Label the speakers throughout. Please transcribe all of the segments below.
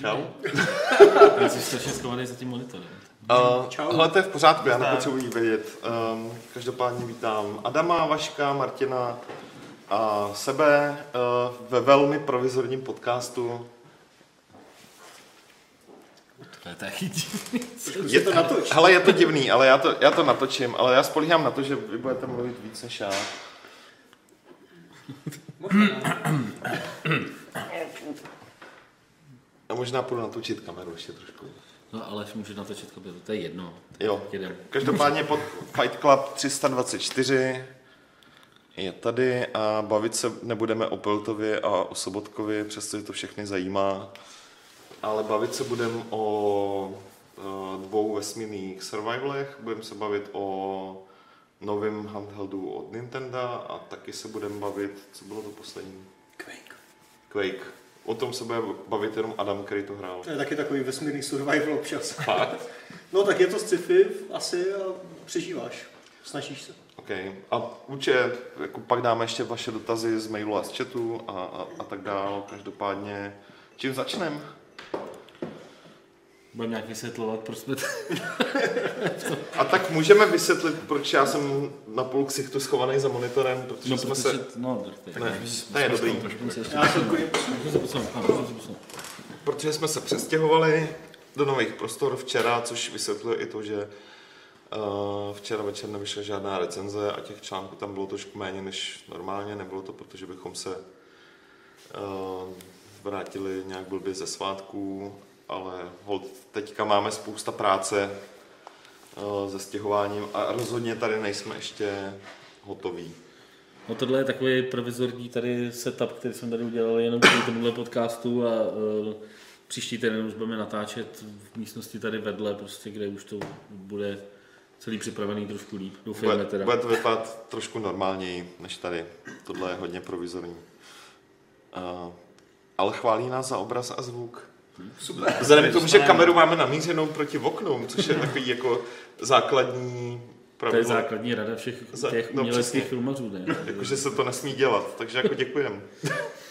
Speaker 1: Čau.
Speaker 2: Já jsi strašně schovaný za tím monitorem.
Speaker 1: Uh, hele, to je v pořádku, já nepotřebuji nic vědět. Um, každopádně vítám Adama, Vaška, Martina a sebe uh, ve velmi provizorním podcastu.
Speaker 2: To je taky divný.
Speaker 1: Je to natoč. Hele, je to divný, ale já to, já to natočím, ale já spolíhám na to, že vy budete mluvit víc než já. A možná půjdu natočit kameru ještě trošku.
Speaker 2: No ale může natočit kameru, to je jedno.
Speaker 1: Jo.
Speaker 2: Jedem.
Speaker 1: Každopádně pod Fight Club 324 je tady a bavit se nebudeme o Peltově a o Sobotkovi, přestože to všechny zajímá, ale bavit se budeme o eh, dvou vesmírných survivalech, budeme se bavit o novém handheldu od Nintendo a taky se budeme bavit, co bylo to poslední?
Speaker 3: Quake.
Speaker 1: Quake. O tom se bude bavit jenom Adam, který to hrál.
Speaker 3: To je taky takový vesmírný survival občas.
Speaker 1: Fakt?
Speaker 3: No tak je to sci-fi asi a přežíváš. Snažíš se.
Speaker 1: OK. A určitě jako pak dáme ještě vaše dotazy z mailu a z chatu a, a, a tak dál. Každopádně, čím začneme?
Speaker 2: Budeme nějak vysvětlovat, proč jsme tady.
Speaker 1: A tak můžeme vysvětlit, proč já jsem na půl ksichtu schovaný za monitorem, protože
Speaker 2: No,
Speaker 1: jsme
Speaker 2: protože...
Speaker 1: se...
Speaker 2: Se... No, tak
Speaker 1: Ne, to je dobrý.
Speaker 2: Trošku se ještě
Speaker 3: Já jsem kudy
Speaker 2: Trošku se posunout, ano, trošku se posunout.
Speaker 1: Protože jsme se přestěhovali do nových prostor včera, což vysvětluje i to, že eh, včera večer nevyšla žádná recenze a těch článků tam bylo trošku méně než normálně. Nebylo to, protože bychom se eh, vrátili nějak blbě ze svátků, ale hold, teďka máme spousta práce eh, se stěhováním a rozhodně tady nejsme ještě hotoví.
Speaker 2: No tohle je takový provizorní tady setup, který jsme tady udělali jenom kvůli tomuhle podcastu a uh, příští týden už budeme natáčet v místnosti tady vedle, prostě, kde už to bude celý připravený trošku líp. Doufejme
Speaker 1: Bude,
Speaker 2: teda.
Speaker 1: bude to vypadat trošku normálněji než tady. Tohle je hodně provizorní. Uh, ale chválí nás za obraz a zvuk. Super. Vzhledem k tomu, že kameru máme namířenou proti oknům, což je takový jako základní
Speaker 2: To je
Speaker 1: pravidlo,
Speaker 2: základní rada všech
Speaker 1: Za-
Speaker 2: těch
Speaker 1: no, přesně.
Speaker 2: uměleckých filmařů, ne?
Speaker 1: jako, že se to nesmí dělat, takže jako děkujeme.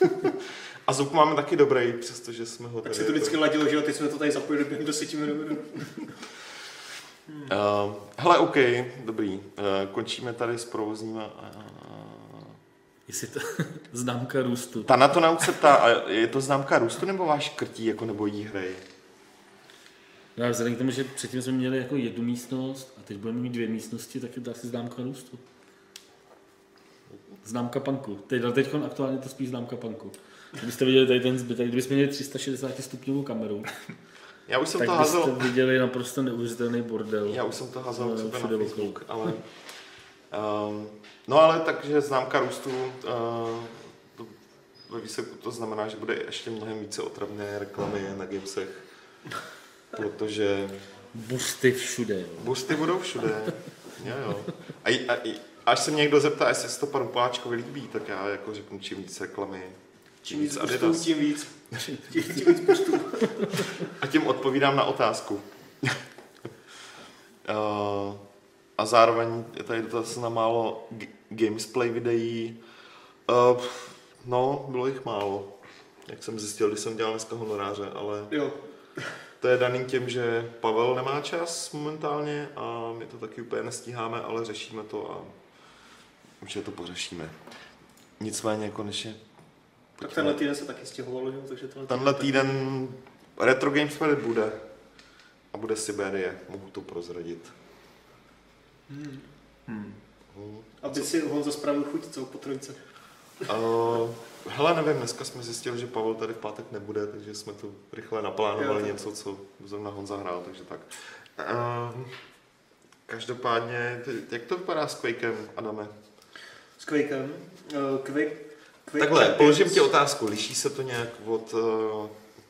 Speaker 1: a zvuk máme taky dobrý, přestože jsme ho
Speaker 3: Tak
Speaker 1: tady... jako-
Speaker 3: se to vždycky ladilo, že jo, teď jsme to tady zapojili během 10 minut.
Speaker 1: Uh, hele, OK, dobrý. Uh, končíme tady s provozníma... Uh,
Speaker 2: Jestli to známka růstu.
Speaker 1: Ta na to nauč se ptá, a je to známka růstu nebo váš krtí, jako nebo jí hry?
Speaker 2: No a vzhledem k tomu, že předtím jsme měli jako jednu místnost a teď budeme mít dvě místnosti, tak je to asi známka růstu. Známka panku. Teď, no teď aktuálně to spíš známka panku. Kdybyste viděli tady ten zbytek, kdybychom měli 360 stupňovou kameru,
Speaker 1: Já už jsem
Speaker 2: tak
Speaker 1: to
Speaker 2: byste
Speaker 1: házel,
Speaker 2: viděli naprosto neuvěřitelný bordel.
Speaker 1: já už jsem to házel
Speaker 2: No,
Speaker 1: třeba na
Speaker 2: všude
Speaker 1: Facebook, ale... Um, no ale takže známka růstu, uh, to, ve výsledku to znamená, že bude ještě mnohem více otravné reklamy na gamesech, protože
Speaker 2: Busty všude. Jo.
Speaker 1: busty budou všude. Jo, jo. A, j- a, j- až se mě někdo zeptá, jestli se to panu Poláčkovi líbí, tak já jako řeknu, čím víc reklamy,
Speaker 3: Čím víc pustů, tím víc. Tím, tím víc
Speaker 1: A tím odpovídám na otázku. Eh, a zároveň je tady dotaz na málo g- gamesplay videí. Eh, pff, No, bylo jich málo. Jak jsem zjistil, když jsem dělal dneska honoráře, ale
Speaker 3: Jo.
Speaker 1: to je daný tím, že Pavel nemá čas momentálně a my to taky úplně nestíháme, ale řešíme to a určitě to pořešíme. Nicméně konečně
Speaker 3: Tak tenhle týden se taky stěhovalo, že jo, takže tenhle
Speaker 1: Tenhle týden Retro Games Summit bude. A bude Siberie, mohu to prozradit.
Speaker 3: Aby si Honza spravil chuť, co po trojce.
Speaker 1: Uh, hele, nevím, dneska jsme zjistili, že Pavel tady v pátek nebude, takže jsme tu rychle naplánovali
Speaker 3: Jo, tak.
Speaker 1: něco, co zrovna Honza hrál, takže tak. Uh, každopádně, ty- jak to vypadá s Quakem, Adame?
Speaker 3: S Quakem. eh, Quake, Quake
Speaker 1: Takhle,
Speaker 3: Champions.
Speaker 1: položím ti otázku, liší se to nějak od uh,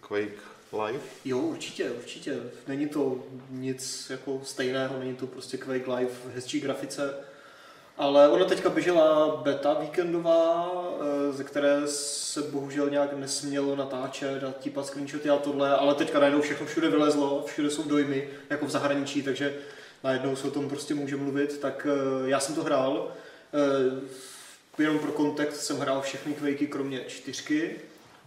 Speaker 1: Quake Live?
Speaker 3: Jo, určitě, určitě. Není to nic jako stejného, není to prostě Quake Live v hezčí grafice. Ale ona teďka běžela beta víkendová, eh, ze které se bohužel nějak nesmělo natáčet a típat screenshoty a tohle, ale teďka najednou všechno všude vylezlo, všude jsou dojmy, jako v zahraničí, takže najednou se o tom prostě může mluvit, tak eh, já jsem to hrál. Eh, Jenom pro kontext jsem hrál všechny Quakey kromě čtyřky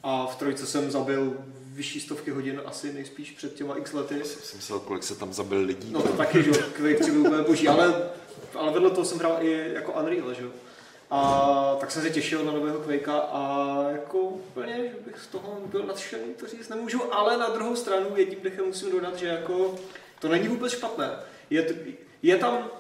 Speaker 3: a v trojce jsem zabil vyšší stovky hodin asi nejspíš před těma x lety.
Speaker 1: Já jsem si myslel, kolik se tam zabil lidí.
Speaker 3: No to taky, že jo, Quake 3 byl úplně boží, ale, ale vedle toho jsem hrál i jako Unreal, že jo. A tak jsem se těšil na nového Quakea a jako úplně, že bych z toho byl nadšený, to říct nemůžu, ale na druhou stranu jedním dechem musím dodat, že jako to není vůbec špatné. Je, t- je tam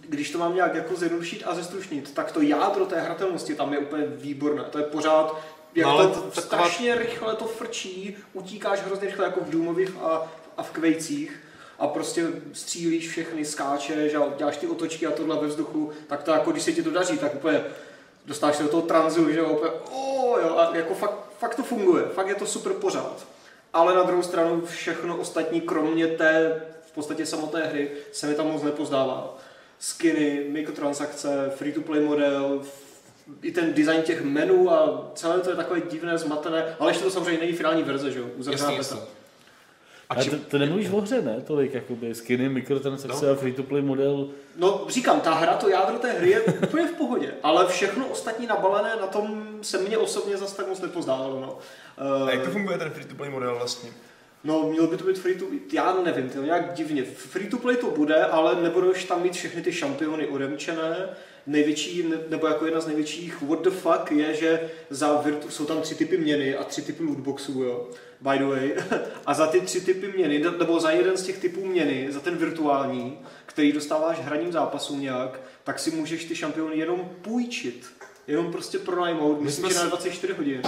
Speaker 3: když to mám nějak jako zjednodušit a zestručnit, tak to jádro té hratelnosti tam je úplně výborné. To je pořád, jak
Speaker 1: No,
Speaker 3: ale
Speaker 1: ale
Speaker 3: to,
Speaker 1: to taková-
Speaker 3: strašně rychle to frčí, utíkáš hrozně rychle jako v Doomových a, a v Kvejcích a prostě střílíš všechny, skáčeš a děláš ty otočky a tohle ve vzduchu, tak to jako když se ti to daří, tak úplně dostáš se do toho tranzu, že jo, úplně, o, jo, a jako fakt, fakt to funguje, fakt je to super pořád. Ale na druhou stranu všechno ostatní, kromě té v podstatě samotné hry, se mi tam moc nepozdává. Skiny, mikrotransakce, free-to-play model, i ten design těch menů a celé to je takové divné, zmatené, ale ještě to samozřejmě není finální verze, že jo, uzavřená
Speaker 1: Jasný,
Speaker 3: beta.
Speaker 1: jasný.
Speaker 2: A to, to nemluvíš o hře, ne? Tolik, jakoby skiny, mikrotransakce no. a free-to-play model.
Speaker 3: No říkám, ta hra, to jádro té hry je úplně v pohodě, ale všechno ostatní nabalené na tom se mně osobně zase tak moc nepozdávalo, no.
Speaker 4: A
Speaker 3: Eh,
Speaker 4: jak to funguje ten free-to-play model vlastně?
Speaker 3: No, mělo by to být free to já nevím, to je nějak divně. Free to play to bude, ale nebudeš tam mít všechny ty šampiony odemčené. Největší, ne- nebo jako jedna z největších what the fuck je, že za virtu jsou tam tři typy měny a tři typy lootboxů, jo. By the way. A za ty tři typy měny, ne- nebo za jeden z těch typů měny, za ten virtuální, který dostáváš hraním zápasů nějak, tak si můžeš ty šampiony jenom půjčit. Jenom prostě pronajmout,
Speaker 1: My
Speaker 3: myslím,
Speaker 1: jsme
Speaker 3: že na
Speaker 1: si-
Speaker 3: 24 hodin.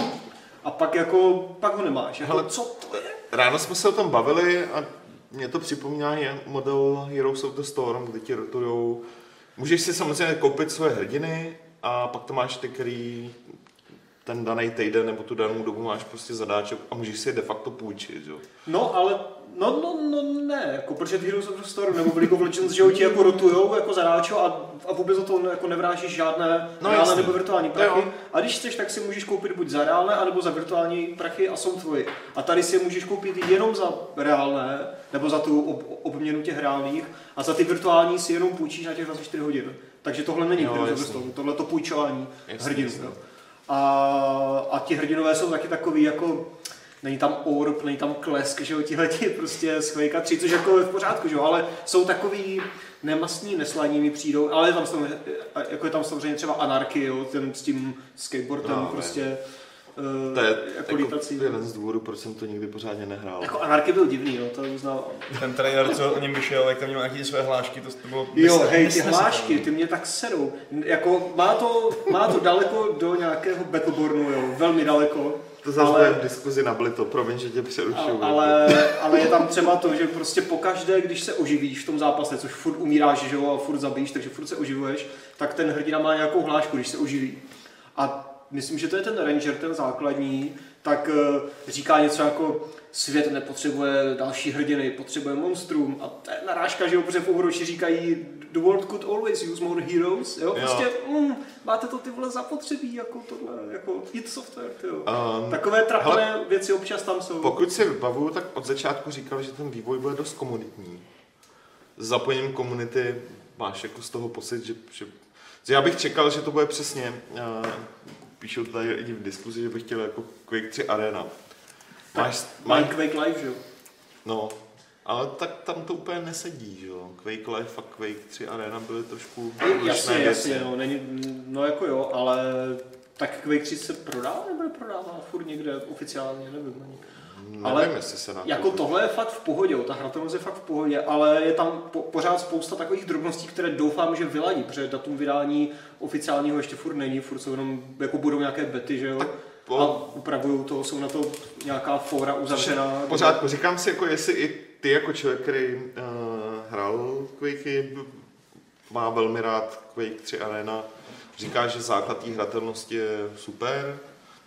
Speaker 3: A pak jako, pak ho nemáš. Jako,
Speaker 1: Hele,
Speaker 3: co to je?
Speaker 1: Ráno jsme se o tom bavili a mě to připomíná je model Heroes of the Storm, kde ti rotujou. Můžeš si samozřejmě koupit svoje hrdiny a pak to máš ty, který ten daný týden nebo tu danou dobu máš prostě zadáček a můžeš si je de facto půjčit, jo.
Speaker 3: No, ale no, no, no, ne, jako protože ty Heroes of the Storm nebo v League of Legends, že jo, ti jako rotujou jako zadáčo a, a vůbec do toho jako nevrážíš žádné
Speaker 1: No,
Speaker 3: no, reálné
Speaker 1: jasně.
Speaker 3: nebo virtuální prachy.
Speaker 1: Jo.
Speaker 3: A když chceš, tak si můžeš koupit buď za reálné, anebo za virtuální prachy a jsou tvoji. A tady si je můžeš koupit jenom za reálné, nebo za tu ob, obměnu těch reálných a za ty virtuální si jenom půjčíš na těch 24 hodin. Takže tohle není
Speaker 1: Jo,
Speaker 3: Heroes of the
Speaker 1: jasně.
Speaker 3: Storm, tohle to půjčování
Speaker 1: Jasně,
Speaker 3: hrdinů.
Speaker 1: jasně.
Speaker 3: jo. A, a ti hrdinové jsou taky takový jako Není tam orb, není tam klesk, že jo, tihleti prostě z Quakea 3, což jako je v pořádku, že jo, ale jsou takový nemastní, neslaní mi přijdou, ale je tam samozřejmě, jako je tam samozřejmě třeba anarchy, jo, ten s tím skateboardem
Speaker 1: No,
Speaker 3: no,
Speaker 1: ne.
Speaker 3: prostě, eh,
Speaker 1: To je
Speaker 3: jako lítací.
Speaker 1: jeden z důvodů, proč jsem to nikdy pořádně nehrál.
Speaker 3: Jako anarchy byl divný, no, to uznávám.
Speaker 4: Ten trailer, co o něm vyšel, jak tam měl nějaké své hlášky, to, to bylo...
Speaker 3: Jo,
Speaker 4: nesne-
Speaker 3: hej, ty
Speaker 4: nesnesitelné.
Speaker 3: hlášky, ty mě tak serou. N- Jako, má to, má to daleko do nějakého Battlebornu, jo, velmi daleko.
Speaker 1: To zase ale... v diskuzi na Blito, promiň, že tě přerušuju.
Speaker 3: A- ale, ale je tam třeba to, že prostě pokaždé, když se oživíš v tom zápase, což furt umíráš, že jo, a furt zabíjíš, takže furt se oživuješ, tak ten hrdina má nějakou hlášku, když se oživí. A myslím, že to je ten ranger, ten základní, tak eh, říká něco jako svět nepotřebuje další hrdiny, potřebuje monstrum a to je narážka, že jo, protože v Overwatchi říkají the world could always use more heroes, jo,
Speaker 1: Jo.
Speaker 3: prostě mm, máte to ty vole zapotřebí, jako tohle, jako id software, ty jo.
Speaker 1: Um,
Speaker 3: Takové trapné věci občas tam jsou.
Speaker 1: Pokud si vybavuju, tak od začátku říkal, že ten vývoj bude dost komunitní. S zapojením komunity máš jako z toho pocit, že, že že já bych čekal, že to bude přesně, eh, píšou tady lidi v diskuzi, že bych chtěl jako Quake 3 Arena. Máš, máš,
Speaker 3: Mind Quake Live, že jo?
Speaker 1: no, ale tak tam to úplně nesedí, že jo. Quake Life a Quake 3 Arena byly trošku
Speaker 3: Jasně,
Speaker 1: odlišné
Speaker 3: jasně,
Speaker 1: věci.
Speaker 3: no, není, no jako jo, ale tak Quake 3 se prodává nebo prodává furt někde oficiálně, nevím ani.
Speaker 1: Nevím,
Speaker 3: Ale
Speaker 1: jestli se nakoupí.
Speaker 3: Jako tohle je fakt v pohodě, jo, ta hratelnost je fakt v pohodě, ale je tam po, pořád spousta takových drobností, které doufám, že vyladí, protože datum vydání oficiálního ještě furt není, furt jsou jenom, jako budou nějaké bety, že jo?
Speaker 1: Tak po-
Speaker 3: A upravují to, jsou na to nějaká fóra uzavřená.
Speaker 1: Pořád říkám si, jako jestli i ty jako člověk, který uh, hrál Quakey, má velmi rád Quake 3 Arena, říká, že základ té hratelnosti je super,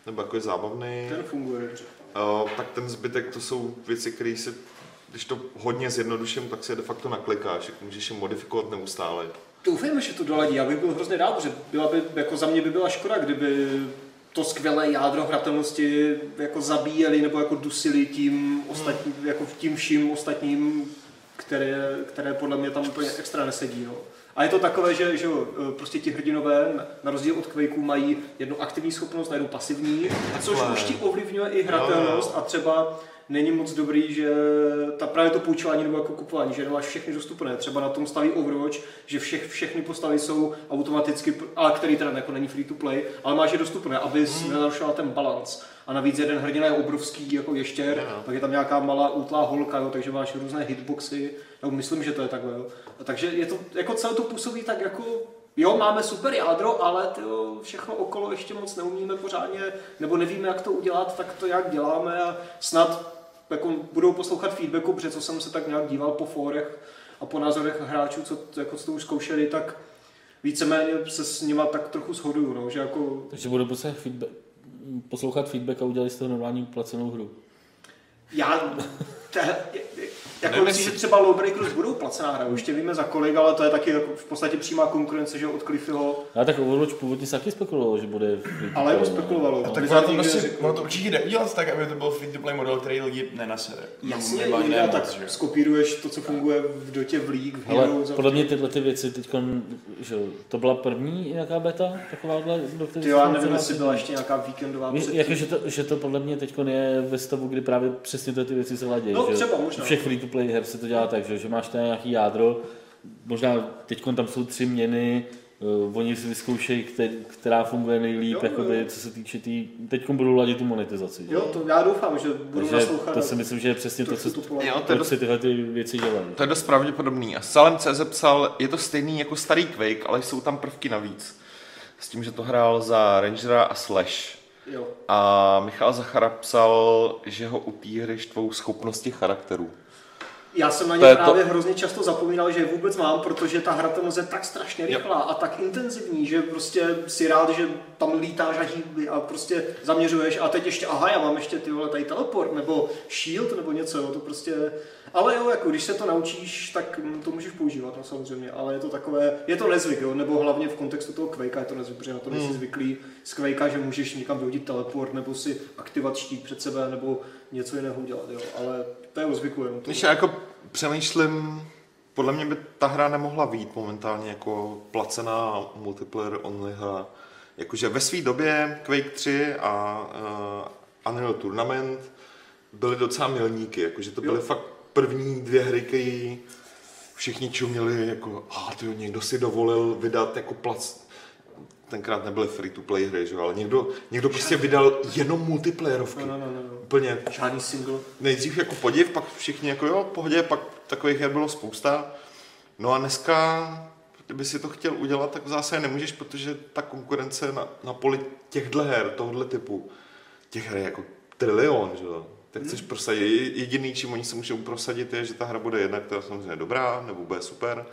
Speaker 1: nebo jako je zábavný,
Speaker 3: Ten funguje dobře.
Speaker 1: uh, tak ten zbytek to jsou věci, které si, když to hodně zjednoduším, tak si je de facto naklikáš, jako můžeš je modifikovat neustále.
Speaker 3: Doufejme, že to doladí. Já bych byl hrozně rád, protože byla by, jako za mě by byla škoda, kdyby to skvělé jádro hratelnosti jako zabíjeli nebo jako dusili tím, ostatní, jako tím vším ostatním, které, které podle mě tam úplně extra nesedí. No. A A je to takové, že, že jo, eh, prostě ti hrdinové na- na rozdíl od Quakeu mají jednu aktivní schopnost, na jednu pasivní, a což
Speaker 1: Takhle.
Speaker 3: už ti ovlivňuje i hratelnost
Speaker 1: Jo,
Speaker 3: a třeba není moc dobrý, že ta právě to půjčování nebo jako kupování, že nemáš všechny dostupné. Třeba na tom staví Overwatch, že všech, všechny postavy jsou automaticky, pr- ale který teda jako není free to play, ale máš je dostupné, aby
Speaker 1: Hmm.
Speaker 3: mm. nenarušoval ten balans. A navíc jeden hrdina je obrovský jako ještěr,
Speaker 1: Jo, jo.
Speaker 3: pak je tam nějaká malá útlá holka, jo, takže máš různé hitboxy, nebo myslím, že to je takhle. Jo. A Takže je to, jako celé to působí tak jako Jo, máme super jádro, ale tyjo, všechno okolo ještě moc neumíme pořádně, nebo nevíme, jak to udělat, tak to jak děláme a snad jako budou poslouchat feedbacku, protože co jsem se tak nějak díval po fórech a po názorech hráčů, co, t- jako co to už zkoušeli, tak víceméně se s nima tak trochu shoduju, no, že jako
Speaker 2: Takže budu poslouchat feedback, poslouchat feedback a udělali z toho normální placenou hru.
Speaker 3: Já, te, jako
Speaker 1: Nevím,
Speaker 3: myslím, že
Speaker 1: jestli-
Speaker 3: třeba Low Breakers budou placená hra, už tě víme za kolik, ale to je taky jako v podstatě přímá konkurence, že jo, od Cliffyho,
Speaker 2: A tak Overwatch původně se taky spekulovalo, že bude... free to
Speaker 3: ale
Speaker 2: play,
Speaker 3: jenom
Speaker 2: no.
Speaker 3: spekulovalo.
Speaker 4: A tak
Speaker 3: Nikdo
Speaker 4: ono to, prostě,
Speaker 3: neřekl.
Speaker 4: ono to určitě jde udělat tak, aby to byl free to play model, který lidi nenasede.
Speaker 3: Jasně,
Speaker 4: Nebo ani
Speaker 3: já
Speaker 4: nemoc,
Speaker 3: tak
Speaker 4: No, že jo.
Speaker 3: skopíruješ to, co funguje v dotě v League, v
Speaker 2: Ale
Speaker 3: Heroes. a-
Speaker 2: podle mě tyhle ty věci teď, že jo, to byla první nějaká beta, takováhle, do které
Speaker 3: Ty jo, já
Speaker 2: jsem
Speaker 3: nevím,
Speaker 2: se
Speaker 3: jestli
Speaker 2: vrátil.
Speaker 3: byla ještě nějaká víkendová
Speaker 2: Víš,
Speaker 3: předtím.
Speaker 2: jako, že, to, že to podle mě teď je ve stavu, kdy právě přesně tyhle ty věci se ladějí.
Speaker 3: No,
Speaker 2: že?
Speaker 3: třeba, možná.
Speaker 2: U všech free-to-play her se to dělá tak, že, že máš tam nějaký jádro, možná teď tam jsou tři měny, eh, oni si vyzkoušejí, kte- která funguje nejlíp,
Speaker 3: Jo,
Speaker 2: jo,
Speaker 3: jo.
Speaker 2: jakoby, co se týče tý... Teď budou ladit tu monetizaci. že?
Speaker 3: Jo, to já doufám, že budu
Speaker 2: Takže
Speaker 3: naslouchat.
Speaker 2: to si myslím, že je přesně to, co,
Speaker 3: trošku tu polemiku.
Speaker 1: Jo, to je
Speaker 2: proč
Speaker 1: dost,
Speaker 2: se tyhle ty věci dělají.
Speaker 1: to je dost pravděpodobný. A Salem CZ psal, je to stejný jako starý Quake, ale jsou tam prvky navíc. S tím, že to hrál za Rangera a Slash.
Speaker 3: Jo.
Speaker 1: A Michal Zachara psal, že ho u té hry štvou schopnosti charakterů.
Speaker 3: Já jsem na
Speaker 1: To
Speaker 3: ně
Speaker 1: je
Speaker 3: právě hrozně často zapomínal, že je vůbec mám, protože ta hratelnost je tak strašně rychlá a tak intenzivní, že prostě si rád, že tam lítáš a hýby a prostě zaměřuješ a teď ještě, aha, já mám ještě ty vole tady teleport nebo shield nebo něco, jo, to prostě... Ale jo, jako když se to naučíš, tak mm, to můžeš používat, no samozřejmě, ale je to takové, je to nezvyk, jo, nebo hlavně v kontextu toho Quakea je to nezvyk, protože na to
Speaker 1: Hmm.
Speaker 3: nejsi zvyklý z Quakea, že můžeš někam vyhodit teleport nebo si aktivovat štít před sebe nebo něco jiného udělat, jo, ale to je o zvyku, jenom to.
Speaker 1: Když já jako přemýšlím, podle mě by ta hra nemohla být momentálně jako placená multiplayer only hra. Jakože ve své době Quake 3 a uh, Unreal Tournament byly docela milníky, jakože to byly
Speaker 3: Jo.
Speaker 1: fakt první dvě hry, které všichni čuměli, jako a ty někdo si dovolil vydat jako plac, tenkrát nebyly free to play hry, že? jo, ale někdo, někdo prostě vydal jenom multiplayerovky.
Speaker 3: No, no, no, no, no.
Speaker 1: Úplně
Speaker 3: Žádný single.
Speaker 1: nejdřív jako podiv, pak všichni jako jo, pohodě, pak takových her bylo spousta. No a dneska, kdyby si to chtěl udělat, tak v zásadě nemůžeš, protože ta konkurence na, na poli těchhle her, tohohle typu, těch her je jako trilion, že jo. Tak chceš prosadit. Je- Jediný, čím oni se můžou prosadit, je, že ta hra bude jednak teda samozřejmě dobrá, nebo bude super.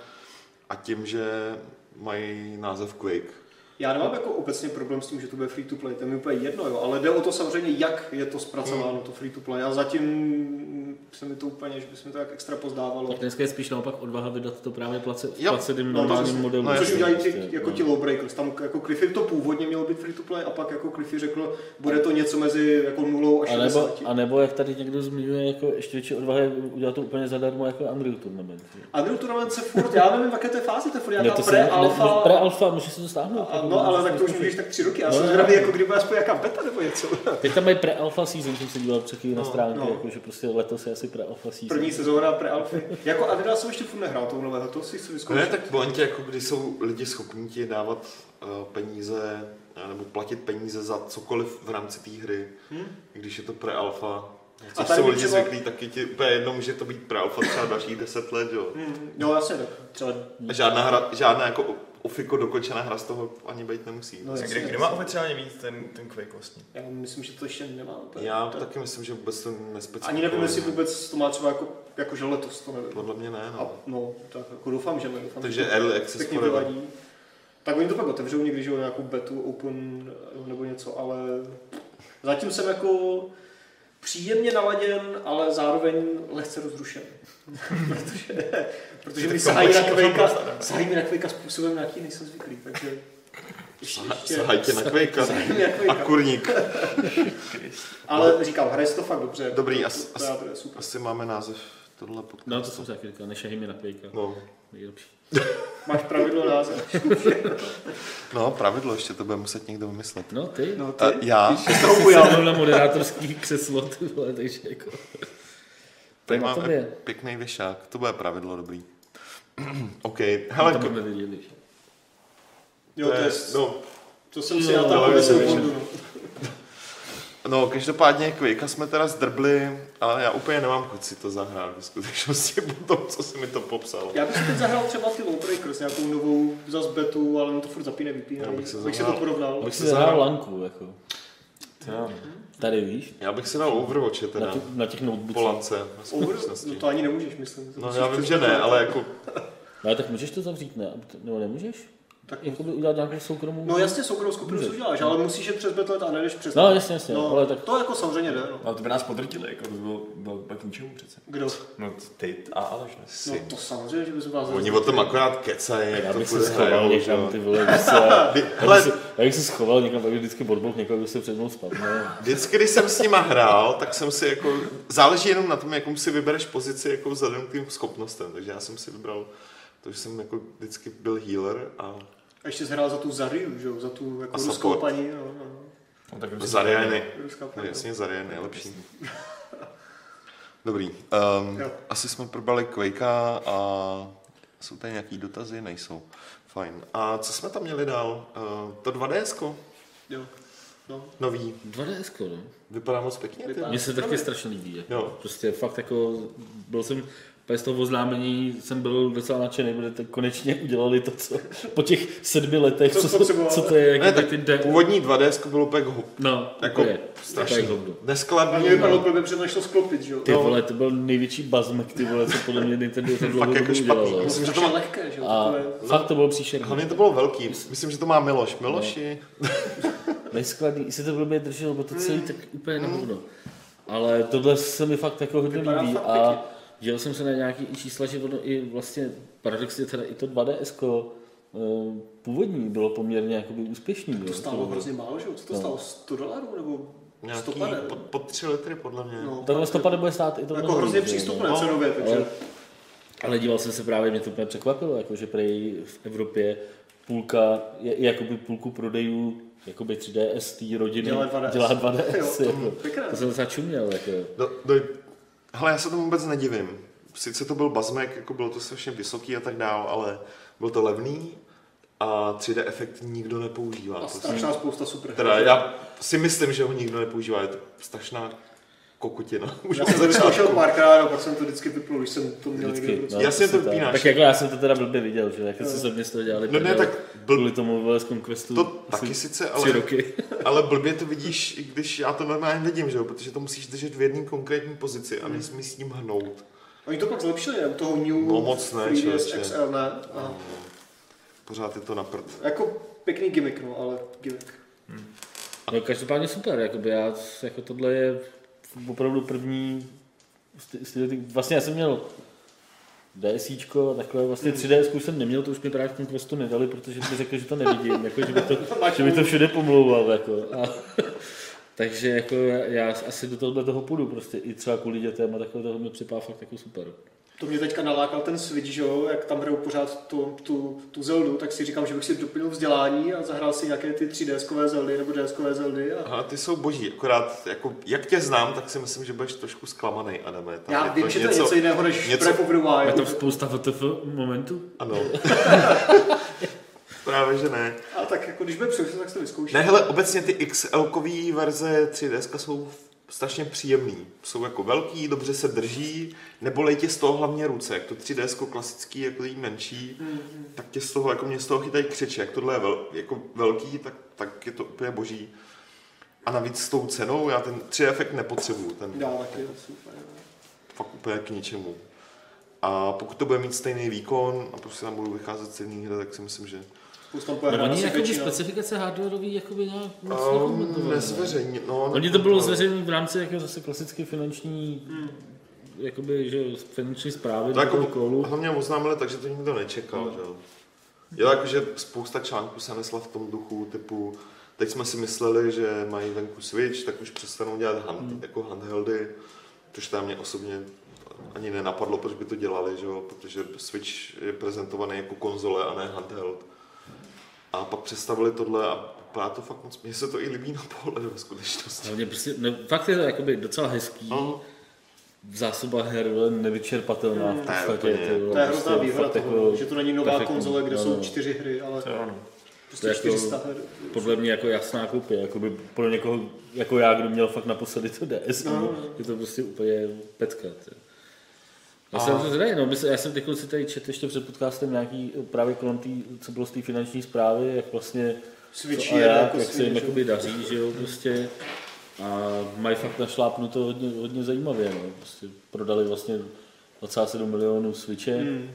Speaker 1: A tím, že mají název Quake.
Speaker 3: Já
Speaker 2: No.
Speaker 3: nemám jako obecně problém s tím, že to bude free to play, to je mi úplně jedno, jo, ale jde o to samozřejmě, jak je to
Speaker 2: Hmm.
Speaker 3: zpracováno, to free to play. A zatím se mi to úplně, že by se mi to tak extra pozdávalo.
Speaker 2: Tak dneska je spíš naopak odvaha vydat to právě place,
Speaker 1: Jo.
Speaker 2: placeným
Speaker 3: No,
Speaker 2: normálním
Speaker 3: no,
Speaker 2: modelu.
Speaker 1: no,
Speaker 3: Což
Speaker 1: jasně,
Speaker 3: udělají
Speaker 2: prostě,
Speaker 3: ty, jako
Speaker 2: no.
Speaker 3: ti lowbreakers. Tam jako Cliffy to původně mělo být free to play a pak jako Cliffy řekl, bude to něco mezi jako nulou a
Speaker 2: A nebo,
Speaker 3: 60.
Speaker 2: a nebo, jak tady někdo zmiňuje, jako ještě větší odvaha je udělat to úplně zadarmo jako Unreal Tournament. že?
Speaker 3: Unreal Tournament se furt, já nevím, v jaké to je fázi, to je furt
Speaker 2: Ne,
Speaker 3: nějaká
Speaker 2: to pre, alfa...
Speaker 3: pre-alfa.
Speaker 2: pre alfa, můžeš si to stáhnout.
Speaker 3: a- No, ale tak to už můžeš tak tři roky. Já
Speaker 2: No,
Speaker 3: jsem
Speaker 2: no,
Speaker 3: zvědavý,
Speaker 2: no.
Speaker 3: jako kdyby aspoň jaká beta nebo něco.
Speaker 2: Teď tam mají pre alfa season, jsem se díval před chvílí na stránku,
Speaker 3: no.
Speaker 2: jako, že prostě letos je asi pre alfa season.
Speaker 3: První sezóna pre-alfy. Jako Adidas jsem ještě furt nehrál tou nového, to si chci vyzkoušet.
Speaker 1: Ne, tak v momentě, jako kdy jsou lidi schopní ti dávat eh, peníze eh, nebo platit peníze za cokoliv v rámci té hry, hmm? když je to pre alfa.
Speaker 3: A
Speaker 1: Což
Speaker 3: tady
Speaker 1: jsou
Speaker 3: by
Speaker 1: lidi
Speaker 3: třeba-
Speaker 1: zvyklí, taky ti úplně jedno může to být pre alfa třeba dalších 10 let, jo.
Speaker 3: Hmm, no jasně, tak třeba...
Speaker 1: A žádná, hra, žádná jako o- ofiko dokončená hra z toho ani být nemusí.
Speaker 3: No,
Speaker 1: No,
Speaker 4: Tak
Speaker 3: jasně,
Speaker 4: Kdy, kdy má oficiálně víc ten, ten Quake vlastně?
Speaker 3: Já myslím, že to ještě nemá. To,
Speaker 1: Já
Speaker 3: to,
Speaker 1: taky myslím, že vůbec to nespecifikuje.
Speaker 3: Ani nevím, jestli vůbec to má třeba jako, jako že letos, to nevím.
Speaker 1: Podle mě ne,
Speaker 3: A,
Speaker 1: no.
Speaker 3: no, tak jako doufám, že ne. Doufám,
Speaker 1: Takže
Speaker 3: že
Speaker 1: Early
Speaker 3: to
Speaker 1: Access
Speaker 3: pěkně
Speaker 1: forever.
Speaker 3: vyladí. Tak oni to pak otevřou někdy, že jo, nějakou betu, open nebo něco, ale zatím jsem jako příjemně naladěn, ale zároveň lehce rozrušen. protože, protože mi sahají na kvejka, sahají mi na kvejka způsobem, na jaký nejsem zvyklý, takže... ještě- ještě-
Speaker 1: Sahaj tě na Quakea
Speaker 3: sahají mi na
Speaker 1: a
Speaker 3: kvejka.
Speaker 1: kurník.
Speaker 3: Ale říkám, hraje se to fakt dobře.
Speaker 1: Dobrý,
Speaker 3: to,
Speaker 1: as-
Speaker 3: to, to, já to je super.
Speaker 1: Asi máme název tohle podcast.
Speaker 2: No to jsem si taky říkal, nešahy mi na Quakea.
Speaker 1: No.
Speaker 2: Nejlepší.
Speaker 3: Máš pravidlo název.
Speaker 1: no, pravidlo ještě to bude muset někdo vymyslet.
Speaker 2: No ty, no,
Speaker 3: No ty,
Speaker 1: A já?
Speaker 3: ty jsi to
Speaker 2: já
Speaker 3: ujal.
Speaker 2: jsem na moderátorský křeslo, ty vole, takže jako...
Speaker 1: Tady
Speaker 2: na
Speaker 1: mám
Speaker 2: tobě.
Speaker 1: pěkný věšák, to bude pravidlo dobrý. OK,
Speaker 2: Ale
Speaker 1: hele,
Speaker 2: to
Speaker 1: ko-
Speaker 2: máme viděli. že?
Speaker 3: Jo, to, je,
Speaker 1: no,
Speaker 3: to jsem si
Speaker 1: No,
Speaker 3: já tam
Speaker 1: ale
Speaker 3: vůbec
Speaker 1: to je-
Speaker 3: neuvědomil.
Speaker 1: no, každopádně Quakea jsme teda zdrbli, ale já úplně nemám chuť si to zahrát ve skutečnosti po tom, co si mi to popsal.
Speaker 3: Já bych si teď zahrál třeba ty Lone Breakers, nějakou novou zas betu, ale on to furt zapíne, vypíne,
Speaker 1: Já bych se
Speaker 3: abych si to
Speaker 1: zahrál-
Speaker 3: porovnal.
Speaker 1: Bych
Speaker 2: Jsi
Speaker 1: si
Speaker 2: zahrál
Speaker 1: zahrál,
Speaker 2: lanku, jako. Tady víš,
Speaker 1: já bych si dal Overwatche
Speaker 2: na,
Speaker 1: teda,
Speaker 2: tu, na těch
Speaker 1: po
Speaker 2: notebookách.
Speaker 1: lance, ve
Speaker 3: Over, no
Speaker 1: skutečnosti.
Speaker 3: to ani nemůžeš, myslím. To
Speaker 1: No
Speaker 3: musíš
Speaker 1: já vím, že
Speaker 3: přes-
Speaker 1: ne, ale jako
Speaker 2: No ale tak můžeš to zavřít, ne? Nebo nemůžeš?
Speaker 3: Tak-
Speaker 2: Tak jako by udělat nějakou soukromou...
Speaker 3: No jasně, soukromou skupinu si uděláš, ale musíš je přes Battle.net a nejdeš přes
Speaker 2: No, jasně, jasně,
Speaker 3: No,
Speaker 2: ale tak-
Speaker 3: To jako samozřejmě jde, no.
Speaker 4: Ale to by nás podrtili, jako to bylo, bylo pak k ničemu přece.
Speaker 3: Kdo?
Speaker 4: No ty a Aleš, ne?
Speaker 3: No
Speaker 1: si.
Speaker 3: to samozřejmě, že bychom vás
Speaker 1: Oni o tom akorát kecají,
Speaker 2: Já
Speaker 1: jak to
Speaker 2: bych se
Speaker 1: bude
Speaker 2: schoval
Speaker 1: hrajou, že
Speaker 2: někam,
Speaker 1: jo.
Speaker 2: ty vole, když se... Já
Speaker 1: Hele,
Speaker 2: bych, se, já bych se schoval někam, tak bych vždycky bodbok někoho, kdo se před mnou no. spadne.
Speaker 1: Vždycky, když jsem s nima hrál, tak jsem si jako, záleží jenom na tom, jakou si vybereš pozici jako vzhledem k tým schopnostem, takže já jsem si vybral to, že jsem jako vždycky byl healer a
Speaker 3: A ještě jsi hrál za tu Zariu, že jo, za tu jako
Speaker 1: A
Speaker 3: ruskou
Speaker 1: support.
Speaker 3: paní, no, no.
Speaker 4: No, tak
Speaker 1: Zarya je nej,
Speaker 3: Ruská
Speaker 1: no,
Speaker 3: paní.
Speaker 1: jasně Zarya je nejlepší. Dobrý, um,
Speaker 3: Jo.
Speaker 1: asi jsme probrali Quakea a jsou tady nějaký dotazy? Nejsou. Fajn. A co jsme tam měli dál? Uh, to 2DS
Speaker 3: Jo. No.
Speaker 1: nový.
Speaker 2: 2DS, no.
Speaker 1: Vypadá moc pěkně. Ty.
Speaker 3: Vypadá.
Speaker 2: Mně se taky strašně líbí. Jako.
Speaker 1: Jo.
Speaker 2: Prostě fakt jako, byl jsem, bez toho oznámení jsem byl docela nadšený, protože teď konečně udělali to, co po těch sedmi letech,
Speaker 3: Co
Speaker 2: co, co,
Speaker 3: potřebovali.
Speaker 2: co to je,
Speaker 1: Ne,
Speaker 2: jako
Speaker 1: tak
Speaker 2: ty de...
Speaker 1: původní 2DS bylo úplně ho-
Speaker 2: No,
Speaker 1: jako
Speaker 2: je,
Speaker 1: strašný.
Speaker 2: úplně hovno.
Speaker 3: A
Speaker 1: Neskladný. no.
Speaker 3: mě vypadalo blbě, protože to nešlo sklopit, že jo.
Speaker 2: Ty vole, to byl největší bazmek, ty vole, co podle mě Nintendo za dlouho
Speaker 1: Fakt jako
Speaker 2: dobu udělalo.
Speaker 1: špatný.
Speaker 3: No, Myslím, že to má lehké, že jo.
Speaker 2: A
Speaker 3: takové-
Speaker 2: fakt to bylo příšerné.
Speaker 1: Hlavně to bylo velký. Myslím, že to má
Speaker 2: No.
Speaker 1: Miloš. Miloši.
Speaker 2: neskladný, i se to blbě drželo, bo to celý tak úplně na hovno. Ale tohle se mi fakt jako hodně
Speaker 3: Vypadá
Speaker 2: líbí
Speaker 3: fakt
Speaker 2: a dělal jsem se na nějaký i čísla, že ono i vlastně paradoxně teda i to 2DS původní bylo poměrně jakoby úspěšný.
Speaker 3: To
Speaker 2: jo.
Speaker 3: stálo hrozně málo, že jo? Co to
Speaker 2: No.
Speaker 3: stálo? 100 dolarů nebo
Speaker 1: Nějaký
Speaker 3: 150?
Speaker 1: pod, pod tři litry, podle mě.
Speaker 3: No,
Speaker 2: Takhle 150 bude stát i to
Speaker 3: jako
Speaker 2: mnoho
Speaker 3: hrozně
Speaker 2: lidí, jo,
Speaker 3: přístupné
Speaker 1: no.
Speaker 3: cenově,
Speaker 2: Ale,
Speaker 3: takže
Speaker 2: ale díval jsem se právě, mě to úplně překvapilo, jako, že prej v Evropě půlka, je, jakoby půlku prodejů jakoby 3DS té rodiny
Speaker 3: Dělá 2DS.
Speaker 2: dělá 2DS.
Speaker 3: Jo, to
Speaker 2: jako.
Speaker 3: pěkné.
Speaker 2: to jsem docela čuměl. Jako.
Speaker 1: Do, do, hele, já se tomu vůbec nedivím. Sice to byl bazmek, jako bylo to strašně vysoký a tak dál, ale bylo to levný a 3D efekt nikdo
Speaker 2: No,
Speaker 1: nepoužívá.
Speaker 3: a
Speaker 1: Prostě.
Speaker 3: strašná spousta super.
Speaker 1: Teda já si myslím, že ho nikdo nepoužívá, je to strašná kokotina. Už
Speaker 3: Já
Speaker 1: od
Speaker 3: jsem to
Speaker 1: začátku.
Speaker 3: vyzkoušel párkrát a pak jsem to vždycky vyplul, když jsem to měl někde v
Speaker 2: Vždycky,
Speaker 3: ruce.
Speaker 2: no,
Speaker 1: Já si jen to
Speaker 2: přesně tak.
Speaker 1: vypínáš.
Speaker 2: Tak jako já jsem to teda blbě viděl, že jako si se mě z toho dělali.
Speaker 1: No ne,
Speaker 2: prdel
Speaker 1: tak blb-
Speaker 2: Kvůli tomu vole z Conquestu.
Speaker 1: To
Speaker 2: asi
Speaker 1: taky sice,
Speaker 2: Tři
Speaker 1: ale,
Speaker 2: roky.
Speaker 1: ale blbě to vidíš, i když já to normálně vidím, že jo? protože to musíš držet v jedné konkrétní pozici
Speaker 2: Hmm.
Speaker 1: a nesmí s ním hnout.
Speaker 3: Oni to pak zlepšili, ne? U toho New
Speaker 1: No moc ne,
Speaker 3: 3DS
Speaker 1: člověče.
Speaker 3: XL ne. A
Speaker 1: Pořád je to na prd.
Speaker 3: jako pěkný gimmick, no, ale gimmick.
Speaker 2: No každopádně super, jakoby já, jako tohle je opravdu první z- z tyhle ty- Vlastně já jsem měl DSíčko a takhle, vlastně
Speaker 3: Hmm.
Speaker 2: 3DS jsem neměl, to už mi právě v tom questu nedali, protože mi řekli, že to nevidím, jako, že, by to, že by to všude pomlouval. Jako. A, takže jako já, já, asi do tohohle toho půjdu prostě i třeba kvůli dětem a takhle toho mi připadá fakt jako super.
Speaker 3: To mě teďka nalákal ten Switch, že jo, jak tam hrajou pořád tu, tu, tu Zeldu, tak si říkám, že bych si doplnil vzdělání a zahrál si nějaké ty 3DSkové Zeldy nebo DSkové Zeldy a
Speaker 1: Ale ty jsou boží, akorát jako, jak tě znám, tak si myslím, že budeš trošku zklamaný, Adame. Tam
Speaker 3: já
Speaker 1: je
Speaker 3: vím, že to je něco jiného než
Speaker 1: něco-
Speaker 3: něco, Breath of the Wild.
Speaker 2: Je tam spousta VTF momentů?
Speaker 1: Ano. Právě, že ne.
Speaker 3: A tak jako, když bude přemýšlet, tak si to vyzkouším.
Speaker 1: Ne, hele, obecně ty xl verze 3DS jsou strašně příjemný. Jsou jako velký, dobře se drží, nebolej tě z toho hlavně ruce, jak to 3DS klasický, jako jí menší,
Speaker 3: Mhm.
Speaker 1: tak tě z toho, jako mě z toho chytají křiče, jak tohle je vel, jako velký, tak, tak je to úplně boží. A navíc s tou cenou, já ten 3D efekt nepotřebuju, ten
Speaker 3: Já taky, jo, super. no. jo.
Speaker 1: fakt úplně k ničemu. A pokud to bude mít stejný výkon a prostě tam budou vycházet z jiný hry, tak si myslím, že
Speaker 3: Spousta tam bude
Speaker 2: No,
Speaker 3: hrát
Speaker 2: oni
Speaker 3: asi
Speaker 2: jakoby
Speaker 3: většina.
Speaker 2: specifikace hardwareový jakoby nějak moc
Speaker 1: um,
Speaker 2: nekomentovali, ne?
Speaker 1: nezveřejně. No,
Speaker 2: Oni to bylo
Speaker 1: no.
Speaker 2: zveřejněno v rámci jako zase klasické finanční,
Speaker 3: Hmm.
Speaker 2: jakoby, že jo, finanční zprávy
Speaker 1: To
Speaker 2: do
Speaker 1: jako
Speaker 2: toho kolu.
Speaker 1: hlavně oznámili tak, že to nikdo nečekal, že jo. Jo, jakože spousta článků se nesla v tom duchu, typu, teď jsme si mysleli, že mají venku Switch, tak už přestanou dělat hand, jako handheldy, což tam mě osobně ani nenapadlo, proč by to dělali, že jo? protože Switch je prezentovaný jako konzole a ne handheld. A pak představili tohle a vypadá to fakt moc, mně se to i líbí na pohled ve skutečnosti.
Speaker 2: Hlavně prostě, ne, fakt je to jakoby docela hezký.
Speaker 1: No,
Speaker 2: Zásoba her vole, nevyčerpatelná v podstatě.
Speaker 1: úplně.
Speaker 2: ty vole,
Speaker 3: Hmm. To je hrozná
Speaker 2: prostě
Speaker 3: výhoda
Speaker 2: fakt
Speaker 3: toho,
Speaker 2: jako-
Speaker 3: že to není nová
Speaker 2: perfektní.
Speaker 3: konzole, kde
Speaker 2: No,
Speaker 3: jsou
Speaker 2: no.
Speaker 3: čtyři hry, ale
Speaker 2: To
Speaker 3: prostě
Speaker 2: je jako-
Speaker 3: 400 her.
Speaker 2: podle mě jako jasná koupě, jakoby pro někoho jako já, kdo měl fakt naposledy to DS, no. je to prostě úplně pecka. ty. Já jsem to zvedavý, no, my se- já jsem teď si tady četl ještě před podcastem nějaký eh, právě kolem tý, co bylo z té finanční zprávy, jak vlastně
Speaker 3: Switch
Speaker 2: co a
Speaker 3: je
Speaker 2: jak,
Speaker 3: jako
Speaker 2: jak se jim
Speaker 3: Switch,
Speaker 2: jakoby daří, že jo, prostě. A mají fakt našlápnuto hodně, hodně zajímavě, no. Prostě prodali vlastně 27 milionů Switche.
Speaker 3: Hmm.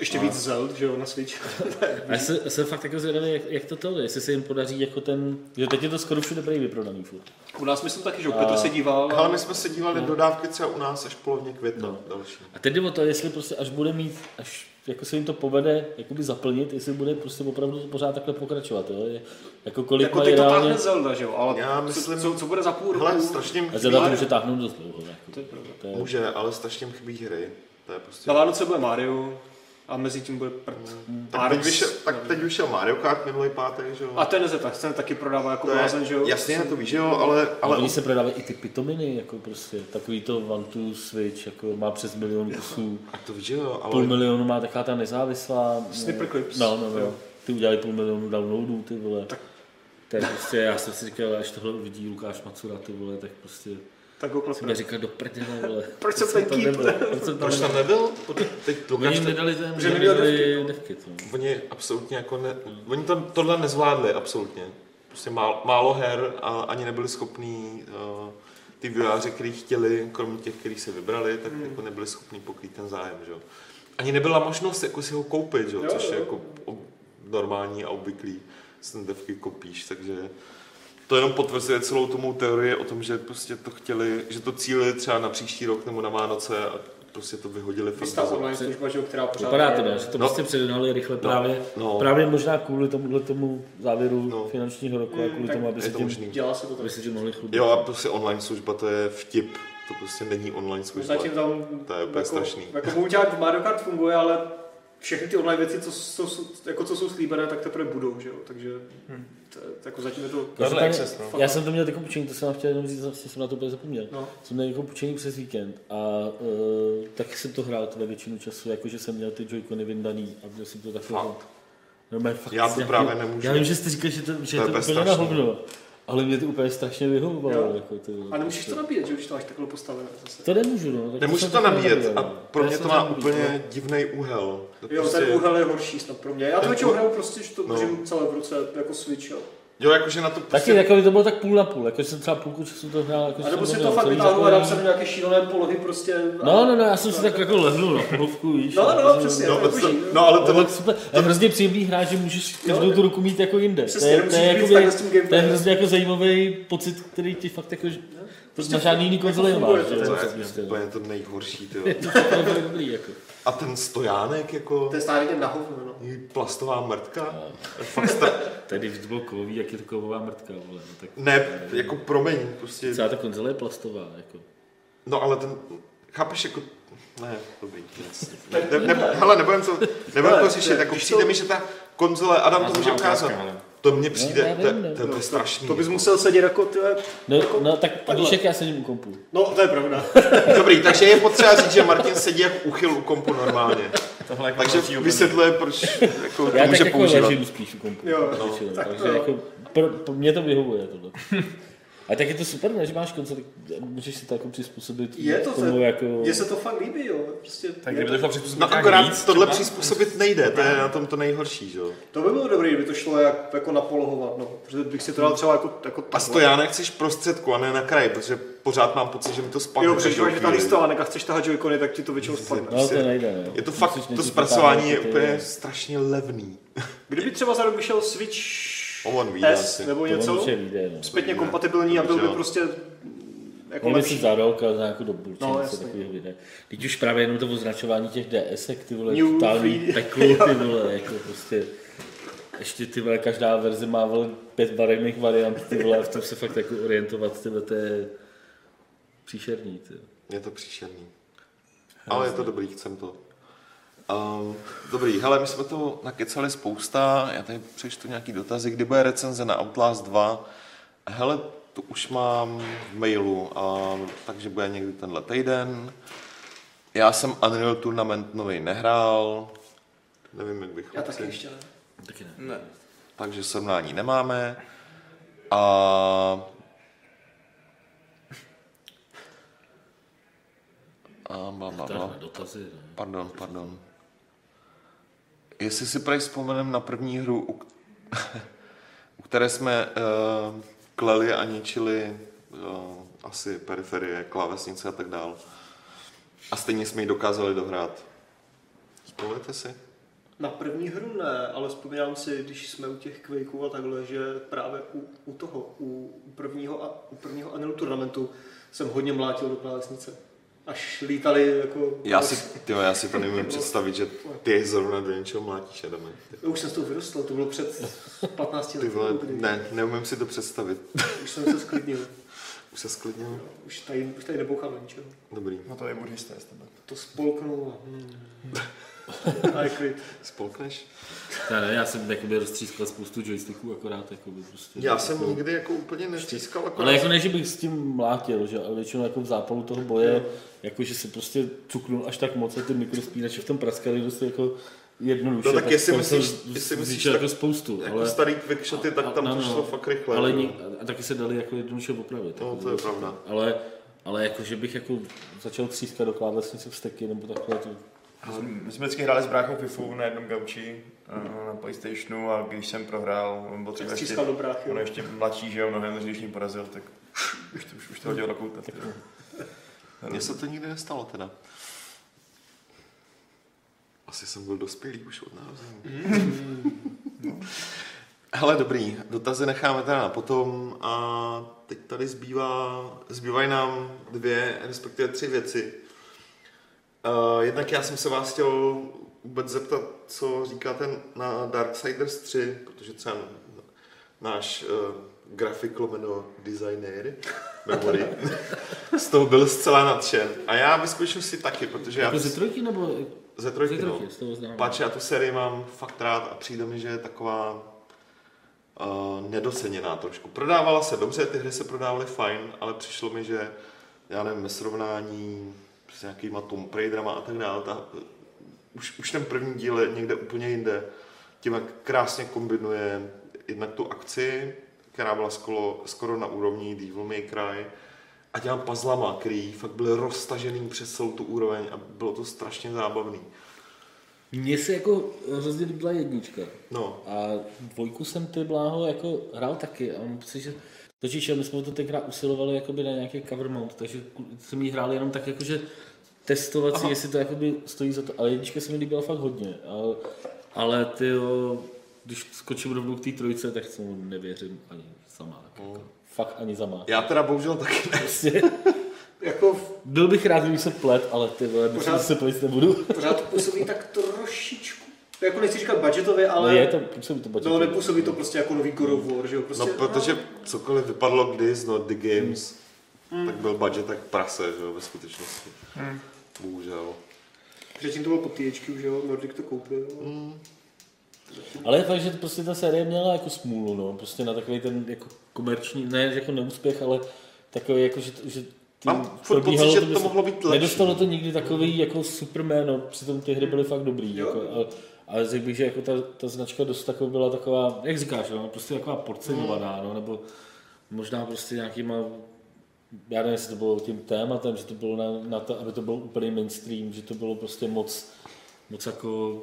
Speaker 3: Ještě víc Zeld, že jo, na Switch.
Speaker 2: A já jsem, já jsem fakt jako zvědavý, jak, jak to to, jestli se jim podaří jako ten, že teď je to skoro všude prý vyprodaný furt.
Speaker 3: U nás myslím taky, že jo, Petr se díval.
Speaker 1: ale my jsme se dívali dodávky třeba u nás až v polovině května
Speaker 2: No.
Speaker 1: další.
Speaker 2: A teď jde o to, jestli prostě až bude mít, až jako se jim to povede jakoby zaplnit, jestli bude prostě opravdu to pořád takhle pokračovat, jo? Je- Jako kolik
Speaker 3: Jako
Speaker 2: mají
Speaker 3: teď to
Speaker 2: reálně...
Speaker 3: táhne Zelda, že jo, ale
Speaker 1: Já
Speaker 3: co-
Speaker 1: myslím-
Speaker 3: co, co, bude za půl roku?
Speaker 1: Hele, strašně
Speaker 2: A
Speaker 1: mi
Speaker 2: Zelda to
Speaker 1: chybí,
Speaker 2: může táhnout dost dlouho, ne?
Speaker 3: To je pravda.
Speaker 2: To je...
Speaker 1: může, ale strašně mi chybí hry. To je prostě...
Speaker 3: Na Vánoce bude Mario a mezi tím bude prd.
Speaker 1: Hmm. Tak teď, vyšel, tak teď vyšel Mario Kart minulý pátek, že jo?
Speaker 3: A ten se tak, ten taky prodává jako
Speaker 1: To je-
Speaker 3: blázen, že jo?
Speaker 1: Jasně, to víš, že jo, ale,
Speaker 2: Ale
Speaker 1: ale
Speaker 2: oni se prodávají i ty pitominy, jako prostě takový to One Two Switch, jako má přes milion kusů.
Speaker 1: A to víš, že jo, ale... Prostě
Speaker 2: Půl milionu má taková ta nezávislá...
Speaker 3: Snipper
Speaker 2: eh,
Speaker 3: clips.
Speaker 2: No, no,
Speaker 3: Jo.
Speaker 2: no. Ty udělali půl milionu downloadů, ty vole. Tak. To je prostě, já jsem si říkal, až tohle uvidí Lukáš Macura, ty vole, tak prostě...
Speaker 3: Tak ho
Speaker 2: Jsem
Speaker 3: klopne.
Speaker 2: říkal, do prdele, vole.
Speaker 3: Proč jsem ten
Speaker 2: tam
Speaker 3: keep?
Speaker 2: nebyl? Proč jsem tam
Speaker 1: Proč
Speaker 2: nebyl?
Speaker 1: tam nebyl? Teď
Speaker 2: Oni
Speaker 1: Lukáš
Speaker 2: jim
Speaker 1: ten...
Speaker 2: nedali ten,
Speaker 3: Že
Speaker 2: že
Speaker 3: neměli
Speaker 2: nedali devky,
Speaker 1: No.
Speaker 2: to.
Speaker 1: Oni absolutně jako ne... Oni to, tohle nezvládli, absolutně. Prostě málo, málo her a ani nebyli schopní uh, ty vývojáři, který chtěli, kromě těch, který se vybrali, tak jako nebyli schopní pokrýt ten zájem, že jo. Ani nebyla možnost jako si ho koupit, že jo,
Speaker 3: Jo,
Speaker 1: což je
Speaker 3: jo.
Speaker 1: jako ob- normální a obvyklý, si ten devky kopíš, takže to jenom potvrzuje celou tomu teorii o tom, že prostě to chtěli, že to cílili třeba na příští rok nebo na Vánoce a prostě to vyhodili fakt
Speaker 3: Jistá
Speaker 1: za-
Speaker 3: online služba, že jo, která pořád...
Speaker 2: Vypadá to,
Speaker 3: je-
Speaker 2: ne, že to
Speaker 1: No.
Speaker 2: prostě předhnali rychle právě,
Speaker 1: no.
Speaker 2: právě možná kvůli tomuhle tomu závěru
Speaker 1: No.
Speaker 2: finančního roku a
Speaker 3: Mm,
Speaker 2: kvůli
Speaker 3: tak
Speaker 2: tomu, aby
Speaker 1: Je
Speaker 2: se
Speaker 1: to
Speaker 2: tím,
Speaker 1: možný.
Speaker 3: Dělá se to tak.
Speaker 2: aby se tím mohli chlubit.
Speaker 1: Jo a prostě online služba to je vtip, to prostě není online služba.
Speaker 3: Možná tím tam...
Speaker 1: To je úplně strašný.
Speaker 3: Jako bouťák v Mario Kart funguje, ale všechny ty online věci, co jsou, jako co jsou slíbené, tak teprve budou, že jo? Takže
Speaker 2: Hmm.
Speaker 3: to, jako zatím je to...
Speaker 4: Early
Speaker 2: Každopádně-
Speaker 4: access, no.
Speaker 2: Já jsem to měl takovou půjčení, to jsem vám chtěl jenom říct, vlastně jsem na to úplně zapomněl.
Speaker 3: No.
Speaker 2: Jsem měl jako půjčení přes víkend a uh, tak jsem to hrál ve většinu času, jakože jsem měl ty joycony vyndaný a měl jsem to takového. No, mé, fakt
Speaker 1: Já to
Speaker 2: z nějakého-
Speaker 1: právě nemůžu.
Speaker 2: Já vím, že jste říkal, že to, že
Speaker 1: To
Speaker 2: to,
Speaker 1: je
Speaker 2: je to
Speaker 1: bez
Speaker 2: úplně na
Speaker 1: strašný.
Speaker 2: hovno, ale mě to úplně strašně
Speaker 3: Jo.
Speaker 2: vyhovovalo. Jako ty,
Speaker 3: A nemůžeš to nabíjet, že jo, když to máš takhle postavené zase.
Speaker 2: To nemůžu, no. tak
Speaker 1: Nemůžu
Speaker 2: jsem
Speaker 1: to
Speaker 2: taky
Speaker 1: nabíjet
Speaker 2: nenabíjel,
Speaker 1: a
Speaker 2: no.
Speaker 1: pro
Speaker 2: Já
Speaker 1: mě
Speaker 2: jsem
Speaker 1: to má
Speaker 2: nabíjet,
Speaker 1: úplně divný úhel. To prostě-
Speaker 3: Jo, ten úhel je horší snad pro mě. Já to
Speaker 1: Ten
Speaker 3: většinou
Speaker 1: úhel-
Speaker 3: hraju prostě, že to
Speaker 1: No.
Speaker 3: držím celé v ruce, jako Switch. Jo.
Speaker 1: jo, jakože na to
Speaker 2: Taky
Speaker 1: prostě...
Speaker 2: jako by to bylo tak půl na půl, jako jsem třeba půlku času to hrál. Jako
Speaker 3: A
Speaker 2: jsem
Speaker 3: nebo si to
Speaker 2: neměl,
Speaker 3: fakt
Speaker 2: celý
Speaker 3: vytáhnu a dám se
Speaker 2: zapomněl.
Speaker 3: do nějaké šílené polohy prostě. a-
Speaker 2: No, no, no, já jsem si tak jako lehnul na pohovku, víš. jako
Speaker 3: No,
Speaker 2: a-
Speaker 3: no, přesně,
Speaker 1: No,
Speaker 3: to je
Speaker 1: to-
Speaker 3: boží.
Speaker 1: no ale
Speaker 2: To
Speaker 1: tohle...
Speaker 2: je super. To je hrozně příjemný hráč, že můžeš každou tu ruku mít jako jinde. To
Speaker 3: Přesně,
Speaker 2: je, to je,
Speaker 3: nemusíš být
Speaker 2: jako
Speaker 3: takhle s tím gameplayem. No,
Speaker 2: to je hrozně jako zajímavý pocit, který ti fakt jako, že to na žádný jiný konzoli
Speaker 3: prostě jako
Speaker 2: nemáš.
Speaker 3: funguje
Speaker 2: že
Speaker 3: to,
Speaker 2: jo,
Speaker 1: To
Speaker 2: prostě,
Speaker 1: je
Speaker 2: no.
Speaker 1: úplně to nejhorší, ty jo.
Speaker 2: To je fakt dobrý, jako.
Speaker 1: A ten stojánek jako...
Speaker 3: To je stále jen na hovno, no.
Speaker 1: Plastová mrtka?
Speaker 2: No.
Speaker 1: Fakt stra...
Speaker 2: Tady v bylo kovový, jak je to kovová mrtka, vole. No, tak
Speaker 1: Ne, jako promiň, prostě...
Speaker 2: celá ta konzole je plastová, jako.
Speaker 1: No ale ten... Chápeš, jako... Ne, dobrý. nic. Ne, ne, ne, hele, nebudem to, nebudem to
Speaker 3: Hele,
Speaker 1: řešit, jako
Speaker 3: když
Speaker 1: přijde
Speaker 3: to-
Speaker 1: mi, že ta konzole, Adam
Speaker 4: Já
Speaker 1: to
Speaker 4: to
Speaker 1: může
Speaker 4: mám
Speaker 1: ukázat.
Speaker 4: krásně, ale-
Speaker 1: To mně
Speaker 2: já
Speaker 1: přijde,
Speaker 2: vím,
Speaker 1: to,
Speaker 2: no.
Speaker 1: to, je úplně strašný.
Speaker 3: To bys
Speaker 1: jako.
Speaker 3: musel sedět jako ty.
Speaker 2: No, no tak
Speaker 3: Takhle.
Speaker 2: Paníšek, já sedím u kompu.
Speaker 3: No, to je pravda.
Speaker 1: Dobrý, takže je potřeba říct, že Martin sedí jak uchyl u kompu normálně.
Speaker 4: Tohle jako
Speaker 1: Takže
Speaker 4: další úplně.
Speaker 1: vysvětluje, proč jako, to
Speaker 2: Já tak
Speaker 1: může
Speaker 2: jako
Speaker 1: používat.
Speaker 2: ležím spíš u kompu.
Speaker 3: Jo,
Speaker 2: No, no,
Speaker 3: tak
Speaker 2: takže
Speaker 3: to jo.
Speaker 2: jako, pro, pro, mě to vyhovuje tohle. A tak je to super, ne, že máš konzoli, můžeš si to jako přizpůsobit
Speaker 3: Je to,
Speaker 2: tomu
Speaker 3: to
Speaker 2: jako...
Speaker 3: mně se to fakt líbí, jo. Prostě,
Speaker 4: Tak
Speaker 3: je
Speaker 4: kdyby
Speaker 3: to,
Speaker 4: to šlo přizpůsobit
Speaker 1: No
Speaker 4: nějak
Speaker 1: akorát
Speaker 4: víc,
Speaker 1: tohle
Speaker 4: třeba?
Speaker 1: přizpůsobit nejde, to je na tom to nejhorší, že jo.
Speaker 3: to by bylo dobré, kdyby to šlo jak, jako napolohovat, no. Protože bych si to dal třeba jako, jako
Speaker 1: A stojánek chceš prostředku a ne na kraji, protože pořád mám pocit, že mi to spadne.
Speaker 3: Jo,
Speaker 1: každou
Speaker 3: přečíváš, že tady
Speaker 1: chvíli.
Speaker 3: stojánek a chceš tahat joycony, tak ti to většinou spadne.
Speaker 2: No, to nejde, ne.
Speaker 1: prostě Je to fakt,
Speaker 2: Musíš
Speaker 1: to
Speaker 2: nejdřív
Speaker 1: zpracování je
Speaker 2: vytáhnout ty-
Speaker 1: úplně strašně levný.
Speaker 3: Kdyby třeba za rok vyšel Switch
Speaker 1: O, on vyjde
Speaker 3: S
Speaker 1: asi.
Speaker 3: nebo
Speaker 2: To on
Speaker 3: něco,
Speaker 2: určitě vyjde, no.
Speaker 3: zpětně kompatibilní a byl by
Speaker 1: Bohužel.
Speaker 3: prostě jako
Speaker 2: Měl by si
Speaker 3: lepší.
Speaker 2: za rok a za nějakou dobu,
Speaker 3: No,
Speaker 2: no, něco
Speaker 3: jasně.
Speaker 2: takového vyjde. Teď už právě jenom to označování těch DSek, ty vole,
Speaker 3: New
Speaker 2: totální
Speaker 3: free-
Speaker 2: peklo, ty vole, jako prostě. Ještě ty vole, každá verze má vole pět barevných variant, ty vole, a v tom se fakt jako orientovat, ty vole, to je příšerný, ty. vole.
Speaker 1: Je to příšerný. ale je to dobrý, chcem to. Um, dobrý, hele, my jsme to nakecali spousta, já tady přečtu nějaký dotazy, kdy bude recenze na Outlast 2. Hele, to už mám v mailu, um, takže bude někdy tenhle týden. Já jsem Unreal Tournament nový nehrál, nevím, jak bych
Speaker 3: Já taky ještě ne.
Speaker 2: Taky ne.
Speaker 4: Ne.
Speaker 1: takže srovnání nemáme. A... A bla, bla,
Speaker 2: Tak
Speaker 1: bla.
Speaker 2: na dotazy. No.
Speaker 1: Pardon, pardon. Jestli si prej vzpomenem na první hru, u, k- u které jsme uh, kleli a ničili uh, asi periferie, klávesnice a tak dál. A stejně jsme ji dokázali dohrát. Vzpomněte si?
Speaker 3: Na první hru ne, ale vzpomínám si, když jsme u těch Quakeů a takhle, že právě u, u toho, u prvního, a, u prvního Anil turnamentu jsem hodně mlátil do klávesnice. Až lítali jako...
Speaker 1: Já si, tyjo, já si to nemůžu představit, že ty zrovna do něčeho mlátíš, Adame.
Speaker 3: Já Už jsem z toho vyrostl, to bylo před 15
Speaker 1: Ty
Speaker 3: lety.
Speaker 1: vole,
Speaker 3: kdy-
Speaker 1: ne, neumím si to představit.
Speaker 3: Už jsem se sklidnil.
Speaker 1: Už se sklidnil?
Speaker 3: Už tady, už tady nebouchám na ničeho.
Speaker 1: Dobrý.
Speaker 4: No to je buddhisté z tebe.
Speaker 3: To spolknul. Hmm. A jako- je klid.
Speaker 1: Spolkneš?
Speaker 2: Já, ne, já jsem jakoby roztřískal spoustu joysticků akorát jakoby prostě.
Speaker 1: Já jsem
Speaker 2: jako,
Speaker 1: nikdy jako úplně nestýskal.
Speaker 2: ale jako ne, že bych s tím mlátil, že, ale většinou jako v zápalu toho boje, jako že se prostě cuknul až tak moc a ty mikrospínače v tom praskali dost jako jednoduše.
Speaker 1: No tak jestli
Speaker 2: tam jsem
Speaker 1: myslíš- jestli
Speaker 2: z-
Speaker 1: myslíš
Speaker 2: zničil
Speaker 1: tak-
Speaker 2: jako spoustu,
Speaker 1: Jako
Speaker 2: ale,
Speaker 1: starý quickshoty, tak tam
Speaker 2: no,
Speaker 1: to
Speaker 2: no,
Speaker 1: šlo fakt rychle.
Speaker 2: ale
Speaker 1: no.
Speaker 2: ni- a taky se dali jako jednoduše opravit.
Speaker 1: No,
Speaker 2: jako
Speaker 1: to je
Speaker 2: bylo-
Speaker 1: pravda.
Speaker 2: Ale, ale jako, že bych jako začal třískat do klávesnice vsteky nebo takhle, to,
Speaker 4: My jsme vždycky hráli s bráchou FIFU na jednom gauči eh, na Playstationu a když jsem prohrál, on byl třeba ještě,
Speaker 3: Střískal do bráchy.
Speaker 4: on ještě mladší, že jo, mnohem, takže když mě porazil, tak už, to- už, už to hodil do kouta. ty jo.
Speaker 1: Mně se to nikdy nestalo teda. Asi jsem byl dospělý už od narození.
Speaker 2: Mm.
Speaker 1: Hele, dobrý, dotazy necháme teda na potom a teď tady zbývá, zbývají nám dvě, respektive tři věci. Eh, Jednak já jsem se vás chtěl vůbec zeptat, co říkáte na Darksiders 3, protože třeba náš uh, grafik lomeno designér, memory, z toho byl zcela nadšen. A já ve skutečnosti taky, protože já
Speaker 2: jako ze trojky nebo
Speaker 1: ze
Speaker 2: ze
Speaker 1: trojky, no.
Speaker 2: trojky, z toho znám.
Speaker 1: Páči, já tu sérii mám fakt rád a přijde mi, že je taková uh, nedoceněná trošku. Prodávala se dobře, ty hry se prodávaly fajn, ale přišlo mi, že já nevím, ve srovnání s nějakýma Tomb Raiderama a tak dále, ta, už, už ten první díl je někde úplně jinde. Tím, jak krásně kombinuje jednak tu akci, která byla skoro, skoro na úrovni Devil May Cry, a těma puzzlama, který fakt byly roztažený přes celou tu úroveň a bylo to strašně zábavný.
Speaker 2: Mně se jako hrozně líbila jednička.
Speaker 1: No,
Speaker 2: A dvojku jsem ty bláho jako hrál taky a mám pocit, že totiž my jsme o to tenkrát usilovali jakoby na nějaký cover mount, takže jsem ji hrál jenom tak jako, že testovací, Aha. jestli to jakoby stojí za to, ale jednička se mi líbila fakt hodně, ale, ale ty jo, když skočím rovnou k té trojce, tak tomu nevěřím ani sama.
Speaker 3: Hmm.
Speaker 2: Jako. Fakt ani za mák.
Speaker 1: já teda bohužel taky ne.
Speaker 2: Prostě,
Speaker 3: Jako v
Speaker 2: byl bych rád, kdybych se plet, ale ty vole, myslím,
Speaker 3: Pořád-
Speaker 2: že se plést nebudu.
Speaker 3: pořád to působí tak trošičku. Jako nechci říkat budgetově,
Speaker 2: Ale
Speaker 3: ale
Speaker 2: no je to, působí to budžetu.
Speaker 3: no, nepůsobí to prostě jako nový God of War, že jo? Prostě,
Speaker 1: No, Hmm. protože cokoliv vypadlo kdys, no The Games, tak byl budget tak prase, že jo, ve skutečnosti. Bohužel.
Speaker 3: Předtím to bylo pod THQ, že jo? Nordic to koupil. Mm.
Speaker 2: Ale je fakt, že prostě ta série měla jako smůlu, no. Prostě na takový ten jako komerční, ne jako neúspěch, ale takový jako, že, že tím
Speaker 1: Mám furt
Speaker 2: probíhalo
Speaker 1: pocit, že to
Speaker 2: prostě-
Speaker 1: mohlo být lepší.
Speaker 2: Nedostalo to nikdy takový jako Superman, no. Přitom ty hry byly fakt dobrý,
Speaker 3: Jo.
Speaker 2: jako, ale, ale řekl bych, že jako ta, ta značka dost taková byla taková, jak říkáš, no, prostě taková
Speaker 1: Hmm.
Speaker 2: porcelovaná, no, nebo možná prostě nějakýma já nevím, jestli to bylo tím tématem, že to bylo na, na to, aby to byl úplný mainstream, že to bylo prostě moc, moc jako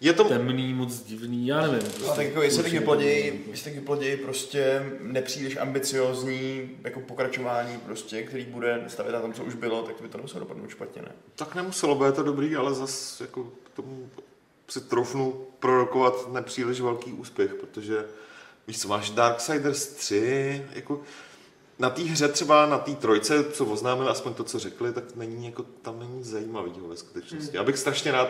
Speaker 1: Je to,
Speaker 2: temný, moc divný, já nevím. Prostě
Speaker 4: A tak jako, jestli tak
Speaker 2: určitě
Speaker 4: vyplodějí, jestli tak vyplodějí prostě nepříliš ambiciozní jako pokračování prostě, který bude stavět na tom, co už bylo, tak by to nemuselo dopadnout špatně, ne?
Speaker 1: tak nemuselo, bude to dobrý, ale zas jako k tomu si troufnu prorokovat nepříliš velký úspěch, protože víš co, máš Darksiders 3, jako na té hře třeba, na té trojce, co oznámili, aspoň to, co řekli, tak není jako, tam není nic zajímavého ve skutečnosti. Já bych strašně rád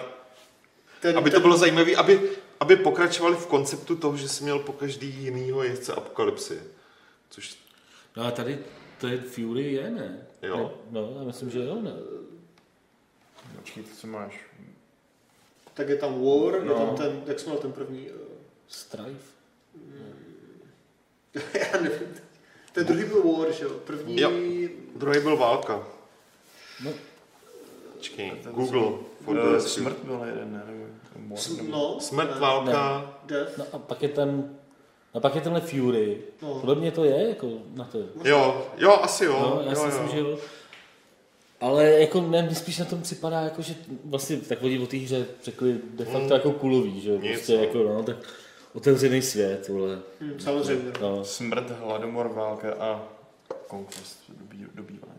Speaker 3: Ten,
Speaker 1: Aby to
Speaker 3: ten,
Speaker 1: bylo zajímavé, aby, aby pokračovali v konceptu toho, že jsi měl po každý jinýho jezdce apokalypsy. Což
Speaker 2: No a tady to je Fury je, ne?
Speaker 1: Jo.
Speaker 2: No, já myslím, že jo, ne.
Speaker 4: Počkej, to co máš?
Speaker 3: Tak je tam War, no.
Speaker 2: No.
Speaker 3: je tam ten, jak jsme měl ten první,
Speaker 2: Strife?
Speaker 3: eh, já nevím, ten druhý byl War, že jo, první,
Speaker 1: Jo. Druhý byl válka.
Speaker 2: No.
Speaker 1: Počkej,
Speaker 4: Tak to
Speaker 1: Google. For
Speaker 4: Eh,
Speaker 1: the
Speaker 4: smrt byl jeden, ne? Nebo, nebo,
Speaker 3: s-
Speaker 4: nebo-
Speaker 3: no,
Speaker 1: Smrt,
Speaker 3: ne,
Speaker 1: válka.
Speaker 3: Death,
Speaker 2: No a pak je ten, a pak je tenhle Fury.
Speaker 3: no.
Speaker 2: Podle mě to je, jako na to.
Speaker 1: Jo, jo, asi jo.
Speaker 2: No, já
Speaker 1: jo,
Speaker 2: si
Speaker 1: jo.
Speaker 2: myslím, že jo. Ale jako ne, mně spíš na tom připadá, jako, že vlastně tak oni o té hře řekli de facto
Speaker 1: Hmm.
Speaker 2: jako kulový, že jo,
Speaker 1: Nic,
Speaker 2: prostě
Speaker 1: no.
Speaker 2: jako no, tak otevřený svět, vole.
Speaker 3: Hm, samozřejmě.
Speaker 2: No.
Speaker 4: Smrt, hladomor, válka a conquest, dobí- dobývání.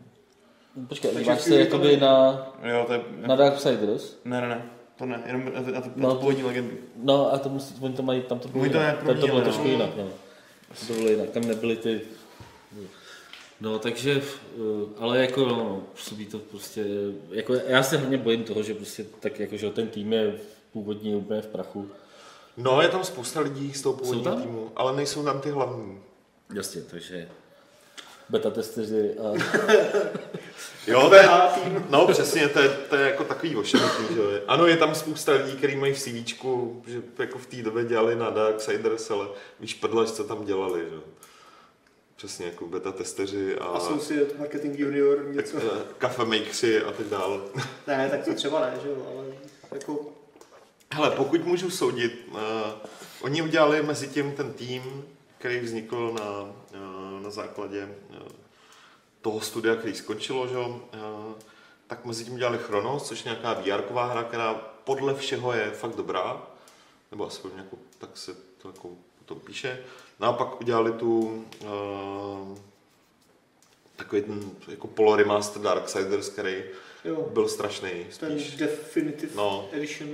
Speaker 2: Počkej,
Speaker 3: Takže
Speaker 2: díváš se
Speaker 3: Fury to
Speaker 2: jakoby
Speaker 3: není.
Speaker 2: na,
Speaker 4: Jo, to je...
Speaker 2: na Darksiders?
Speaker 4: Ne, ne, ne, to ne, jenom na, to- na, to- na
Speaker 2: No,
Speaker 4: no,
Speaker 2: to-
Speaker 4: původní legendu.
Speaker 2: No a to musí, oni to mají, tam to bylo
Speaker 4: Oni to
Speaker 2: jinak.
Speaker 4: je
Speaker 2: tam to
Speaker 4: první,
Speaker 2: bylo
Speaker 4: no.
Speaker 2: trošku jinak, no. To, to bylo jinak, tam nebyly ty... No takže, eh, ale jako no, no, působí to prostě, jako já se hodně bojím toho, že prostě tak jako, že ten tým je původně úplně v prachu.
Speaker 1: No, je tam spousta lidí z toho původního
Speaker 2: tam?
Speaker 1: týmu, ale nejsou tam ty hlavní.
Speaker 2: Jasně, takže beta testeři a
Speaker 1: Jo, to je,
Speaker 3: PA tým.
Speaker 1: no přesně, to je, to je jako takový ošemetný, že jo. Ano, je tam spousta lidí, kteří mají v CVčku, že jako v té době dělali na Darksiders, ale víš prdlaž, co tam dělali, že jo. Přesně jako beta testeři a,
Speaker 3: Associate Marketing Junior,
Speaker 1: tak,
Speaker 3: něco.
Speaker 1: eh, kafe makeři a tak dále.
Speaker 3: Ne, tak to třeba ne, že jo, ale jako,
Speaker 1: Hele, pokud můžu soudit, uh, oni udělali mezi tím ten tým, který vznikl na, uh, na základě uh, toho studia, který skončilo, že? jo, Uh, tak mezi tím udělali Chronos, což je nějaká vr hra, která podle všeho je fakt dobrá, nebo aspoň jako, tak se to jako o tom píše. No a pak udělali tu uh, takový ten jako poloremaster Darksiders, který
Speaker 3: jo,
Speaker 1: byl strašný
Speaker 3: ten
Speaker 1: spíš.
Speaker 3: Definitive
Speaker 1: No.
Speaker 3: Edition,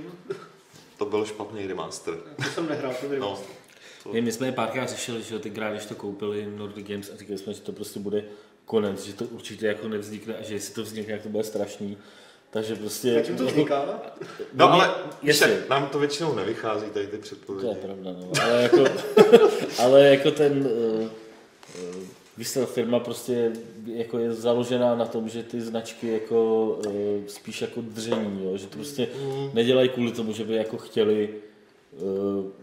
Speaker 1: To byl špatný remaster.
Speaker 3: to jsem nehrál, to nevím.
Speaker 1: No.
Speaker 2: Ne, my jsme je párkrát řešili, že jo, tenkrát, když to koupili Nordic Games a říkali jsme, že to prostě bude konec, že to určitě jako nevznikne a že jestli to vznikne, jak to bude strašný. Takže prostě...
Speaker 3: Jak jim to vzniká?
Speaker 1: No ale
Speaker 2: Jestli,
Speaker 1: Míšek, nám to většinou nevychází, tady ty
Speaker 2: to je
Speaker 1: předpovědi.
Speaker 2: pravda, no. Ale jako, ale jako ten... Uh, Víš co, firma prostě jako je založená na tom, že ty značky jako eh, spíš jako dření, jo? že to prostě
Speaker 3: Mhm.
Speaker 2: nedělají kvůli tomu, že by jako chtěli, eh,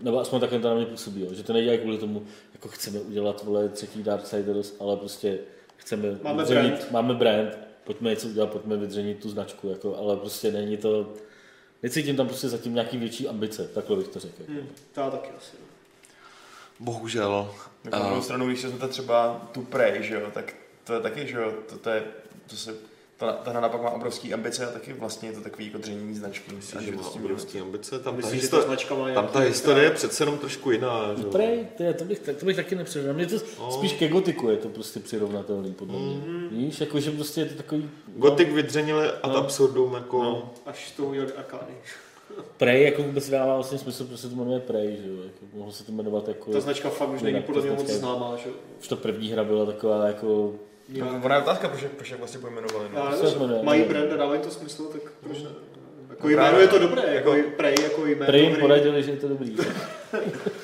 Speaker 2: nebo aspoň takhle to na mě působí, jo? že to nedělají kvůli tomu, jako chceme udělat vole třetí Darksiders, ale prostě chceme
Speaker 3: Máme brand.
Speaker 2: máme brand, pojďme něco udělat, pojďme vydřenit tu značku, jako, ale prostě není to, necítím tam prostě zatím nějaký větší ambice, takhle bych to řekl. Jako.
Speaker 3: Hm, to já taky asi. no.
Speaker 1: Bohužel.
Speaker 4: Jako na druhou stranu, když si vezmete třeba tu Prey, že jo, tak to je taky, že jo, to, to je, to se, ta, ta hra napak má obrovský ambice a taky vlastně je to takový jako dření značky.
Speaker 1: Myslím, že má
Speaker 4: budeme-
Speaker 1: obrovský ambice, tam ta,
Speaker 3: Myslím, že ta
Speaker 1: histo-
Speaker 3: značka má
Speaker 1: tam
Speaker 3: nějaký-
Speaker 1: ta historie je přece jenom trošku jiná. Že? jo.
Speaker 2: Prej, to, je, to, bych, to bych taky nepřirovnal. Mně to
Speaker 1: No.
Speaker 2: spíš ke gotiku je to prostě přirovnatelný podle mě. Víš, jakože prostě je to takový...
Speaker 1: Gotik vydřenili a
Speaker 2: No.
Speaker 1: absurdum jako...
Speaker 2: No.
Speaker 3: Až to udělali Arkány.
Speaker 2: Prey jako vůbec dává vlastně smysl, prostě to jmenuje Prey, že jo. Jako, mohlo se to jmenovat jako...
Speaker 3: Ta značka fakt už není
Speaker 2: Jinak
Speaker 3: podle
Speaker 2: ta
Speaker 3: mě moc
Speaker 2: značka-
Speaker 3: známá, že jo.
Speaker 2: Už ta první hra byla taková jako...
Speaker 3: Nějak-
Speaker 4: No, Ona je otázka, proč, je- proč je vlastně pojmenovali.
Speaker 3: Já
Speaker 4: No.
Speaker 2: To se jmenuje,
Speaker 3: nevím, mají
Speaker 2: nevím.
Speaker 3: brand a dávají to smysl, tak proč ne? Jako
Speaker 4: No
Speaker 3: jméno
Speaker 4: právě.
Speaker 3: je to dobré, jako
Speaker 4: Jako-
Speaker 3: Prey, jako jméno.
Speaker 2: Prey jim
Speaker 3: hry.
Speaker 2: poradili, že je to dobrý.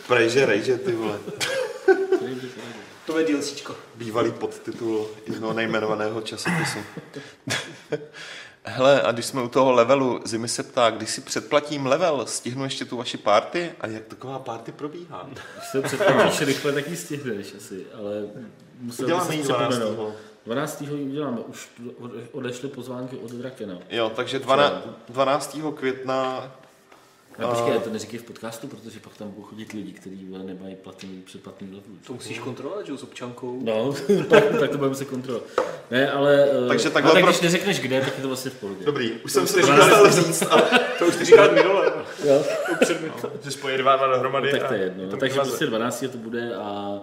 Speaker 1: Prejže, rejže, ty vole.
Speaker 2: Prey jim poradili.
Speaker 3: To je DLCčko.
Speaker 1: Bývalý podtitul jednoho nejmenovaného časopisu. Hele, a když jsme u toho levelu, Zimy se ptá, když si předplatím level, stihnu ještě tu vaši party? A jak taková party probíhá?
Speaker 2: Když se předplatíš rychle, tak ji stihneš asi, ale musel bych
Speaker 1: Uděláme
Speaker 2: se
Speaker 1: jí
Speaker 2: připomenout.
Speaker 1: 12.
Speaker 2: 12. ji uděláme, už ode- odešly pozvánky od Drakena.
Speaker 1: Jo, takže 12, 12. května
Speaker 2: A počkej, to neříkej v podcastu, protože pak tam budou chodit lidi, kteří vole, nemají platinný předplatný level.
Speaker 3: To musíš kontrolovat, že jo, s občankou.
Speaker 2: No, tak, tak to budeme se kontrolovat. Ne, ale... eh,
Speaker 1: Takže
Speaker 2: no,
Speaker 1: takhle
Speaker 2: tak
Speaker 1: pro-
Speaker 2: když neřekneš kde, tak je to vlastně v pohodě.
Speaker 1: Dobrý, už jsem si říkal ale říct, ale
Speaker 3: To už ty říkal minule.
Speaker 2: Jo?
Speaker 4: Že spojí dva, dva dohromady
Speaker 2: No, Tak to je
Speaker 4: a
Speaker 2: jedno.
Speaker 4: to
Speaker 2: Takže
Speaker 4: vyvaze.
Speaker 2: prostě 12 to bude a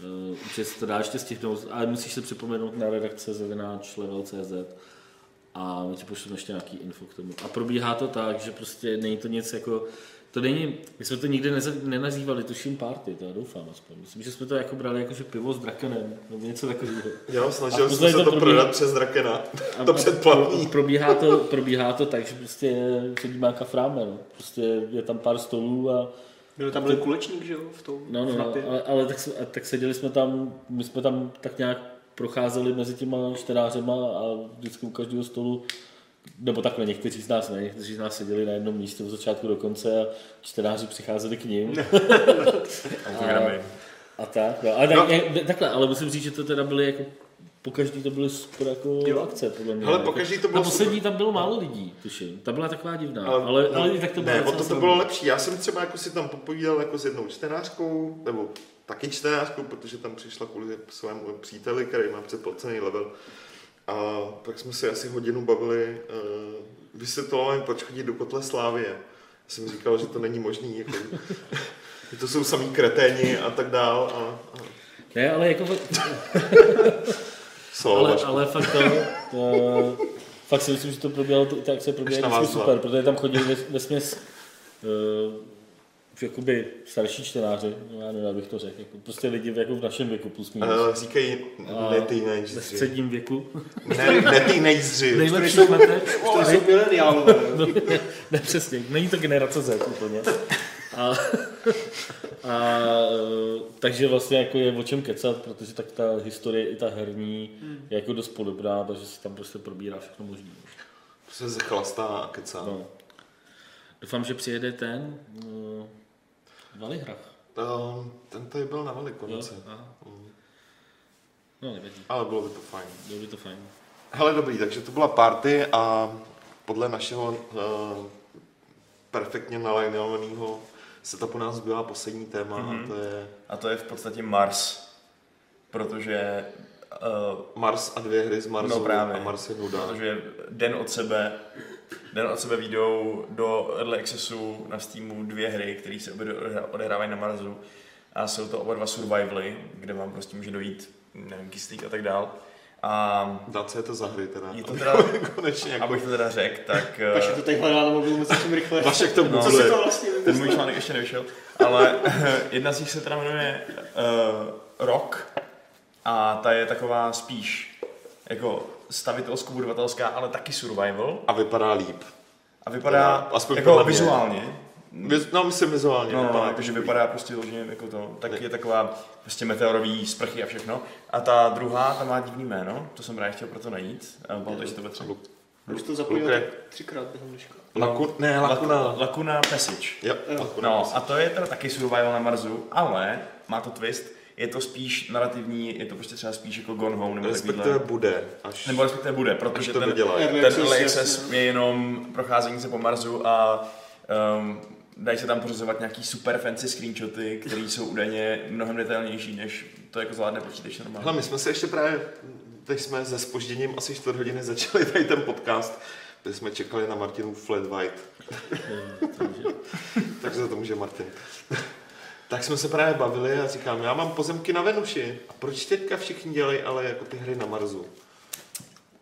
Speaker 2: eh, určitě se to dá ještě stihnout, ale musíš se připomenout na redakce zavináč level.cz a my ti pošleme ještě nějaký info k tomu. A probíhá to tak, že prostě není to nic jako, to není, my jsme to nikdy neza, nenazývali, tuším party, to já doufám aspoň. Myslím, že jsme to jako brali jako, že pivo s drakenem, nebo něco takového.
Speaker 1: jo,
Speaker 2: A
Speaker 1: snažil jsem
Speaker 2: poznali
Speaker 1: se
Speaker 2: to
Speaker 1: to
Speaker 2: první.
Speaker 1: prodat přes Drakena.
Speaker 2: A-
Speaker 1: To
Speaker 2: a-
Speaker 1: předplatný.
Speaker 2: Probíhá to, probíhá to tak, že prostě sedíme jako fráme, no. Prostě je tam pár stolů a
Speaker 3: Byl tam byl kulečník, že jo, v tom
Speaker 2: no, no, no
Speaker 3: frapě.
Speaker 2: ale, ale tak, se- a tak, seděli jsme tam, my jsme tam tak nějak procházeli mezi těma čtenářema a vždycky u každého stolu nebo takhle, někteří z nás ne, někteří z nás seděli na jednom místě od začátku do konce a čtenáři přicházeli k ním.
Speaker 4: Autogramy.
Speaker 2: A tak, no. ale
Speaker 1: No.
Speaker 2: tak, jak- takhle, ale musím říct, že to teda byly jako po každý to byly super jako
Speaker 3: Jo.
Speaker 2: akce, podle mě.
Speaker 1: Hele,
Speaker 2: Jako-
Speaker 1: pokaždý to
Speaker 2: Na
Speaker 1: bylo
Speaker 2: poslední tam bylo málo lidí, tuším. Ta byla taková divná, ale,
Speaker 1: Ale-
Speaker 2: ale,
Speaker 1: no,
Speaker 2: ale i tak to bylo
Speaker 1: ne, o
Speaker 2: docela
Speaker 1: to, to
Speaker 2: srandovní.
Speaker 1: bylo lepší. Já jsem třeba jako si tam popovídal jako s jednou čtenářkou, nebo taky čtenářkou, protože tam přišla kvůli svému příteli, který má předplacený level. A pak jsme se asi hodinu bavili, uh, vysvětlovali, proč chodí do kotle Slávie. Já jsem říkal, že to není možný, jako, že to jsou samý kreténi a tak dál. A, a
Speaker 2: Ne, ale jako,
Speaker 1: so,
Speaker 2: ale, ale fakt to, to, fakt si myslím, že to probíhalo, to- ta akce
Speaker 1: Až na
Speaker 2: probíhala vždycky
Speaker 1: vás dva.
Speaker 2: super, protože tam chodili ve, ve směs eh, jakoby starší čtenáři, no já nevím, jak bych to řekl, jako prostě lidi v- jako v našem věku plus minus.
Speaker 1: Uh, říkají
Speaker 4: Eh,
Speaker 2: A
Speaker 1: ne
Speaker 2: Ve
Speaker 1: teenageři.
Speaker 2: středním věku.
Speaker 1: Ne, ne teenageři.
Speaker 2: Nejlepších letech.
Speaker 3: To jsou mileniálové.
Speaker 2: No. Ne, přesně, není to generace Z úplně. A, a, eh, takže vlastně jako je o čem kecat, protože tak ta historie i ta herní je jako dost podobná, takže se tam prostě probírá všechno možné.
Speaker 1: Se zachlastá a kecá.
Speaker 2: No. Doufám, že přijede ten uh, Valihrach.
Speaker 1: Ehm, ten tady byl na
Speaker 2: jo?
Speaker 1: Velikonoce.
Speaker 2: A-
Speaker 1: Mm.
Speaker 2: No nevadí,
Speaker 1: Ale bylo by to fajn.
Speaker 2: bylo by to fajn.
Speaker 1: Hele, dobrý, takže to byla party a podle našeho uh, perfektně nalajnovaného setupu nás zbývá poslední téma mm-hmm. a
Speaker 4: Mhm.
Speaker 1: to je
Speaker 4: A to je v podstatě Mars. Protože eh,
Speaker 1: Mars a dvě hry z Marsu
Speaker 4: No právě.
Speaker 1: a Mars je nuda.
Speaker 4: Protože den od sebe, den od sebe výjdou do Early Accessu na Steamu dvě hry, které se obě odehrávají na Marsu. A jsou to oba dva survivaly, kde vám prostě může dojít, nevím, kyslík a tak dál. A
Speaker 1: Dá, co je to za hry teda?
Speaker 4: je to teda,
Speaker 1: Konečně jako...
Speaker 4: abych to teda řekl, tak... eh,
Speaker 3: Takže to tady hledá na mobilu mezi tím rychle.
Speaker 1: Vašek to
Speaker 4: No.
Speaker 3: Co si
Speaker 1: googluje.
Speaker 3: to vlastně
Speaker 4: Ten
Speaker 3: vymyslel?
Speaker 4: můj článek ještě nevyšel, ale eh, jedna z nich se teda jmenuje uh, Rock a ta je taková spíš jako stavitelsko-budovatelská, ale taky survival
Speaker 1: A vypadá líp.
Speaker 4: a vypadá
Speaker 1: Teda, No, aspoň podle
Speaker 4: jako
Speaker 1: mě.
Speaker 4: vizuálně,
Speaker 1: Viz- No, myslím vizuálně.
Speaker 4: No,
Speaker 1: vypadá
Speaker 4: no,
Speaker 1: jako
Speaker 4: takže
Speaker 1: líp.
Speaker 4: vypadá prostě vyloženě jako to, tak je taková prostě meteorový sprchy a všechno. A ta druhá, ta má divný jméno, to jsem právě chtěl proto najít. A Bylo to, že to ve třech.
Speaker 3: Už to zapojil
Speaker 1: Lukre.
Speaker 3: tak třikrát během dneška.
Speaker 1: Laku... Ne, lakuna.
Speaker 4: Lakuna Passage.
Speaker 1: Jo,
Speaker 3: Jo.
Speaker 1: lakuna.
Speaker 4: No, a to je teda taky survival na Marsu, ale má to twist, je to spíš narrativní, je to prostě třeba spíš jako Gone Home nebo
Speaker 1: Respektive
Speaker 4: takovýhle.
Speaker 1: bude, až,
Speaker 4: Nebo respektive bude,
Speaker 1: až
Speaker 4: protože
Speaker 1: to
Speaker 4: ten,
Speaker 1: dodělají.
Speaker 3: Early
Speaker 4: ten Early
Speaker 3: Access,
Speaker 4: Access
Speaker 3: jasně.
Speaker 4: je jenom procházení se po Marsu a um, dají se tam pořizovat nějaký super fancy screenshoty, které jsou údajně mnohem detailnější, než to jako zvládne počítač normálně.
Speaker 1: Hele, my jsme se ještě právě, teď jsme se spožděním asi čtvrt hodiny začali tady ten podcast, kde jsme čekali na Martinu Flat White,
Speaker 2: Eh, takže,
Speaker 1: tak za to může Martin. tak jsme se právě bavili a říkám, já mám pozemky na Venuši, a proč teďka všichni dělají ale jako ty hry na Marsu?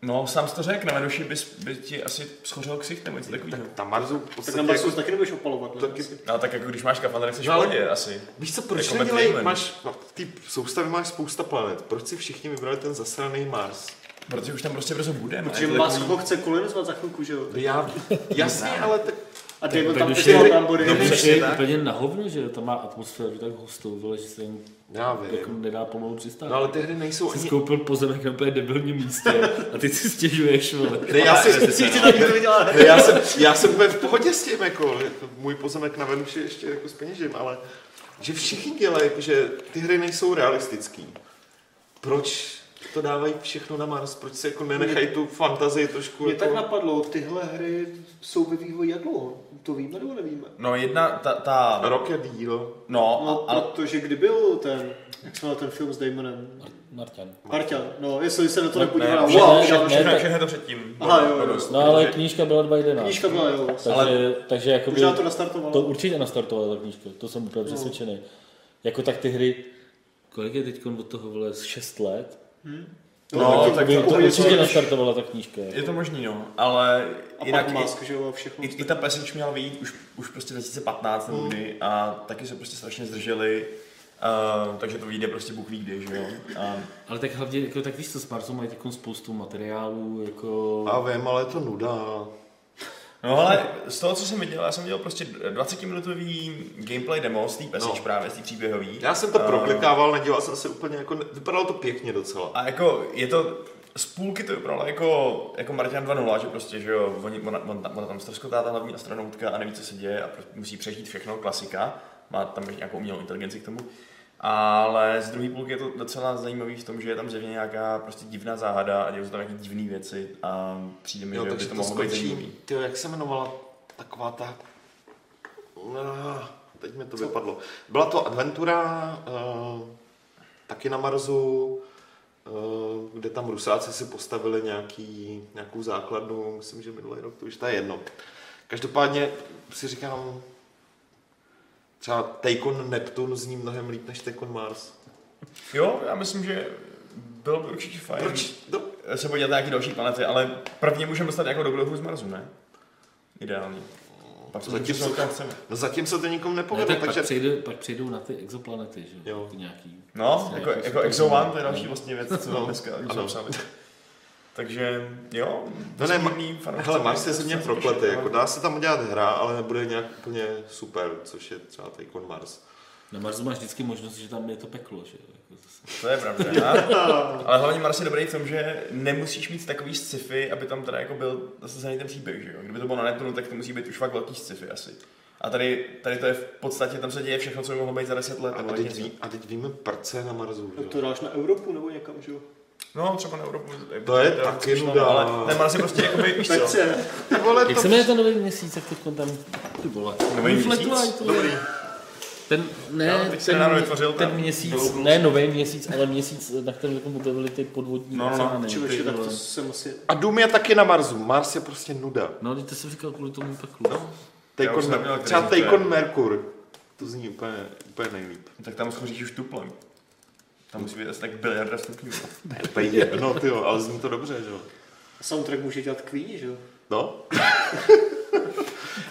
Speaker 4: No, sám jsi to řekl, na Venuši by, by ti asi schořel ksicht nebo něco takového.
Speaker 1: Tak na Marsu v
Speaker 3: Tak
Speaker 1: podstatě...
Speaker 3: na
Speaker 1: jako,
Speaker 3: Marsu taky nebudeš opalovat, ne?
Speaker 1: taky,
Speaker 3: Asi.
Speaker 4: No, tak jako když máš skafandr, tak jsi v
Speaker 1: No, ale-
Speaker 4: pohodě asi.
Speaker 1: víš co, proč
Speaker 4: Jako
Speaker 1: jako nedělají,
Speaker 4: Matt Damon.
Speaker 1: máš, no, v té soustavě máš spousta planet, proč si všichni vybrali ten zasraný Mars?
Speaker 4: Protože už tam prostě brzo bude. ne?
Speaker 3: Protože
Speaker 4: Je to
Speaker 3: Musk
Speaker 4: takový-
Speaker 3: ho chce kolonizovat za chvilku, že jo?
Speaker 1: Já, jasně, ale tak
Speaker 3: A Damon
Speaker 2: tak
Speaker 3: tam
Speaker 2: když
Speaker 3: poslal
Speaker 2: je-
Speaker 3: nábory.
Speaker 2: No,
Speaker 1: Přesně
Speaker 2: protože je
Speaker 1: tak.
Speaker 2: úplně na hovno, že to má atmosféru tak hostou, vole, že se jim
Speaker 1: já
Speaker 2: jako
Speaker 1: vím.
Speaker 2: nedá pomalu přistát.
Speaker 1: No ale ty hry nejsou
Speaker 2: jsi
Speaker 1: ani...
Speaker 2: skoupil pozemek na úplně debilním místě a ty si stěžuješ, vole.
Speaker 1: Ne, já si,
Speaker 3: Ještě tam někdo vydělá.
Speaker 1: Ne, já jsem, já jsem úplně v pohodě s tím, jako, můj pozemek na Venuši ještě jako s peněžím, ale že všichni dělají, jako, že ty hry nejsou realistický. Proč to dávají všechno na Mars? Proč se jako nenechají tu fantazii trošku
Speaker 3: Mě tak
Speaker 1: jako...
Speaker 3: napadlo, tyhle hry jsou ve vývoji jak dlouho? To víme nebo nevíme?
Speaker 4: No jedna, ta, ta
Speaker 1: Rok je díl.
Speaker 4: no,
Speaker 3: No,
Speaker 4: a, a,
Speaker 3: protože kdy byl ten, jak jsme ten film s Damonem?
Speaker 2: Marťan.
Speaker 3: Marťan, no, jestli se na to
Speaker 2: Ne,
Speaker 4: ne,
Speaker 3: nepodívá,
Speaker 4: že-
Speaker 3: wow,
Speaker 2: ne,
Speaker 3: žádná
Speaker 2: ne,
Speaker 3: škoda.
Speaker 4: všechno,
Speaker 2: tak-
Speaker 4: všechno je to předtím.
Speaker 3: Aha,
Speaker 4: Bylo-
Speaker 3: jo, jo.
Speaker 4: bylo dost.
Speaker 2: No ale knížka byla 2011.
Speaker 3: Knížka byla, jo,
Speaker 2: Takže,
Speaker 3: vlastně.
Speaker 4: Ale-
Speaker 2: takže jakoby,
Speaker 3: Možná to No.
Speaker 2: to
Speaker 3: nastartovalo.
Speaker 2: určitě nastartovala ta knížka, to jsem úplně přesvědčený. Jako tak ty hry, kolik je teď od toho, vole, 6 let?
Speaker 4: No,
Speaker 3: taky-
Speaker 4: tak
Speaker 2: By,
Speaker 4: to-
Speaker 2: to
Speaker 3: je
Speaker 2: určitě
Speaker 3: to-
Speaker 2: nastartovala ta knížka. jako.
Speaker 4: Je to možný, no, ale
Speaker 3: A
Speaker 4: jinak
Speaker 3: pak Musk, že jo, a
Speaker 4: i,
Speaker 3: všechno.
Speaker 4: i, i ta pesič měla vyjít už, už prostě 2015 nebo
Speaker 1: Mm.
Speaker 4: kdy a taky se prostě strašně zdrželi, uh, takže to vyjde prostě Bůh ví kdy, že jo. A,
Speaker 2: Ale tak hlavně, jako, tak víš co, s Marsu mají takovou spoustu materiálů, jako...
Speaker 1: Já vím, ale je to nuda.
Speaker 4: no ale z toho, co jsem viděl, já jsem viděl prostě 20-minutový gameplay demo z té pesič
Speaker 1: No.
Speaker 4: právě, z té příběhový.
Speaker 1: Já jsem to
Speaker 4: A-
Speaker 1: proklikával, nedíval jsem se úplně jako... Vypadalo to pěkně docela.
Speaker 4: A jako je to z půlky to vypadalo jako, jako Martin 2.0, že prostě, že jo, oni, ona, ona, tam- ona tam ztroskotá ta hlavní astronautka a neví, co se děje a prostě musí přežít všechno, klasika, má tam ještě nějakou umělou inteligenci k tomu. Ale z druhé půlky je to docela zajímavý v tom, že je tam zjevně nějaká prostě divná záhada a dějou se tam nějaké divné věci a přijde mi,
Speaker 1: Jo,
Speaker 4: že by
Speaker 1: takže
Speaker 4: to
Speaker 1: to
Speaker 4: mohlo být
Speaker 1: skončí.
Speaker 4: zajímavý.
Speaker 1: Ty, jak se jmenovala taková ta... Ah, Teď mi to vypadlo. Byla to adventura, eh, taky na Marsu, eh, kde tam Rusáci si postavili nějaký, nějakou základnu, myslím, že minulý rok, to už to je jedno. Každopádně si říkám, třeba Tejkon Neptun zní mnohem líp než Tejkon Mars.
Speaker 4: Jo, já myslím, že bylo by určitě fajn.
Speaker 1: Proč? No,
Speaker 4: se podívat na nějaké další planety, ale prvně můžeme dostat nějakou dobrou hru z Marsu, ne? Ideální. Pak
Speaker 1: to
Speaker 4: se zatím
Speaker 1: zatím
Speaker 4: co
Speaker 1: se-
Speaker 4: tam chceme.
Speaker 1: no zatím se to nikomu
Speaker 2: Ne,
Speaker 1: nepovedlo,
Speaker 2: tak pak,
Speaker 1: takže
Speaker 2: přijde, pak přijdou na ty exoplanety, že
Speaker 1: Jo.
Speaker 2: Jako Nějaký,
Speaker 4: No,
Speaker 1: Vlastně
Speaker 4: jako,
Speaker 2: nějaký
Speaker 4: jako
Speaker 2: super-
Speaker 4: Exo One, to je další vlastně věc, co
Speaker 1: No,
Speaker 4: mám dneska
Speaker 1: ano.
Speaker 4: musím sami. Takže jo,
Speaker 1: No ne,
Speaker 4: vesmírný fanoušci.
Speaker 1: Hele, Mars je země
Speaker 4: se
Speaker 1: proklety,
Speaker 4: těší,
Speaker 1: jako
Speaker 4: ale-
Speaker 1: dá se tam udělat hra, ale nebude nějak úplně super, což je třeba Tycoon Mars.
Speaker 2: Na Marsu máš vždycky možnost, že tam je to peklo, že jo, jako zase.
Speaker 4: To je pravda. a- ale hlavně Mars je dobrý v tom, že nemusíš mít takový sci-fi, aby tam teda jako byl zase celý ten příběh, že jo? Kdyby to bylo na Neptunu, tak to musí být už fakt velký sci-fi asi. A tady, tady to je v podstatě, tam se děje všechno, co by mohlo být za 10 let.
Speaker 1: A,
Speaker 4: nebo
Speaker 1: teď,
Speaker 4: něco.
Speaker 1: ví, a teď víme prce na Marsu, že?
Speaker 3: Tak
Speaker 1: jo?
Speaker 3: to dáš na Evropu nebo někam, že jo?
Speaker 4: No, třeba na Evropu.
Speaker 1: To je
Speaker 4: to
Speaker 1: taky
Speaker 4: slyšno,
Speaker 1: nuda.
Speaker 4: Ale ten Mars je prostě jakoby, víš
Speaker 3: Tak
Speaker 4: co?
Speaker 3: se,
Speaker 1: Ty vole,
Speaker 2: Jak
Speaker 1: to...
Speaker 2: se jmenuje ten nový měsíc, jak teď tam, ty vole.
Speaker 4: Nový měsíc?
Speaker 2: Flatlight, vole.
Speaker 1: Dobrý.
Speaker 2: Ten, ne,
Speaker 4: Jo, teď se
Speaker 2: ten,
Speaker 4: nedávno vytvořil
Speaker 2: ten
Speaker 4: ten
Speaker 2: měsíc,
Speaker 4: Global-
Speaker 2: ne nový měsíc, ale měsíc, na kterém jako byly ty podvodní
Speaker 4: No, no, no,
Speaker 2: oceány, ty
Speaker 3: člověče, tak
Speaker 2: vole.
Speaker 3: to jsem asi...
Speaker 1: A Dům je taky na Marsu, Mars je prostě nuda.
Speaker 2: No, teď to jsem říkal kvůli tomu peklu. No.
Speaker 1: Tycoon,
Speaker 4: jsem neměl,
Speaker 1: třeba
Speaker 4: který to je.
Speaker 1: Tycoon Merkur, to zní úplně, úplně nejlíp.
Speaker 4: Tak tam schoříš už tuplem. Tam musí být asi tak biliarda stupňů.
Speaker 1: Ne, to je jedno, No, ty jo, ale zní to dobře, že jo?
Speaker 3: Soundtrack může dělat Queen, že jo?
Speaker 1: No?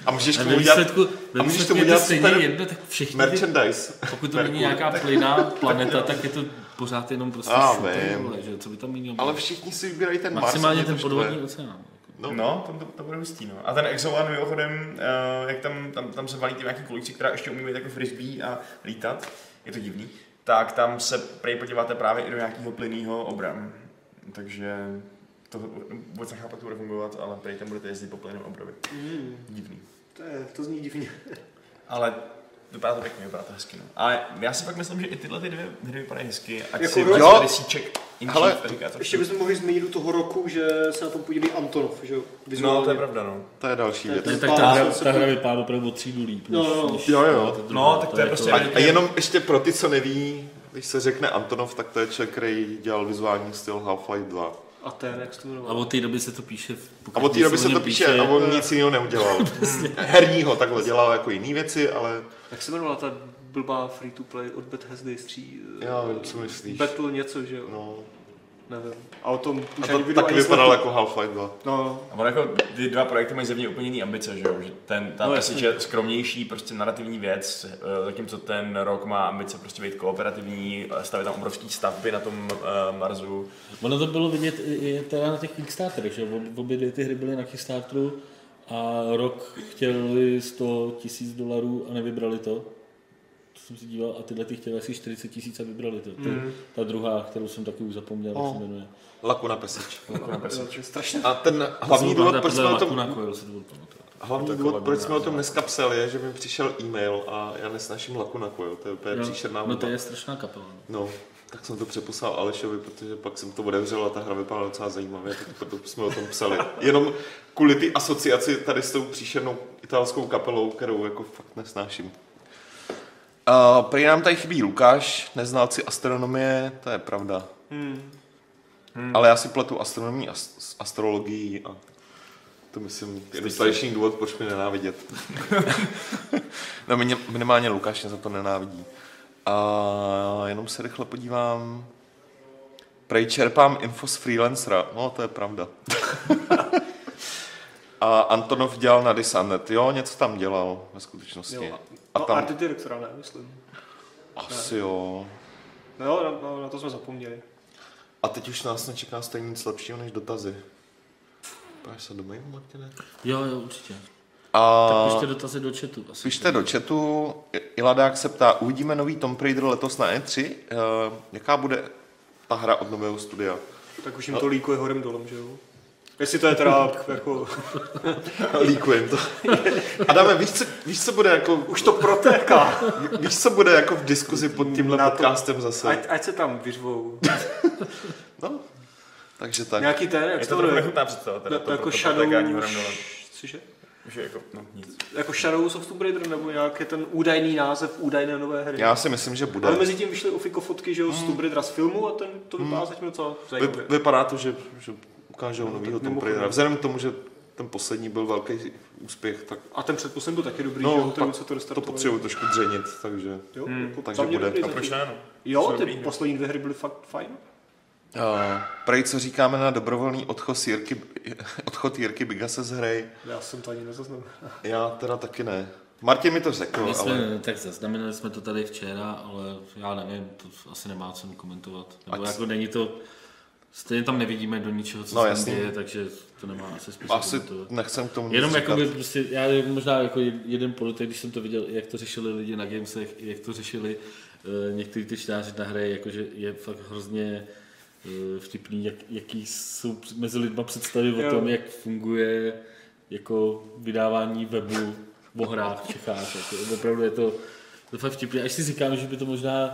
Speaker 1: A můžeš
Speaker 2: A
Speaker 1: k
Speaker 2: ve
Speaker 1: tomu udělat
Speaker 2: výsledku, ve
Speaker 1: můžeš
Speaker 2: výsledku
Speaker 1: tomu
Speaker 2: je to
Speaker 1: udělat
Speaker 2: stejně
Speaker 1: super
Speaker 2: jedno, tak všichni, ty,
Speaker 1: merchandise.
Speaker 2: pokud to není
Speaker 1: Merkur,
Speaker 2: nějaká plyná planeta, tak je to pořád jenom prostě
Speaker 1: Já
Speaker 2: šutek,
Speaker 1: vím.
Speaker 2: vole, že jo, co by tam mělo
Speaker 1: Ale
Speaker 2: být.
Speaker 1: všichni si vybírají ten Mars.
Speaker 2: Maximálně
Speaker 1: mě to
Speaker 2: ten
Speaker 1: štve.
Speaker 2: podvodní oceán.
Speaker 1: No.
Speaker 4: No, no tam to, to bude hustý, no. A ten Exo One, mimochodem, eh, jak tam, tam, tam se valí ty nějaký kulici, která ještě umí být jako frisbee a lítat, je to divný, tak tam se prej podíváte právě i do nějakého plynného obram. Takže to vůbec nechápu, jak to bude fungovat, ale prej tam budete jezdit po plynném obrovi.
Speaker 3: Mm,
Speaker 4: Divný.
Speaker 3: to, je, to zní divně.
Speaker 4: Ale vypadá to pěkně, vypadá to hezky. No. Ale já si pak myslím, že i tyhle ty dvě hry vypadají hezky. Ať
Speaker 3: Jako
Speaker 4: si
Speaker 3: jo.
Speaker 4: jo. desíček in
Speaker 1: Hele,
Speaker 4: chief, říká to.
Speaker 3: Ještě bychom mohli zmínit u toho roku, že se na tom podílí Antonov, že jo?
Speaker 4: No, to je pravda, no.
Speaker 1: To je další
Speaker 3: To je
Speaker 1: věc.
Speaker 3: ten
Speaker 2: Ne, tak ta,
Speaker 3: pán
Speaker 2: hra-
Speaker 3: se
Speaker 2: ta hra
Speaker 3: to-
Speaker 2: vypadá opravdu o třídu líp.
Speaker 3: No, no, no.
Speaker 1: Jo, jo.
Speaker 2: ta
Speaker 4: No, tak to je prostě-
Speaker 2: jako-
Speaker 4: A-
Speaker 1: A jenom ještě pro ty, co neví, když se řekne Antonov, tak to je člověk, který dělal vizuální styl Half-Life 2.
Speaker 3: A ten, jak se to
Speaker 2: A
Speaker 3: jmenovalo?
Speaker 2: od té doby se to píše... v-
Speaker 1: A
Speaker 2: pokud
Speaker 1: od té doby se
Speaker 2: o
Speaker 1: to
Speaker 2: něm
Speaker 1: píše a on nic jiného neudělal. Herního takhle dělal jako jiný věci, ale
Speaker 3: Jak se jmenovala ta blbá free-to-play od Bethesdy stří? eh,
Speaker 1: Já vím, co myslíš.
Speaker 3: Battle něco, že jo?
Speaker 1: no.
Speaker 3: Nevím. A o tom
Speaker 1: A
Speaker 3: už ani
Speaker 1: to
Speaker 3: videu,
Speaker 1: taky
Speaker 3: ani
Speaker 1: vypadalo
Speaker 3: slechu.
Speaker 1: jako Half-Life 2.
Speaker 3: No,
Speaker 4: A ono jako ty dva projekty mají zevně úplně jiný ambice, že jo? Že ten, ta
Speaker 2: No,
Speaker 4: no,
Speaker 2: jasně.
Speaker 4: je skromnější, prostě narrativní věc, eh, zatímco ten rok má ambice prostě být kooperativní, eh, stavět tam obrovský stavby na tom uh, Marsu.
Speaker 2: Ono to bylo vidět i, i teda na těch Kickstarterech, že jo? Ob- obě dvě ty hry byly na Kickstarteru a rok chtěli 100 tisíc dolarů a nevybrali to. To jsem si díval a tyhle ty chtěli asi 40 tisíc a vybrali to. Ty,
Speaker 1: Mm.
Speaker 2: Ta druhá, kterou jsem taky už zapomněl, jak se jmenuje.
Speaker 1: Laku na pesič.
Speaker 4: Jako
Speaker 3: jo, to je strašné.
Speaker 1: A ten hlavní
Speaker 2: To byla
Speaker 1: důvod,
Speaker 2: ta
Speaker 1: proč jsme
Speaker 2: podle
Speaker 1: o tom,
Speaker 2: Lakuna Coil, se to budu pamatovat.
Speaker 1: hlavní důvod, proč jsme o tom dneska psali, je, že mi přišel e-mail a já nesnaším Laku na Coil. To je úplně příšerná
Speaker 2: No to
Speaker 1: hudba.
Speaker 2: je strašná kapela. no.
Speaker 1: No, tak jsem to přeposlal Alešovi, protože pak jsem to otevřel a ta hra vypadala docela zajímavě, tak proto jsme o tom psali. Jenom kvůli ty asociaci tady s tou příšernou italskou kapelou, kterou jako fakt nesnáším. Uh, prý nám tady chybí Lukáš, neznalci astronomie, to je pravda.
Speaker 3: Hmm.
Speaker 1: Ale já si pletu astronomii a s- s astrologií a to myslím je dostatečný důvod, proč mě nenávidět. no minim- minimálně Lukáš mě za to nenávidí. A jenom se rychle podívám. Prej čerpám info z freelancera. No, to je pravda. a Antonov dělal na Disanet. Jo, něco tam dělal ve
Speaker 4: Prostě.
Speaker 1: skutečnosti.
Speaker 3: Jo,
Speaker 1: a
Speaker 3: a no,
Speaker 1: tam
Speaker 3: art direktora ne, myslím.
Speaker 1: asi jo.
Speaker 3: No jo, na, no, na to jsme zapomněli.
Speaker 1: A teď už nás nečeká stejně nic lepšího než dotazy. Páš se do mailu, Martine?
Speaker 2: Jo, jo, určitě.
Speaker 1: A...
Speaker 2: Tak pište dotazy do chatu. Asi.
Speaker 1: Pište do chatu, Iladák se ptá, E uvidíme nový Tomb Raider letos na E3, Eh, jaká bude ta hra od nového studia?
Speaker 3: Tak už jim to líkuje horem dolem, že jo? Jestli to je teda jako...
Speaker 1: Líkujem to. Adame, víš co, víš, co bude jako... Už to protéká. Víš, co bude jako v diskuzi pod tímhle
Speaker 3: Na to-
Speaker 1: podcastem zase.
Speaker 3: Ať, ať se tam vyřvou.
Speaker 1: No, takže tak.
Speaker 3: Nějaký ten, jak
Speaker 4: Je
Speaker 3: se
Speaker 4: to trochu
Speaker 3: jmenuje?
Speaker 4: nechutná představa, teda
Speaker 3: Na-
Speaker 4: to,
Speaker 3: Jako
Speaker 4: to, to,
Speaker 3: Shadow...
Speaker 4: protékání horem dolem.
Speaker 3: Cože?
Speaker 4: Že jako, no nic.
Speaker 3: Jako Shadows of Tomb Raider, nebo nějak je ten údajný název údajné nové hry.
Speaker 1: Já si myslím, že bude.
Speaker 3: Ale mezi tím vyšly ofiko fotky, že jo,
Speaker 1: Hmm.
Speaker 3: z Tomb Raidera z filmu a ten to vypadá zatím docela
Speaker 1: Vy,
Speaker 3: zajímavě.
Speaker 1: vypadá to, že, že ukážou novýho Tomb
Speaker 3: mimochodem.
Speaker 1: Raidera. Vzhledem k tomu, že ten poslední byl velký úspěch, tak
Speaker 3: A ten předposlední byl taky dobrý, že
Speaker 1: no,
Speaker 3: jo, ten,
Speaker 1: pak
Speaker 3: co to
Speaker 1: to
Speaker 3: dostalo.
Speaker 1: potřebuji trošku dřenit, takže...
Speaker 3: Jo, jako
Speaker 1: takže
Speaker 3: za mě
Speaker 1: bude.
Speaker 3: dobrý
Speaker 1: A
Speaker 4: A proč
Speaker 3: zatím.
Speaker 4: ne, no?
Speaker 3: Jo,
Speaker 4: Jsou
Speaker 3: ty
Speaker 4: dobrý, no.
Speaker 3: poslední dvě hry byly fakt fajn.
Speaker 1: Uh, prej, co říkáme na dobrovolný odchod Jirky, odchod Jirky Bigase z hry?
Speaker 3: Já jsem to ani nezaznamenal.
Speaker 1: Já teda taky ne. Martin mi to řekl,
Speaker 2: My
Speaker 1: jako, ale...
Speaker 2: jsme, tak zaznamenali jsme to tady včera, ale já nevím, to asi nemá cenu komentovat. Nebo
Speaker 1: Ať-
Speaker 2: jako není to, stejně tam nevidíme do ničeho, co
Speaker 1: No,
Speaker 2: no, se tam
Speaker 1: jasný.
Speaker 2: děje, takže to nemá asi smysl
Speaker 1: Asi
Speaker 2: komentovat.
Speaker 1: nechcem k tomu nic
Speaker 2: Jenom
Speaker 1: říkat.
Speaker 2: jako by prostě, já možná jako jeden politik, když jsem to viděl, jak to řešili lidi na Gamesech, jak to řešili eh, někteří ty čtenáři na hry, jakože je fakt hrozně eh, vtipný, jak, jaký jsou př- mezi lidma představy o
Speaker 3: Jo.
Speaker 2: tom, jak funguje jako vydávání webu o hrách v Čechách. Jako, opravdu je to, to fakt vtipný. Až si říkám, že by to možná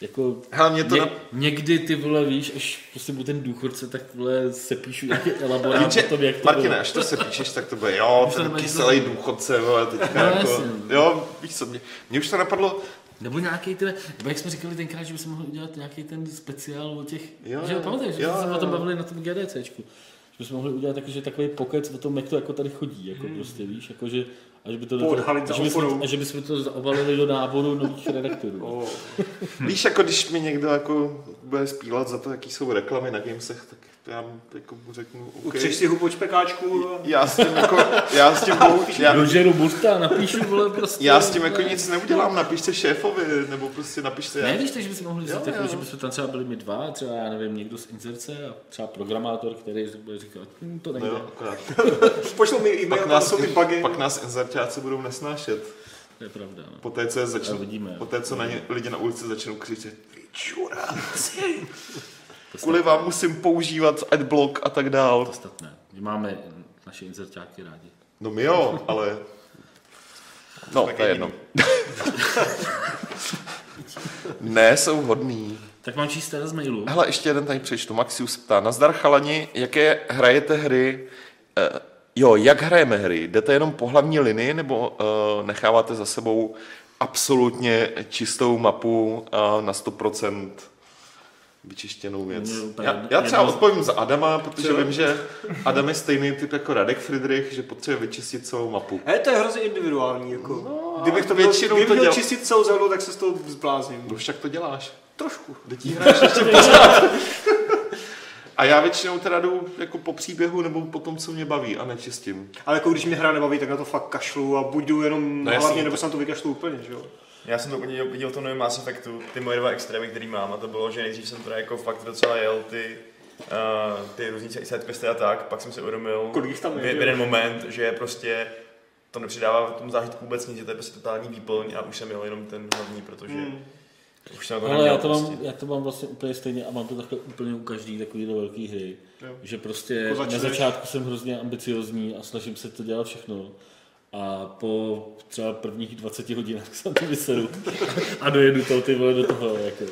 Speaker 2: jako
Speaker 1: Hele, mě to
Speaker 2: Ně,
Speaker 1: na-
Speaker 2: někdy ty vole víš, až prostě budu ten důchodce, tak vole se píšu nějaký elaborát
Speaker 1: Jenže,
Speaker 2: o tom, jak to
Speaker 1: Martine,
Speaker 2: bylo.
Speaker 1: až to se píšeš, tak to bude, jo,
Speaker 2: Už to
Speaker 1: ten
Speaker 2: nebude
Speaker 1: kyselý důchodce, vole, teďka
Speaker 2: No,
Speaker 1: jako,
Speaker 2: jasně.
Speaker 1: jo, víš co, mě, mě už to napadlo,
Speaker 2: Nebo nějaký ten, nebo jak jsme říkali tenkrát, že by se mohl udělat nějaký ten speciál o těch,
Speaker 1: Jo,
Speaker 2: jo, že
Speaker 1: jo,
Speaker 2: jo, pamatuješ,
Speaker 1: jo,
Speaker 2: že jsme se
Speaker 1: jo,
Speaker 2: o tom
Speaker 1: jo.
Speaker 2: bavili na tom GDCčku. Že bychom mohli udělat jako, že takový pokec o tom, jak to jako tady chodí, jako
Speaker 1: Hmm.
Speaker 2: prostě, víš, jako že a že by to do toho-
Speaker 3: Podhalit za
Speaker 2: a že, bychom,
Speaker 3: oporou.
Speaker 2: a že bychom to zaobalili do náboru nových redaktorů.
Speaker 3: Oh.
Speaker 1: víš, jako když mi někdo jako bude spílat za to, jaký jsou reklamy na gamesech, tak já jako mu řeknu, OK,
Speaker 3: Utřeš si hubu čpekáčku. a-
Speaker 1: já s tím jako, já s tím bohužel, já,
Speaker 2: Rogeru Burta napíšu, vole, prostě.
Speaker 1: já s tím jako
Speaker 2: vole.
Speaker 1: nic neudělám, napište šéfovi, nebo prostě napište,
Speaker 2: Ne,
Speaker 1: já,
Speaker 2: víš, takže bychom mohli
Speaker 1: Jo,
Speaker 2: vzít, jako,
Speaker 1: jo.
Speaker 2: že bychom tam třeba byli my dva, třeba já nevím, někdo z inzerce a třeba programátor, který bude říkat, hm, to nejde.
Speaker 1: no, akorát.
Speaker 3: Pošlou mi
Speaker 1: Pak
Speaker 3: e-mail, tam
Speaker 1: nás,
Speaker 3: jsou ty bugy.
Speaker 1: pak nás inzerťáci budou nesnášet.
Speaker 2: To je pravda. No.
Speaker 1: Po té, co, je začnou,
Speaker 2: A vidíme.
Speaker 1: po té, co na ně, lidi na ulici začnou křičet, vy čuráci, kvůli vám musím používat adblock a tak dál.
Speaker 2: Podstatné. My máme naše inzerťáky rádi.
Speaker 1: No my jo, ale... No, to je jedno. ne, jsou hodný.
Speaker 2: Tak mám číst teda z mailu.
Speaker 1: Hele, ještě jeden tady přečtu. Maxius ptá, nazdar chalani, jaké hrajete hry? Eh, jo, jak hrajeme hry? Jdete jenom po hlavní linii nebo eh, necháváte za sebou absolutně čistou mapu eh, na 100% vyčištěnou věc?
Speaker 2: Mě úplně
Speaker 1: Já,
Speaker 2: jedno-
Speaker 1: já třeba
Speaker 2: jedno-
Speaker 1: odpovím za Adama, protože vím, že Adam je stejný typ jako Radek Friedrich, že potřebuje vyčistit celou mapu.
Speaker 3: Hele, to je hrozně individuální, jako. No, Kdybych to měl,
Speaker 1: většinou
Speaker 3: kdybych
Speaker 1: to
Speaker 3: měl
Speaker 1: dělá-
Speaker 3: čistit celou zelenou, tak se z toho zblázním.
Speaker 1: No však to děláš.
Speaker 3: Trošku.
Speaker 1: Dětí hráš ještě pořád. A já většinou teda jdu jako po příběhu nebo po tom, co mě baví a nečistím.
Speaker 3: Ale jako když mě hra nebaví, tak na to fakt kašlu a buď jdu jenom
Speaker 1: No
Speaker 3: no,
Speaker 1: jasný,
Speaker 3: hlavně,
Speaker 1: to-
Speaker 3: nebo se na to vykašlu úplně, že jo.
Speaker 4: Já jsem to úplně viděl v tom novém Mass Effectu, ty moje dva extrémy, který mám, a to bylo, že nejdřív jsem teda jako fakt docela jel ty, uh, ty různý side questy a tak, pak jsem si uvědomil
Speaker 3: Kolik jich tam je,
Speaker 4: v, v
Speaker 3: jo?
Speaker 4: jeden moment, že prostě to nepřidává v tom zážitku vůbec nic, že to je prostě totální výplň a už jsem jel jenom ten hlavní, protože
Speaker 3: Hmm.
Speaker 4: už jsem na to
Speaker 2: Ale
Speaker 4: neměl
Speaker 2: já to,
Speaker 4: prostě.
Speaker 2: mám, já to mám vlastně úplně stejně a mám to takhle úplně u každý takový velký hry.
Speaker 3: Jo.
Speaker 2: Že prostě
Speaker 3: Jako
Speaker 2: na
Speaker 3: začneš-
Speaker 2: začátku jsem hrozně ambiciozní a snažím se to dělat všechno. A po třeba prvních 20 hodinách se na to vyseru a dojedu to ty vole do toho. Jako.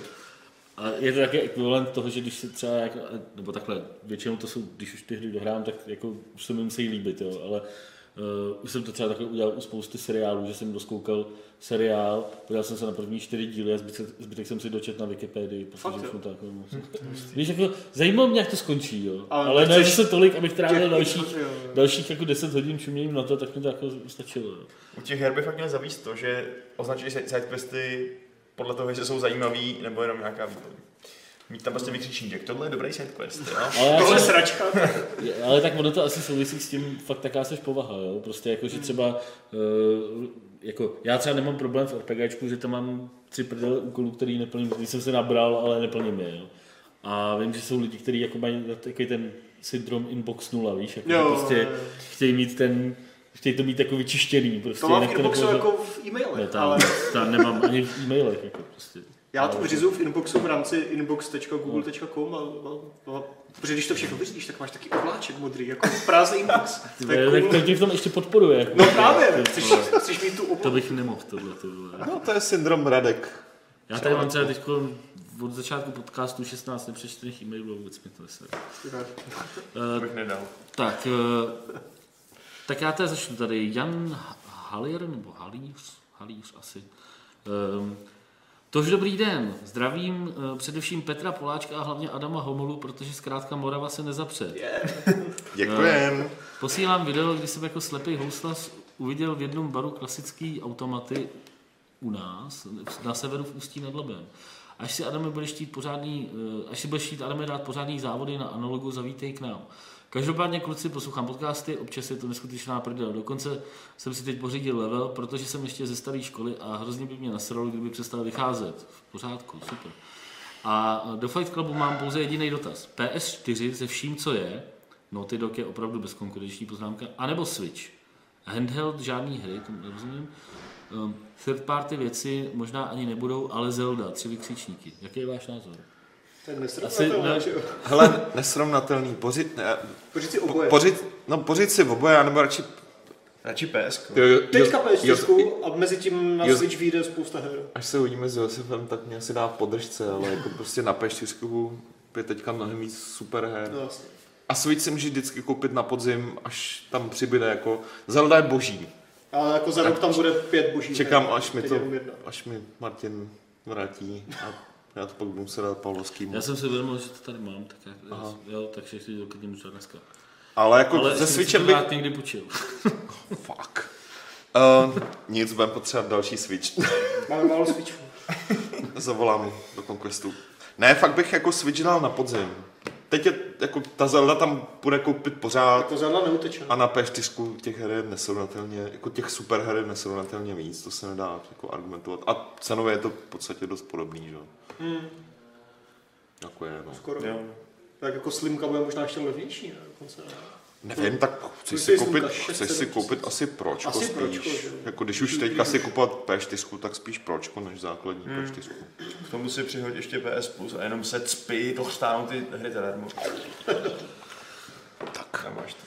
Speaker 2: A je to taky ekvivalent toho, že když si třeba, jako, nebo takhle, většinou to jsou, když už ty hry dohrám, tak jako už se mi musí líbit, jo, ale uh, už jsem to třeba takhle udělal u spousty seriálů, že jsem doskoukal seriál, podíval jsem se na první čtyři díly a zbytek, zbytek jsem si dočet na Wikipedii,
Speaker 3: Fakt,
Speaker 2: protože už
Speaker 3: jo?
Speaker 2: mu to jako nemusím. Víš, jako, zajímalo mě, jak to skončí, jo.
Speaker 3: Ale
Speaker 2: Ale, ale ne,
Speaker 3: nechceš
Speaker 2: že se tolik, abych trávil
Speaker 3: těch-
Speaker 2: dalších,
Speaker 3: jo, jo.
Speaker 2: dalších jako 10 hodin čuměním na to, tak mi to jako stačilo, jo.
Speaker 4: U těch her by fakt měl zavíst to, že označili si- sidequesty podle toho, jestli jsou zajímavý, nebo jenom nějaká výplň. Mít tam prostě vykřičníček, tohle je dobrý sidequest, jo?
Speaker 2: Ale já
Speaker 3: Tohle
Speaker 2: jsem-
Speaker 3: sračka.
Speaker 2: Je, Ale tak ono to asi souvisí s tím, fakt taká seš povaha, jo? Prostě jako,
Speaker 3: Hmm.
Speaker 2: že třeba, uh, jako, já třeba nemám problém v RPGčku, že tam mám tři prdele úkolů, který neplním, který jsem se nabral, ale neplním je, jo? A vím, že jsou lidi, kteří jako mají takový ten syndrom inbox nula, víš, jako, že
Speaker 3: Jo,
Speaker 2: prostě
Speaker 3: jo, jo.
Speaker 2: chtějí mít ten, chtějí to mít jako vyčištěný, prostě.
Speaker 3: To mám v
Speaker 2: jinak
Speaker 3: inboxu
Speaker 2: nepovažu-
Speaker 3: jako v e-mailech,
Speaker 2: No, tam,
Speaker 3: ale
Speaker 2: tam nemám ani v e-mailech, jako prostě.
Speaker 3: Já to vyřizuju v inboxu v rámci inbox.google.com a, a, a, protože když to všechno vyřídíš, tak máš taky obláček modrý, jako prázdný inbox.
Speaker 2: Ty
Speaker 3: To je
Speaker 2: vole, tak
Speaker 3: cool.
Speaker 2: to tě v tom ještě podporuje.
Speaker 3: No právě,
Speaker 2: Ty
Speaker 3: chceš,
Speaker 2: vole.
Speaker 3: chceš mít tu
Speaker 2: To
Speaker 3: oblohu.
Speaker 2: bych nemohl tohle, ty vole.
Speaker 1: No to je syndrom Radek.
Speaker 2: Já tady mám třeba teď od začátku podcastu 16 nepřečtených e-mailů a vůbec mi to nesere.
Speaker 4: To bych nedal.
Speaker 2: Tak, eh, tak já teda začnu tady. Jan Halier, nebo Halíř, Halíř asi. Ehm, Tož dobrý den, zdravím eh, především Petra Poláčka a hlavně Adama Homolu, protože zkrátka Morava se nezapře.
Speaker 1: Děkujem.
Speaker 2: Posílám video, kdy jsem jako slepý houslař uviděl v jednom baru klasický automaty u nás, na severu v Ústí nad Labem. Až si Adame budeš chtít pořádný, eh, až si budeš chtít Adame dát pořádný závody na analogu, zavítej k nám. Každopádně kluci poslouchám podcasty, občas je to neskutečná prdel. Dokonce jsem si teď pořídil level, protože jsem ještě ze staré školy a hrozně by mě nasralo, kdyby přestal vycházet. V pořádku, super. A do Fight Clubu mám pouze jediný dotaz. PS4 se vším, co je, Naughty Dog je opravdu bezkonkurenční poznámka, anebo Switch. Handheld, žádný hry, tomu nerozumím. Um, Third party věci možná ani nebudou, ale Zelda, tři vykřičníky. Jaký je váš názor?
Speaker 3: To je
Speaker 2: Asi no. ne.
Speaker 3: nesrovnatelné, že jo?
Speaker 1: Hele, nesrovnatelný. Pořiď, ne,
Speaker 3: Pořiď si oboje.
Speaker 1: pořiď, no, pořiď si oboje, anebo radši...
Speaker 4: Radši PS.
Speaker 1: Jo, jo,
Speaker 3: Teďka
Speaker 1: jo- jo-
Speaker 3: PS4 a mezi tím na
Speaker 1: Jo-
Speaker 3: Switch vyjde spousta her.
Speaker 1: Až se uvidíme s Josefem, tak mě asi dá v podržce, ale jako prostě na P4 je teďka mnohem víc super her.
Speaker 3: No, jasně.
Speaker 1: A Switch si můžeš vždycky koupit na podzim, až tam přibyde jako... Zelda je boží.
Speaker 3: Ale jako za rok tam bude pět boží.
Speaker 1: Čekám,
Speaker 3: her.
Speaker 1: až mi
Speaker 3: Teď
Speaker 1: to,
Speaker 3: jenom jedna.
Speaker 1: až mi Martin vrátí a já to pak budu muset dát Pavlovskýmu.
Speaker 2: Já jsem si uvědomil, že to tady mám, tak já,
Speaker 1: Aha.
Speaker 2: jo, takže si to klidně můžu dát dneska.
Speaker 1: Ale jako
Speaker 2: Ale
Speaker 1: se
Speaker 2: jsem si
Speaker 1: Switchem
Speaker 2: to
Speaker 1: bych...
Speaker 2: rád někdy půjčil.
Speaker 1: Fuck. Uh, nic, budeme potřebovat další Switch.
Speaker 3: Máme málo Switchů.
Speaker 1: Zavolám do Conquestu. Ne, fakt bych jako Switch dal na podzim. Teď je, jako ta Zelda tam bude koupit pořád
Speaker 3: Jako zadla neuteče.
Speaker 1: a na P4 těch her je nesrovnatelně, jako těch super her je nesrovnatelně víc, to se nedá jako argumentovat. A cenově je to v podstatě dost podobný, že jo.
Speaker 3: Hmm.
Speaker 1: Jako je, no.
Speaker 3: Skoro.
Speaker 4: Jo.
Speaker 3: Tak jako slimka bude možná ještě levnější, ne? Dokonce. ne?
Speaker 1: Nevím, tak chceš si
Speaker 3: Kolik Prostě je
Speaker 1: koupit,
Speaker 3: sumka? Šest,
Speaker 1: chceš si
Speaker 3: sedm
Speaker 1: koupit asi pročko
Speaker 3: Asi
Speaker 1: spíš.
Speaker 3: pročko, že jo.
Speaker 1: jako když už teďka si kupovat P4, tak spíš pročko než základní
Speaker 3: Hmm.
Speaker 1: P4.
Speaker 4: K tomu si přihoď ještě PS Plus a jenom se cpi, dostáhnu ty hry zadarmo. tak. A máš to.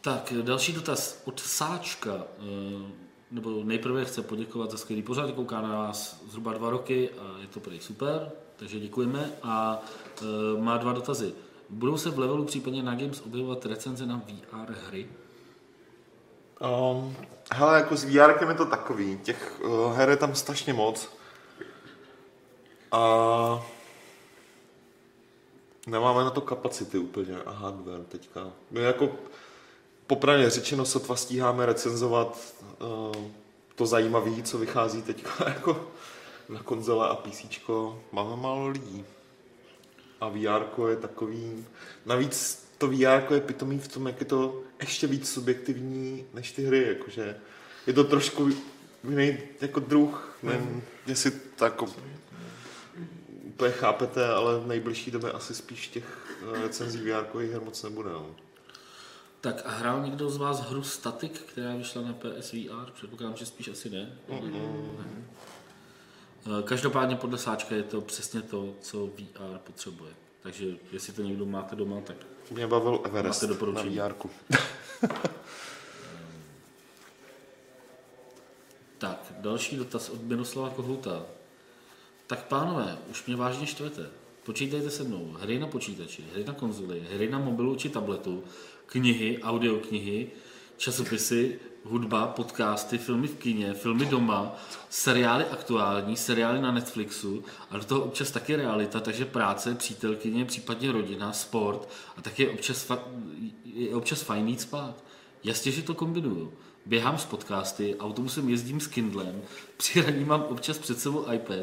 Speaker 2: Tak, další dotaz od Sáčka. eh, Nebo nejprve chce poděkovat za skvělý pořad, kouká na vás zhruba dva roky a je to prý super, takže děkujeme. A eh, má dva dotazy. Budou se v levelu případně na Games objevovat recenze na VR hry?
Speaker 1: Um, hele, jako s VR je to takový, těch uh, her je tam strašně moc. A nemáme na to kapacity úplně a hardware teďka. My jako popravně řečeno sotva stíháme recenzovat uh, to zajímavé, co vychází teďka jako na konzole a PC. Máme málo lidí. A VR je takový... Navíc to VR je pitomý v tom, jak je to ještě víc subjektivní než ty hry. Jakože je to trošku jiný jako druh.
Speaker 2: Hmm.
Speaker 1: Nevím, jestli to jako úplně chápete, ale v nejbližší době asi spíš těch eh, recenzí VR her moc nebude. No.
Speaker 2: Tak a hrál někdo z vás hru Static, která vyšla na PSVR? Předpokládám, že spíš asi ne. Ne. Eh, Každopádně podle Sáčka je to přesně to, co VR potřebuje. Takže jestli to někdo máte doma, tak
Speaker 1: Mě bavil Everest
Speaker 2: Máte
Speaker 1: na
Speaker 2: doporučení?
Speaker 1: VR.
Speaker 2: Tak, další dotaz od Miroslava Kohouta. Tak pánové, už mě vážně štvete. Počítejte se mnou. Hry na počítači, hry na konzoli, hry na mobilu či tabletu, knihy, audioknihy, časopisy, hudba, podcasty, filmy v kině, filmy doma, seriály aktuální, seriály na Netflixu a do toho občas taky realita, takže práce, přítelkyně, případně rodina, sport a taky je občas, fa- je občas fajn jít spát. Jasně, že to kombinuju. Běhám s podcasty, autobusem jezdím s Kindlem, při hraní mám občas před sebou iPad,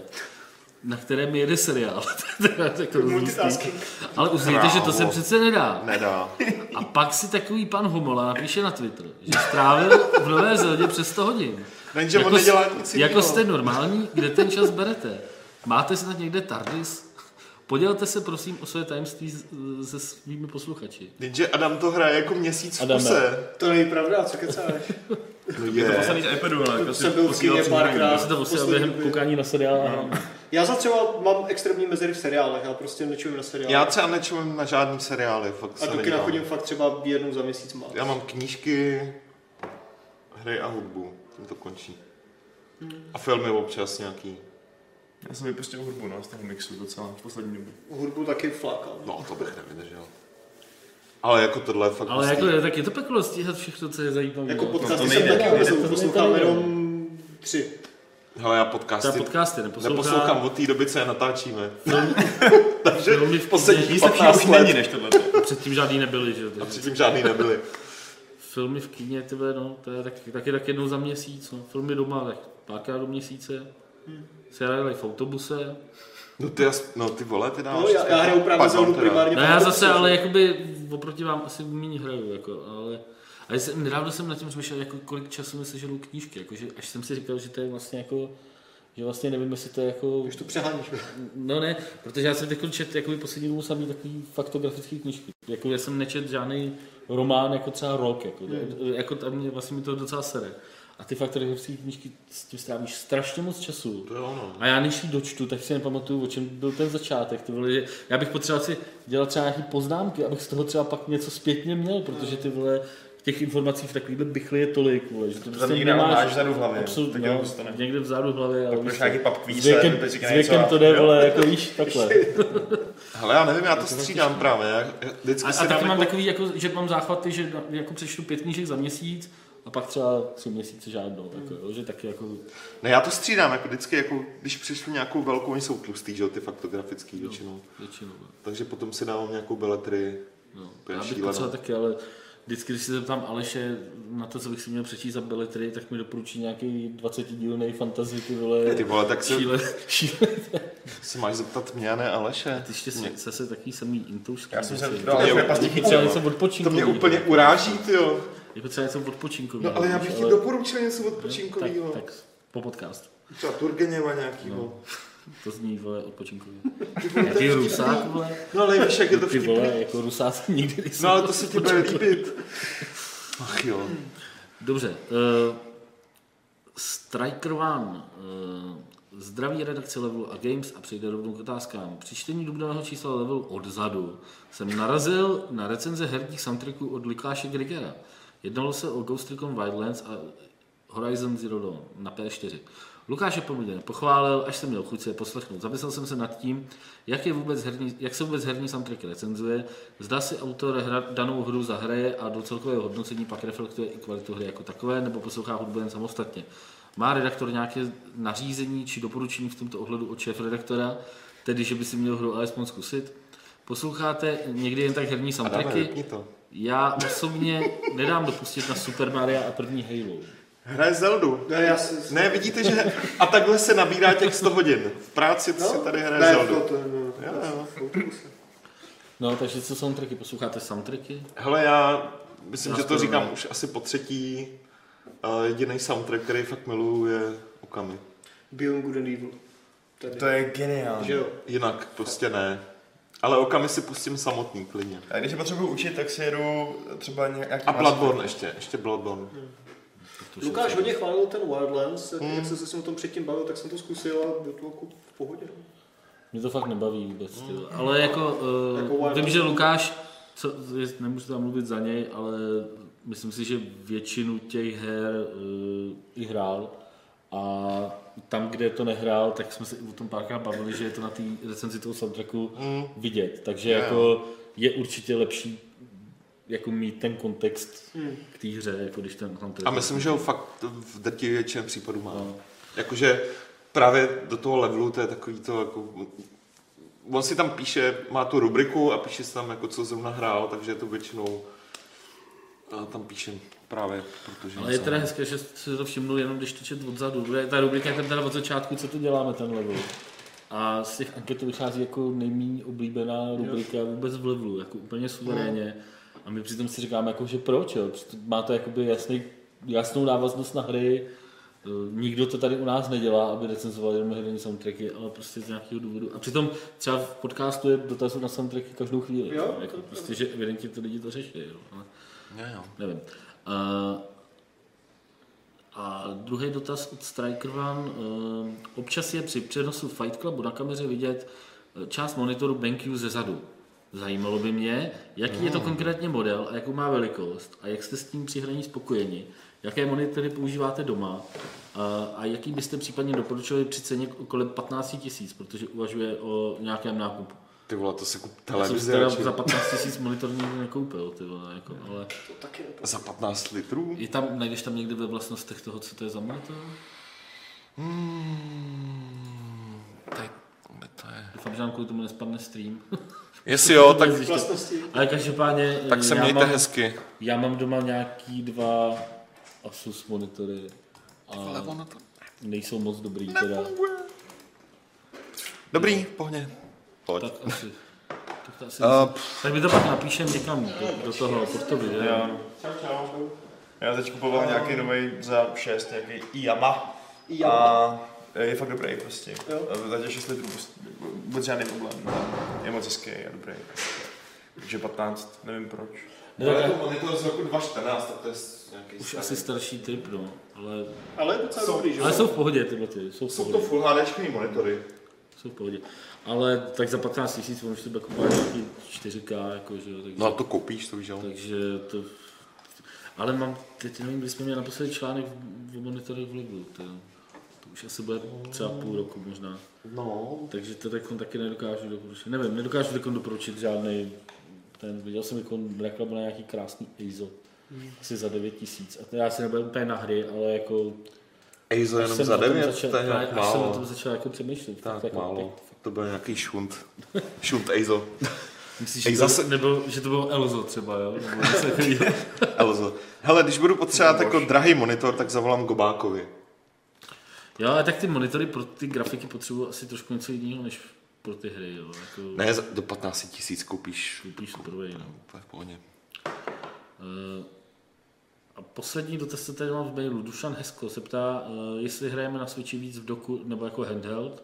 Speaker 2: na kterém jede seriál. To je jako
Speaker 3: Multitasking.
Speaker 2: rozumný. Ale uznejte, že to se
Speaker 1: Krávo.
Speaker 2: přece nedá.
Speaker 1: Nedá.
Speaker 2: A pak si takový pan Homola napíše na Twitter, že strávil v Nové Zeldě přes 100 hodin.
Speaker 1: Jenže on nedělá nic
Speaker 2: Jako
Speaker 1: jiného.
Speaker 2: jste normální, kde ten čas berete? Máte snad někde TARDIS? Podělte se prosím o své tajemství s- se svými posluchači.
Speaker 1: Jenže Adam to hraje jako měsíc v
Speaker 2: Adame.
Speaker 1: kuse.
Speaker 3: To není pravda, co kecáš?
Speaker 1: No
Speaker 4: Je to
Speaker 1: je.
Speaker 4: poslední z iPadu, ale jako
Speaker 3: Jsem byl v kyně párkrát.
Speaker 2: Já se to
Speaker 3: v
Speaker 2: posílám
Speaker 3: poslední
Speaker 2: během
Speaker 3: době.
Speaker 2: koukání na seriál. a-
Speaker 3: Já za třeba mám extrémní mezery v seriálech, já prostě nečumím na seriály.
Speaker 1: Já třeba nečumím na žádný seriály, fakt
Speaker 3: a
Speaker 1: se
Speaker 3: do kina
Speaker 1: nedívám.
Speaker 3: chodím fakt třeba jednou za měsíc má.
Speaker 1: Já mám knížky, hry a hudbu. Tím to končí.
Speaker 2: Hmm.
Speaker 1: A filmy občas nějaký.
Speaker 4: Já jsem vypustil hudbu no, z toho mixu docela v poslední době.
Speaker 3: Hudbu taky flákám.
Speaker 1: No, to bych nevydržel. Ale jako tohle je fakt
Speaker 2: Ale
Speaker 1: hustý.
Speaker 2: jako, je- tak je to peklo stíhat všechno, co je zajímavé.
Speaker 3: Jako
Speaker 2: no.
Speaker 3: podcasty
Speaker 4: nejde,
Speaker 3: jsem
Speaker 4: to
Speaker 3: taky
Speaker 4: nejde,
Speaker 2: to
Speaker 3: omezil,
Speaker 2: nejde.
Speaker 3: poslouchám jenom tři.
Speaker 1: Hele, já
Speaker 2: Ta
Speaker 1: podcasty
Speaker 2: podcasty neposlouchá.
Speaker 1: neposlouchám od té doby, co je natáčíme. Takže
Speaker 2: Filmy v
Speaker 1: poslední
Speaker 2: poslední
Speaker 4: Nic lepšího
Speaker 1: 15
Speaker 4: už není
Speaker 1: let.
Speaker 4: než tohle.
Speaker 2: Předtím žádný nebyly, že jo.
Speaker 1: A
Speaker 2: takže
Speaker 1: předtím žádný nebyly.
Speaker 2: Filmy v kyně, tyhle, no, to je tak, taky tak jednou za měsíc, no. Filmy doma, tak párkrát do měsíce. Seriály v autobuse.
Speaker 1: No ty, jas- no ty vole, ty dáváš.
Speaker 3: No, já, já
Speaker 1: zpět.
Speaker 3: hraju právě
Speaker 1: Pak
Speaker 3: Zeldu
Speaker 1: mám teda-
Speaker 3: primárně.
Speaker 2: No
Speaker 3: proto,
Speaker 2: já
Speaker 3: že
Speaker 2: zase,
Speaker 3: jsem-
Speaker 2: ale jakoby oproti vám asi méně hraju, jako, ale... A jsem, nedávno jsem nad tím přemýšlel, jako kolik času mi sežerou knížky, jakože až jsem si říkal, že to je vlastně jako že vlastně nevím, jestli to je jako...
Speaker 3: Už to přeháníš.
Speaker 2: No ne, protože já jsem teď čet jakoby poslední dobu samý takový faktografický knížky. Jako já jsem nečet žádný román jako třeba rok, jako,
Speaker 4: Hmm.
Speaker 2: mm. jako tam mě, vlastně mi to docela sere. A ty faktografické knížky s tím strávíš strašně moc času.
Speaker 1: To je ono.
Speaker 2: A já než ji dočtu, tak si nepamatuju, o čem byl ten začátek. To bylo, že já bych potřeboval si dělat třeba nějaké poznámky, abych z toho třeba pak něco zpětně měl, protože ty vole, těch informací v takovýhle bychli je tolik, vole, že to,
Speaker 4: To tam
Speaker 2: prostě
Speaker 4: někde máš
Speaker 2: nemáš.
Speaker 4: vzadu v hlavě.
Speaker 2: Absolutně,
Speaker 4: Tak
Speaker 2: no,
Speaker 4: jenom zůstane.
Speaker 2: někde vzadu v hlavě. ale
Speaker 4: Proč
Speaker 2: víš
Speaker 4: nějaký
Speaker 2: co,
Speaker 4: pap
Speaker 2: s
Speaker 4: kvíze,
Speaker 2: věkem,
Speaker 4: teď
Speaker 2: s
Speaker 4: říká
Speaker 2: věkem to jde, vole, jako víš, takhle.
Speaker 1: Hele, já nevím, já to střídám právě. Já vždycky
Speaker 2: A,
Speaker 1: si
Speaker 2: a
Speaker 1: dám
Speaker 2: taky mám
Speaker 1: jako-
Speaker 2: takový, jako, že mám záchvaty, že na- jako přečtu pět knížek za měsíc a pak třeba tři měsíce žádnou, jako, jo, že taky jako...
Speaker 1: Ne, já to střídám, jako vždycky, jako, když přečtu nějakou velkou, oni jsou tlustý, že jo, ty faktografický většinou.
Speaker 2: Většinou, jo.
Speaker 1: Takže potom si dávám nějakou beletry.
Speaker 2: No,
Speaker 1: To je
Speaker 2: já bych
Speaker 1: šílené.
Speaker 2: potřeboval taky, ale vždycky, když se zeptám Aleše na to, co bych si měl přečíst za beletry, tak mi doporučí nějaký 20 dílnej fantasy, ty vole,
Speaker 1: Ty vole, tak se,
Speaker 2: šíle, šíle.
Speaker 1: se máš zeptat mě a ne Aleše.
Speaker 2: Ty ještě
Speaker 1: Hmm.
Speaker 2: se, se, se taky samý intoušky.
Speaker 4: Já jsem se
Speaker 2: věci.
Speaker 4: dal
Speaker 1: mě
Speaker 4: jako
Speaker 1: úplně-
Speaker 4: nepastí
Speaker 2: Potřeba
Speaker 4: chycel.
Speaker 2: něco
Speaker 1: To
Speaker 2: odpočinkový.
Speaker 1: mě úplně uráží, ty jo.
Speaker 2: Je potřeba něco odpočinkový.
Speaker 1: No ale No, já bych ti doporučil něco odpočinkového.
Speaker 2: Tak, tak, po podcastu.
Speaker 1: Třeba Turgeněva nějakýho.
Speaker 2: To zní, vole, odpočinkový. Jaký rusák, vole.
Speaker 1: No ale víš, jak je to
Speaker 2: Ty
Speaker 1: vtipný.
Speaker 2: vole, jako rusáci nikdy nejsou.
Speaker 1: No ale to se ti bude líbit. Ach jo.
Speaker 2: Dobře. Uh, Striker One. Uh, zdraví redakce Levelu a Games a přejde rovnou k otázkám. Při čtení dubnového čísla Levelu odzadu jsem narazil na recenze herních soundtracků od Lukáše Grigera. Jednalo se o Ghost Recon Wildlands a Horizon Zero Dawn na PS4. Lukáše poměrně pochválil, až jsem měl chuť si je poslechnout. Zamyslel jsem se nad tím, jak, je vůbec herní, jak se vůbec herní soundtrack recenzuje, zda si autor hra, danou hru zahraje a do celkového hodnocení pak reflektuje i kvalitu hry jako takové, nebo poslouchá hudbu jen samostatně. Má redaktor nějaké nařízení či doporučení v tomto ohledu od šéf redaktora, tedy že by si měl hru alespoň zkusit? Posloucháte někdy jen tak herní
Speaker 1: Adame,
Speaker 2: soundtracky?
Speaker 1: vypni to.
Speaker 2: Já osobně nedám dopustit na Super Mario a první Halo.
Speaker 1: Hraje Zeldu.
Speaker 3: Ne, já si...
Speaker 1: Ne, vidíte, že... A takhle se nabírá těch 100 hodin. V práci si tady hraje
Speaker 3: ne,
Speaker 1: Zeldu.
Speaker 3: to- to je- no,
Speaker 1: Jo, jo.
Speaker 2: No, takže co soundtracky? Posloucháte soundtracky?
Speaker 1: Hele, já myslím,
Speaker 2: Já
Speaker 1: že to
Speaker 2: skoro
Speaker 1: říkám
Speaker 2: ne.
Speaker 1: už asi po třetí. A Jediný soundtrack, který fakt miluju, je Okami.
Speaker 3: Beyond Good and Evil. Tady.
Speaker 4: To je geniální.
Speaker 3: Že jo?
Speaker 1: Jinak prostě ne. Ale Okami si pustím samotný klidně.
Speaker 4: A když se potřebuji učit, tak si jedu třeba nějaký...
Speaker 1: A Bloodborne ještě, ještě Bloodborne.
Speaker 2: To už
Speaker 3: Lukáš
Speaker 2: je-
Speaker 3: hodně chválil ten Wildlands, jak, jak jsem se s ním o tom předtím bavil, tak jsem to zkusil a bylo to jako v pohodě. no.
Speaker 2: Mě to fakt nebaví vůbec, ty. vole. Ale jako, uh,
Speaker 3: Jako
Speaker 2: jako
Speaker 3: Wild
Speaker 2: vím,
Speaker 3: West.
Speaker 2: že Lukáš, co, je- nemůžu tam mluvit za něj, ale myslím si, že většinu těch her uh, i hrál. A tam, kde to nehrál, tak jsme se i o tom párkrát bavili, že je to na té recenzi toho soundtracku
Speaker 1: Mm.
Speaker 2: vidět. Takže
Speaker 1: Jo, jo.
Speaker 2: jako je určitě lepší jako mít ten kontext k té hře, jako když ten soundtrack...
Speaker 1: A myslím, že ho fakt v drtivé většině případů má.
Speaker 2: No.
Speaker 1: Jakože právě do toho levelu to je takový to jako... On si tam píše, má tu rubriku a píše si tam jako co zrovna hrál, takže je to většinou a tam píšem právě, protože...
Speaker 2: Ale je
Speaker 1: jsem-
Speaker 2: teda hezké, že si to všimnul jenom, když to čet odzadu. Bude ta rubrika je tam teda od začátku, co to děláme ten level. A z těch anket to vychází jako nejméně oblíbená rubrika vůbec v levelu, jako úplně suverénně.
Speaker 3: No.
Speaker 2: A my přitom si říkáme, jako, že proč, jo? Přitom Má to jakoby jasný, jasnou návaznost na hry, Eh, Nikdo to tady u nás nedělá, aby recenzoval jenom herní soundtracky, ale prostě z nějakého důvodu. A přitom třeba v podcastu je dotazů na soundtracky každou chvíli.
Speaker 3: Jo,
Speaker 2: jako
Speaker 3: to-
Speaker 2: prostě, že evidentně to lidi to řeší. Jo? Ale
Speaker 1: Jo, jo.
Speaker 2: nevím. Uh, A druhý dotaz od Striker One. Ehm, Občas je při přenosu Fight Clubu na kameře vidět eh, část monitoru BenQ ze zadu. Zajímalo by mě, jaký je to konkrétně model a jakou má velikost a jak jste s tím při hraní spokojeni, jaké monitory používáte doma a, a jaký byste případně doporučili při ceně kolem 15 tisíc, protože uvažuje o nějakém nákupu.
Speaker 1: Ty vole, to si kup
Speaker 2: Já jsem si
Speaker 1: televizi
Speaker 2: teda
Speaker 1: radši.
Speaker 2: za 15 tisíc monitor nikdy nekoupil, ty vole, jako, ale
Speaker 3: To taky nepo-
Speaker 1: za 15 litrů?
Speaker 2: je tam, najdeš tam někde ve vlastnostech toho, co to je za monitor?
Speaker 1: To je, to je.
Speaker 2: Doufám, že nám kvůli tomu nespadne stream.
Speaker 1: Jestli jo, tak,
Speaker 2: Zjistě.
Speaker 3: Vlastnosti.
Speaker 2: Ale každopádně,
Speaker 1: tak se
Speaker 2: já,
Speaker 1: mějte
Speaker 2: mám,
Speaker 1: hezky.
Speaker 2: já mám doma nějaký dva Asus monitory a nejsou moc dobrý teda.
Speaker 1: Dobrý, pohně. Pojď.
Speaker 2: Tak asi. Tak, to asi
Speaker 1: A,
Speaker 2: tak my to pak napíšem někam do, do toho, pod to video.
Speaker 4: Já teď kupoval nějaký nový za 6, nějaký Yama.
Speaker 3: Já.
Speaker 4: A je fakt dobrý prostě.
Speaker 3: Jo.
Speaker 4: A Za těch 6 litrů prostě, vůbec žádný problém. Je moc hezký a dobrý. Takže 15, nevím proč.
Speaker 2: Ne, No, tak,
Speaker 1: jako monitor z roku 2014, tak to je nějaký
Speaker 2: už asi starší typ, no. Ale,
Speaker 3: Ale je docela
Speaker 1: Jsou-
Speaker 3: dobrý, že? jo?
Speaker 2: ale jsou v pohodě tyhle ty, jsou v pohodě.
Speaker 1: full HD monitory.
Speaker 2: Jsou v pohodě. Ale tak za 15 tisíc on už si bude kupovat nějaký 4K, jako, že jo, takže,
Speaker 1: No a to koupíš, to víš, jo?
Speaker 2: takže to... Ale mám, teď nevím, kdy jsme měli naposledy článek v- v monitorech v Lidlu, to, to už asi bude třeba půl roku možná.
Speaker 1: No,
Speaker 2: Takže to takon taky nedokážu doporučit. Nevím, nedokážu takon doporučit žádný ten, viděl jsem takon reklamu na nějaký krásný ISO. Asi za 9 tisíc. A to já si nebudu úplně na hry, ale jako...
Speaker 1: Eizo
Speaker 2: až
Speaker 1: jenom
Speaker 2: jsem
Speaker 1: za
Speaker 2: o tom
Speaker 1: 9,
Speaker 2: začal-
Speaker 1: to je nějak
Speaker 2: právě až jsem o tom
Speaker 1: málo.
Speaker 2: začal jako přemýšlet.
Speaker 1: Tak
Speaker 2: jako
Speaker 1: málo. To byl nějaký šunt. Šunt Eizo.
Speaker 2: Myslíš,
Speaker 1: Ej,
Speaker 2: že,
Speaker 1: zase-
Speaker 2: to, nebo, že to bylo Elzo třeba, jo? Nebo něco takovýho.
Speaker 1: Elzo. Hele, když budu potřebovat jako drahý monitor, tak zavolám Gobákovi.
Speaker 2: jo, ale tak ty monitory pro ty grafiky potřebují asi trošku něco jiného, než pro ty hry, jo? Jako,
Speaker 1: Ne, za- do 15 tisíc koupíš.
Speaker 2: Koupíš Superway, no.
Speaker 1: To je v pohodě.
Speaker 2: Eh, A poslední dotaz, co tady mám v mailu. Dušan Hesko se ptá, eh, jestli hrajeme na Switchi víc v doku nebo jako handheld.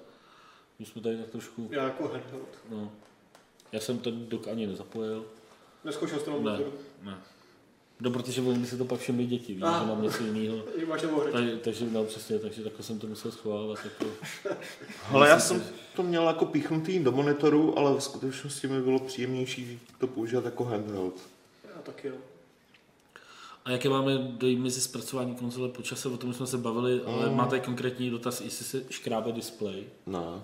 Speaker 2: My jsme tady tak trošku...
Speaker 3: Já jako handheld.
Speaker 2: No. Já jsem ten dok ani nezapojil.
Speaker 3: Neskoušel jsi to na
Speaker 2: Ne,
Speaker 3: monitoru?
Speaker 2: ne. No, protože oni by si to pak všimli děti, víš,
Speaker 3: Ah.
Speaker 2: že mám něco jiného.
Speaker 3: Že máš nebo hry.
Speaker 2: Tak, takže, no, přesně, takže takhle jsem to musel schovávat. Jako.
Speaker 1: Ale já jsem to měl jako píchnutý do monitoru, ale v skutečnosti mi bylo příjemnější to používat jako handheld.
Speaker 3: Já taky, no.
Speaker 2: A jaké máme dojmy mezi zpracování konzole po čase, o tom jsme se bavili, ale máte konkrétní dotaz, jestli se škrábe displej?
Speaker 1: No.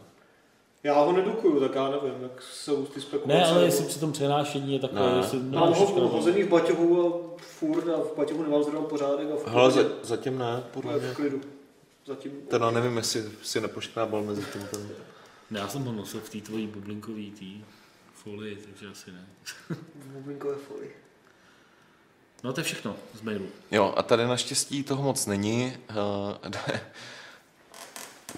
Speaker 3: Já ho nedukuju, tak já nevím, jak jsou ty spekulace.
Speaker 2: Ne, ale
Speaker 3: nebo-
Speaker 2: jestli při tom přenášení je takové,
Speaker 1: Ne.
Speaker 2: jestli
Speaker 3: Mám
Speaker 2: nemáš
Speaker 3: ho
Speaker 2: škrábe.
Speaker 3: hozený v baťohu a furt a v baťohu nemám zrovna pořádek a furt
Speaker 1: Hele, za, zatím ne, podle
Speaker 3: je v
Speaker 1: mě.
Speaker 3: klidu. Zatím
Speaker 1: Teda nevím, jestli si nepoškrábal mezi tím. Ten...
Speaker 2: Ne, já jsem ho nosil v té tvojí bublinkový tý folii, takže asi ne.
Speaker 3: v bublinkové folii.
Speaker 2: No to je všechno z mailu.
Speaker 1: Jo, a tady naštěstí toho moc není. Eh, jde-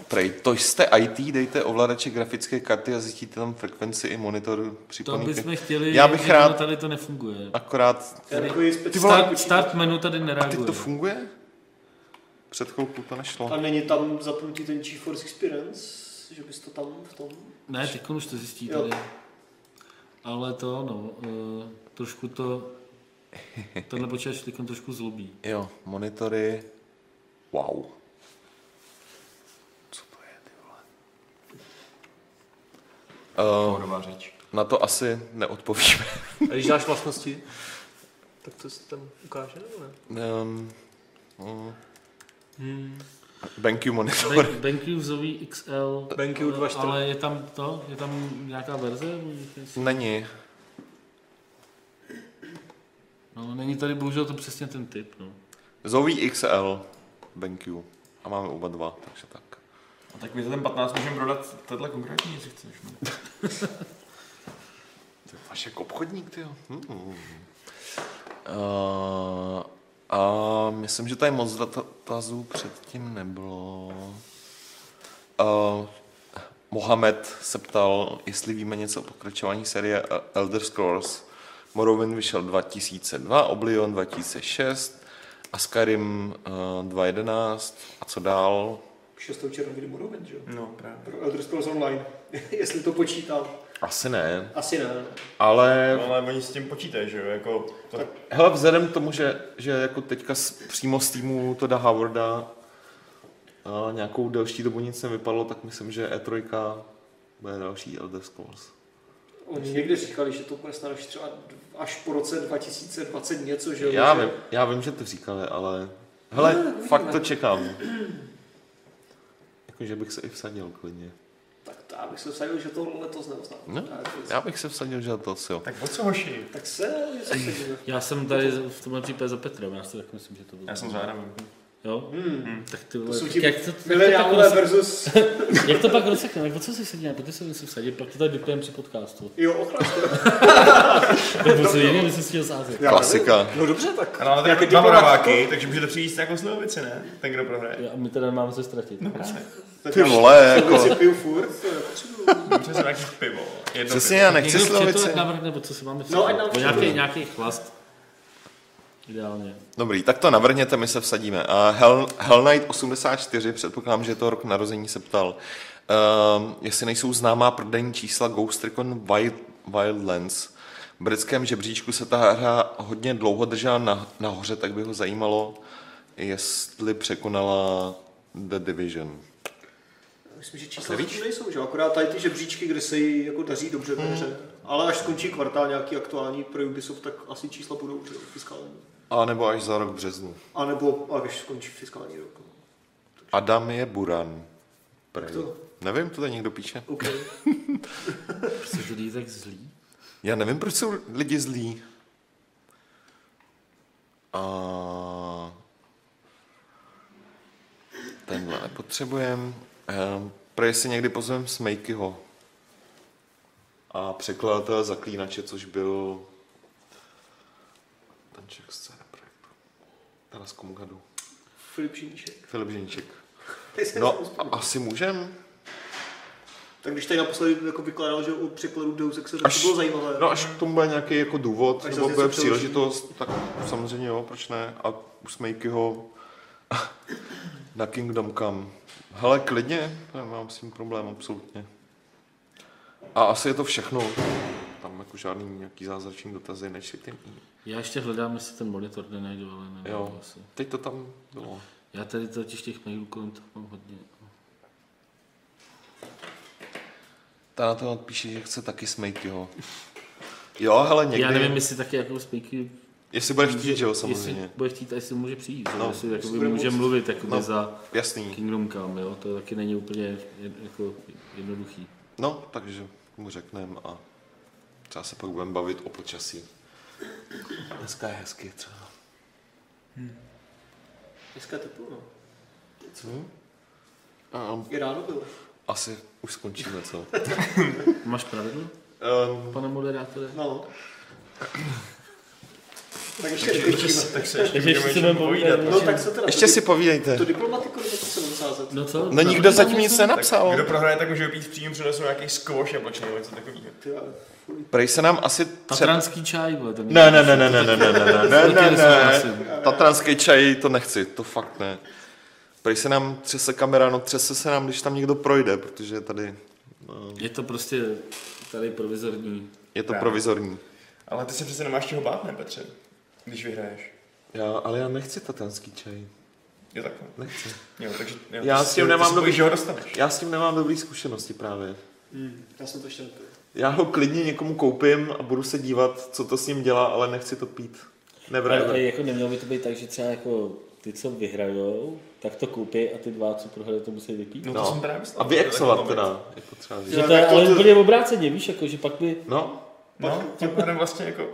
Speaker 1: Prej, to jste IT, dejte ovladače grafické karty a zjistíte tam frekvenci i monitor
Speaker 2: To
Speaker 1: připomínky.
Speaker 2: bychom chtěli,
Speaker 1: Já bych
Speaker 2: jenom
Speaker 1: rád-
Speaker 2: tady to nefunguje.
Speaker 1: Akorát,
Speaker 3: Já takový
Speaker 1: Ty vole,
Speaker 2: Start,
Speaker 3: speciální
Speaker 2: start menu tady
Speaker 1: a teď
Speaker 2: nereaguje.
Speaker 1: to funguje? Před chvilkou to nešlo.
Speaker 3: A není tam zapnutý ten GeForce Experience? Že bys to tam v tom...
Speaker 2: Ne, teď už to zjistí
Speaker 3: Jo.
Speaker 2: tady. Ale to no, eh, trošku to, tenhle počítač teď trošku zlobí.
Speaker 1: Jo, monitory. Wow. Co to je, ty vole? Uh,
Speaker 4: Pohodová řeč.
Speaker 1: na to asi neodpovíme.
Speaker 5: A když dáš vlastnosti, tak to se tam ukáže, nebo ne?
Speaker 1: Um, uh,
Speaker 5: Hmm.
Speaker 1: BenQ monitor.
Speaker 2: BenQzový XL,
Speaker 5: BenQ 2.4. Ale...
Speaker 2: ale je tam to, je tam nějaká verze? nebo něco?
Speaker 1: Není.
Speaker 2: No, není tady bohužel to přesně ten typ, no.
Speaker 1: Zoví XL BenQ. A máme oba dva, takže tak.
Speaker 4: A tak my za ten 15 můžeme prodat tenhle konkrétní, jestli chceš. No.
Speaker 1: Ty Vašek jako obchodník, ty jo. Hmm. Uh, a myslím, že tady moc dotazů předtím nebylo. Uh, Mohamed se ptal, jestli víme něco o pokračování série eh, Elder Scrolls. Morrowind vyšel 2002, Oblivion 2006 a Skyrim uh, 2011. A co dál?
Speaker 3: 6. června vyjde Morrowind, že jo?
Speaker 4: no právě.
Speaker 3: Pro Elder Scrolls Online, jestli to počítám.
Speaker 1: Asi ne,
Speaker 3: Asi ne.
Speaker 1: ale
Speaker 4: No, ale oni s tím počítají, že jo? Jako, to,
Speaker 1: hele, vzhledem k tomu, že, že jako teďka z, přímo z týmu Toda Howarda a nějakou delší dobu nic nevypadlo, tak myslím, že E3 bude další Elder Scrolls.
Speaker 3: Oni někdy říkali, že to bude snad až třeba dv- až po roce 2020 něco, že jo?
Speaker 1: Já
Speaker 3: že-
Speaker 1: vím, já vím, že to říkali, ale hele, fakt to čekám. Jakože bych se i vsadil klidně.
Speaker 3: Tak to já bych se vsadil, že to letos neuznám.
Speaker 1: No, Já bych se vsadil, že to asi jo.
Speaker 4: tak o co hoši?
Speaker 3: Tak se, něco se děje.
Speaker 2: Já jsem tady v tomhle případě za Petrem, já si tak myslím, že to bylo.
Speaker 4: Já jsem zádavý.
Speaker 2: Jo?
Speaker 3: Hmm.
Speaker 2: Tak ty
Speaker 3: To
Speaker 2: vole,
Speaker 3: jsou
Speaker 2: tak
Speaker 3: ti
Speaker 2: jak to, jak to pak rozsekne,
Speaker 3: Mileniálové versus...
Speaker 2: jak to pak rozsekne, jako co si sedí, protože se musím sadit, pak to tady vypneme při podcastu.
Speaker 3: Jo, ochránce.
Speaker 2: Tak byl se jiný, když jsem si chtěl sázet.
Speaker 1: Klasika.
Speaker 6: No dobře, tak.
Speaker 4: A máme
Speaker 6: Nějaký
Speaker 4: tady dva
Speaker 6: diplomat-
Speaker 4: mraváky, takže můžete přijít nějakou slivovici, ne? Ten, kdo prohraje.
Speaker 2: A my teda máme se ztratit. No,
Speaker 1: Ty vole, jako...
Speaker 3: si piju furt. to je potřebuju.
Speaker 4: Můžete se nějaký pivo. Jedno
Speaker 1: Přesně,
Speaker 4: pivo.
Speaker 1: já nechci slovici.
Speaker 2: to návrh, nebo co si máme
Speaker 3: No, ať nám
Speaker 2: Po nějaký,
Speaker 3: přijde.
Speaker 2: nějaký chlast. Ideálně.
Speaker 1: Dobrý, tak to navrhněte, my se vsadíme. A Hell, Hell Knight 84, předpokládám, že je to rok narození, se ptal, uh, jestli nejsou známá prodejní čísla Ghost Recon Wild, Wildlands. V britském žebříčku se ta hra hodně dlouho držela na, nahoře, tak by ho zajímalo, jestli překonala The Division.
Speaker 3: Myslím, že čísla zatím nejsou, že? jo? Akorát tady ty žebříčky, kde se jí jako daří dobře
Speaker 1: Hmm.
Speaker 3: ve hře. Ale až skončí kvartál nějaký aktuální pro Ubisoft, tak asi čísla budou že? jo, fiskální.
Speaker 1: A nebo až za rok březnu.
Speaker 3: A nebo až skončí fiskální rok. no.
Speaker 1: Adam je Buran. Prej.
Speaker 3: to?
Speaker 1: Nevím, to tady někdo píše.
Speaker 3: OK.
Speaker 2: Prostě to lidi tak zlí.
Speaker 1: Já nevím, proč jsou lidi zlí. A... Tenhle nepotřebujem. Ehm, Pro jestli někdy pozvem Smejkyho. A překladatel Zaklínače, což byl ten Čech scéna projektu. Taras Komugadu.
Speaker 3: Filip Žiníšek.
Speaker 1: Filip Ženíček.
Speaker 3: Ty se
Speaker 1: No,
Speaker 3: nezpomínám.
Speaker 1: a- asi můžem.
Speaker 3: Tak když tady naposledy jako vykládal, že o překladu Deus Exe, tak to
Speaker 1: Až-
Speaker 3: bylo zajímavé.
Speaker 1: No až k tomu bude nějaký jako důvod,
Speaker 3: Až
Speaker 1: nebo
Speaker 3: zase
Speaker 1: bude
Speaker 3: něco přeloží.
Speaker 1: příležitost, tak samozřejmě jo, proč ne. A u Smejkyho na Kingdom Come. Hele, klidně, to nemám s tím problém, absolutně. A asi je to všechno. Tam jako žádný nějaký zázračný dotazy, než si tím.
Speaker 2: Já ještě hledám, jestli ten monitor nenajdu, ale ne.
Speaker 1: Jo.
Speaker 2: Asi.
Speaker 1: Teď to tam bylo.
Speaker 2: Já tady totiž těch mailů kolem toho mám hodně.
Speaker 1: Ta na to píše, že chce taky Smejkyho. Jo, hele, někdy.
Speaker 2: Já nevím, jestli taky jako spíky
Speaker 1: jestli bude chtít, že jo,
Speaker 2: Jestli
Speaker 1: samozřejmě.
Speaker 2: bude chtít, a jestli může přijít, no,
Speaker 1: No,
Speaker 2: jestli jakoby
Speaker 3: bude
Speaker 2: může
Speaker 3: moct.
Speaker 2: mluvit jakoby
Speaker 1: No.
Speaker 2: za
Speaker 1: Jasný.
Speaker 2: Kingdom Come, jo? to taky není úplně jed, jako jednoduchý.
Speaker 1: No, takže mu řekneme a třeba se pak budeme bavit o počasí. Dneska je hezky třeba.
Speaker 3: Dneska je teplo, no.
Speaker 1: A
Speaker 3: I ráno bylo.
Speaker 1: asi už skončíme, co?
Speaker 2: Máš pravidlo,
Speaker 1: Um,
Speaker 2: pane moderátore?
Speaker 3: No. tak ještě dokončíme.
Speaker 4: Tak se ještě
Speaker 2: Takže ještě
Speaker 4: můžeme
Speaker 2: se budeme
Speaker 4: o něčem
Speaker 2: povídat.
Speaker 4: povídat.
Speaker 3: No tak co teda?
Speaker 1: ještě
Speaker 3: to-
Speaker 1: si povídejte.
Speaker 3: To diplomatiku nebo to se budu sázet?
Speaker 2: No co?
Speaker 1: No nikdo zatím nic
Speaker 4: Tak
Speaker 1: nenapsal.
Speaker 4: kdo prohraje, tak může být v přímém přenosu nějaký squash jablečný nebo něco takového.
Speaker 3: Ty vole, fuj.
Speaker 1: Prej se nám asi třeba...
Speaker 2: Tatranský čaj, vole, ten
Speaker 1: Ne, ne, ne, ne, ne, ne, ne, ne, ne, ne,
Speaker 2: Souhlasím.
Speaker 1: ne. Tatranský čaj to nechci, to fakt ne. Prej se nám třese kamera, no třese se nám, když tam někdo projde, protože tady no,
Speaker 2: Je to prostě tady provizorní.
Speaker 1: je to provizorní.
Speaker 4: Ale ty se přece nemáš čeho bát, ne Petře? Když vyhraješ.
Speaker 1: Já, ale já nechci tatranský čaj.
Speaker 4: Jo takhle.
Speaker 1: Nechci.
Speaker 4: no. Jo, takže jo,
Speaker 1: Já
Speaker 4: ty
Speaker 1: s
Speaker 4: si-
Speaker 1: tím
Speaker 4: ty
Speaker 1: nemám
Speaker 4: si
Speaker 1: dobrý-
Speaker 4: bojíš, že ho dostaneš.
Speaker 1: Já s tím nemám dobrý zkušenosti právě. Hmm.
Speaker 3: Hm, Já jsem to ještě nepil.
Speaker 1: Já ho klidně někomu koupím a budu se dívat, co to s ním dělá, ale nechci to pít. Never
Speaker 2: Ale, ale
Speaker 1: ever.
Speaker 2: jako nemělo by to být tak, že třeba jako ty, co vyhrajou, tak to koupí a ty dva, co prohrají, to musí vypít.
Speaker 4: No, to
Speaker 1: No.
Speaker 4: jsem právě myslel.
Speaker 1: A vyexovat teda, je potřeba
Speaker 2: Že
Speaker 1: říct.
Speaker 2: to je
Speaker 3: tak to-
Speaker 2: ale
Speaker 3: to-
Speaker 2: úplně obráceně, víš, jako, že pak by
Speaker 1: No,
Speaker 4: No, tím pádem vlastně jako...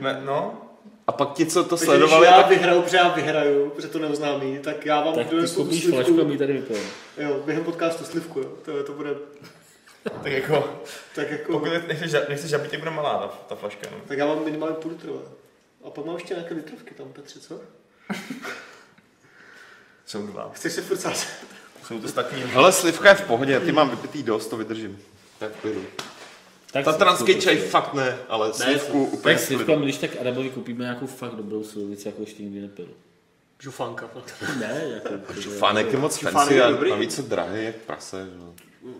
Speaker 4: Ne, no,
Speaker 1: a pak ti, co to
Speaker 3: Takže
Speaker 1: sledovali,
Speaker 3: když já
Speaker 1: tak...
Speaker 3: vyhraju, protože já vyhraju, protože to neoznámí, tak já vám
Speaker 2: tak
Speaker 3: donesu
Speaker 2: ty
Speaker 3: tu
Speaker 2: koupíš
Speaker 3: slivku.
Speaker 2: flašku a my ji tady vypijeme.
Speaker 3: Jo, během podcastu slivku, jo. To, to bude
Speaker 4: tak jako...
Speaker 3: tak jako...
Speaker 4: Pokud nechceš, nechceš zabít, tak bude malá ta, ta flaška. No.
Speaker 3: Tak já mám minimálně půl litrové. A pak mám ještě nějaké litrovky tam, Petře, co?
Speaker 4: Jsou dva.
Speaker 3: Chceš se furt sázet?
Speaker 4: Jsou to statní.
Speaker 1: Hele, slivka je v pohodě, ty mám vypitý dost, to vydržím. Tak klidu.
Speaker 2: Tak
Speaker 1: Tatranský
Speaker 2: si-
Speaker 1: čaj fakt ne, ale slivku úplně jako-
Speaker 2: Tak
Speaker 1: v
Speaker 2: si
Speaker 1: klidu.
Speaker 2: říkám, když tak Adamovi koupíme nějakou fakt dobrou slovici, jako ještě nikdy nepil.
Speaker 3: Žufanka.
Speaker 2: Ne, jako...
Speaker 1: Žufánek je moc
Speaker 3: Žufánek
Speaker 1: fancy
Speaker 3: je
Speaker 1: a
Speaker 3: dobrý.
Speaker 1: navíc je drahý jak prase. Že? jo.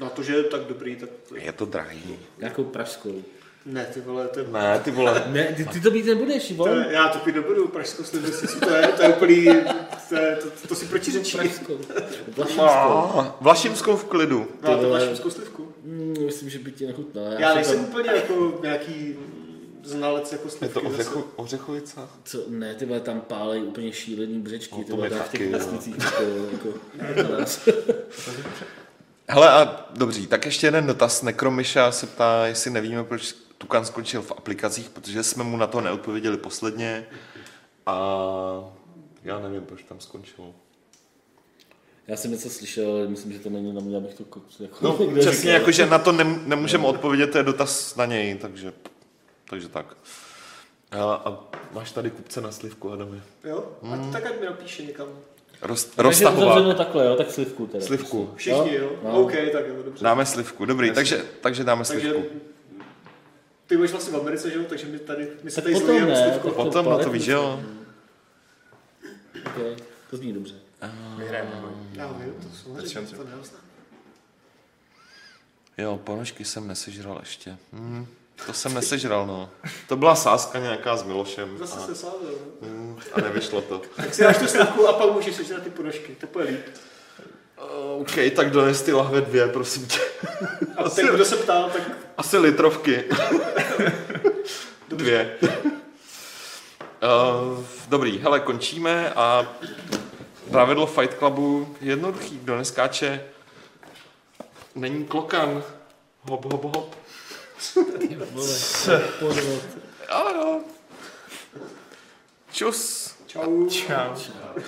Speaker 3: Na to, že je tak dobrý, tak...
Speaker 1: Je to drahý.
Speaker 2: Nějakou pražskou.
Speaker 3: Ne, ty vole, to je...
Speaker 1: Ne, ty vole.
Speaker 2: Ne, ty, ty to být nebudeš,
Speaker 3: To,
Speaker 2: vole.
Speaker 3: je- já to pít nebudu, pražskou slibistici, to je, to je úplný, to, je, to, to, to si protiřečí.
Speaker 2: Pražskou. Vlašenskou.
Speaker 1: Ah, Vlašimskou v klidu.
Speaker 3: No, a
Speaker 2: Ty
Speaker 3: to
Speaker 2: vole.
Speaker 3: máš šumskou slivku.
Speaker 2: Mm, myslím, že by ti nechutná.
Speaker 3: Já
Speaker 2: jsem
Speaker 3: nejsem
Speaker 2: tam-
Speaker 3: úplně jako nějaký znalec jako
Speaker 1: Je to
Speaker 3: slivky. zase.
Speaker 1: ořechu, ořechovice?
Speaker 2: Co, ne, ty vole, tam pálej úplně šílený břečky,
Speaker 1: No,
Speaker 2: ty
Speaker 1: to
Speaker 2: vole,
Speaker 1: mi
Speaker 2: tam v těch
Speaker 1: taky, no.
Speaker 2: plasticích, ty vole, jako, na nás.
Speaker 1: Hele a dobří, tak ještě jeden dotaz. Nekromiša se ptá, jestli nevíme, proč Tukan skončil v aplikacích, protože jsme mu na to neodpověděli posledně. A já nevím, proč tam skončil.
Speaker 2: Já jsem něco slyšel, ale myslím, že to není na mě, abych to ko- jako
Speaker 1: No,
Speaker 2: někde
Speaker 1: přesně,
Speaker 2: říkal.
Speaker 1: jakože na to nem, nemůžeme odpovědět, to je dotaz na něj, takže, takže tak. A, a máš tady kupce na slivku, Adame.
Speaker 3: Jo? A tak ať mi napíše někam.
Speaker 1: Roz,
Speaker 2: Takže uzavřeno
Speaker 1: roztahová.
Speaker 2: takhle, jo, tak slivku teda.
Speaker 1: Slivku.
Speaker 3: Všichni, jo?
Speaker 2: No.
Speaker 3: OK, tak jo, dobře.
Speaker 1: Dáme slivku, dobrý, takže, takže dáme
Speaker 3: Takže
Speaker 1: slivku.
Speaker 3: ty budeš vlastně v Americe, že jo? Takže my tady, my se
Speaker 2: Tak
Speaker 3: tady
Speaker 2: potom
Speaker 3: zlejeme
Speaker 2: ne,
Speaker 3: slivku.
Speaker 2: tak
Speaker 1: Potom, no to víš,
Speaker 2: paletnice.
Speaker 1: jo.
Speaker 2: Okay. To zní dobře.
Speaker 4: Vyhrajeme.
Speaker 3: Já vím, to jsou
Speaker 4: Začínám si-
Speaker 3: to vlastně. neznám.
Speaker 1: Jo, ponožky jsem nesežral ještě. Hmm, to jsem nesežral, no. To byla sázka nějaká s Milošem
Speaker 3: Zase
Speaker 1: a,
Speaker 3: se sázal, jo?
Speaker 1: hmm, a nevyšlo to.
Speaker 3: Tak si dáš tu slivku a pak můžeš sežrat ty ponožky, to bude líp.
Speaker 1: Uh, OK, tak dones ty lahve dvě, prosím tě.
Speaker 3: A
Speaker 1: Asi-
Speaker 3: ten, kdo se ptal, tak
Speaker 1: Asi litrovky. Dvě. Uh, dobrý, hele, končíme a pravidlo Fight Clubu je jednoduchý. Kdo neskáče, není klokan. Hop, hop, hop.
Speaker 2: Vole, podvod.
Speaker 1: Ale jo. Čus.
Speaker 3: čau.
Speaker 4: Čau.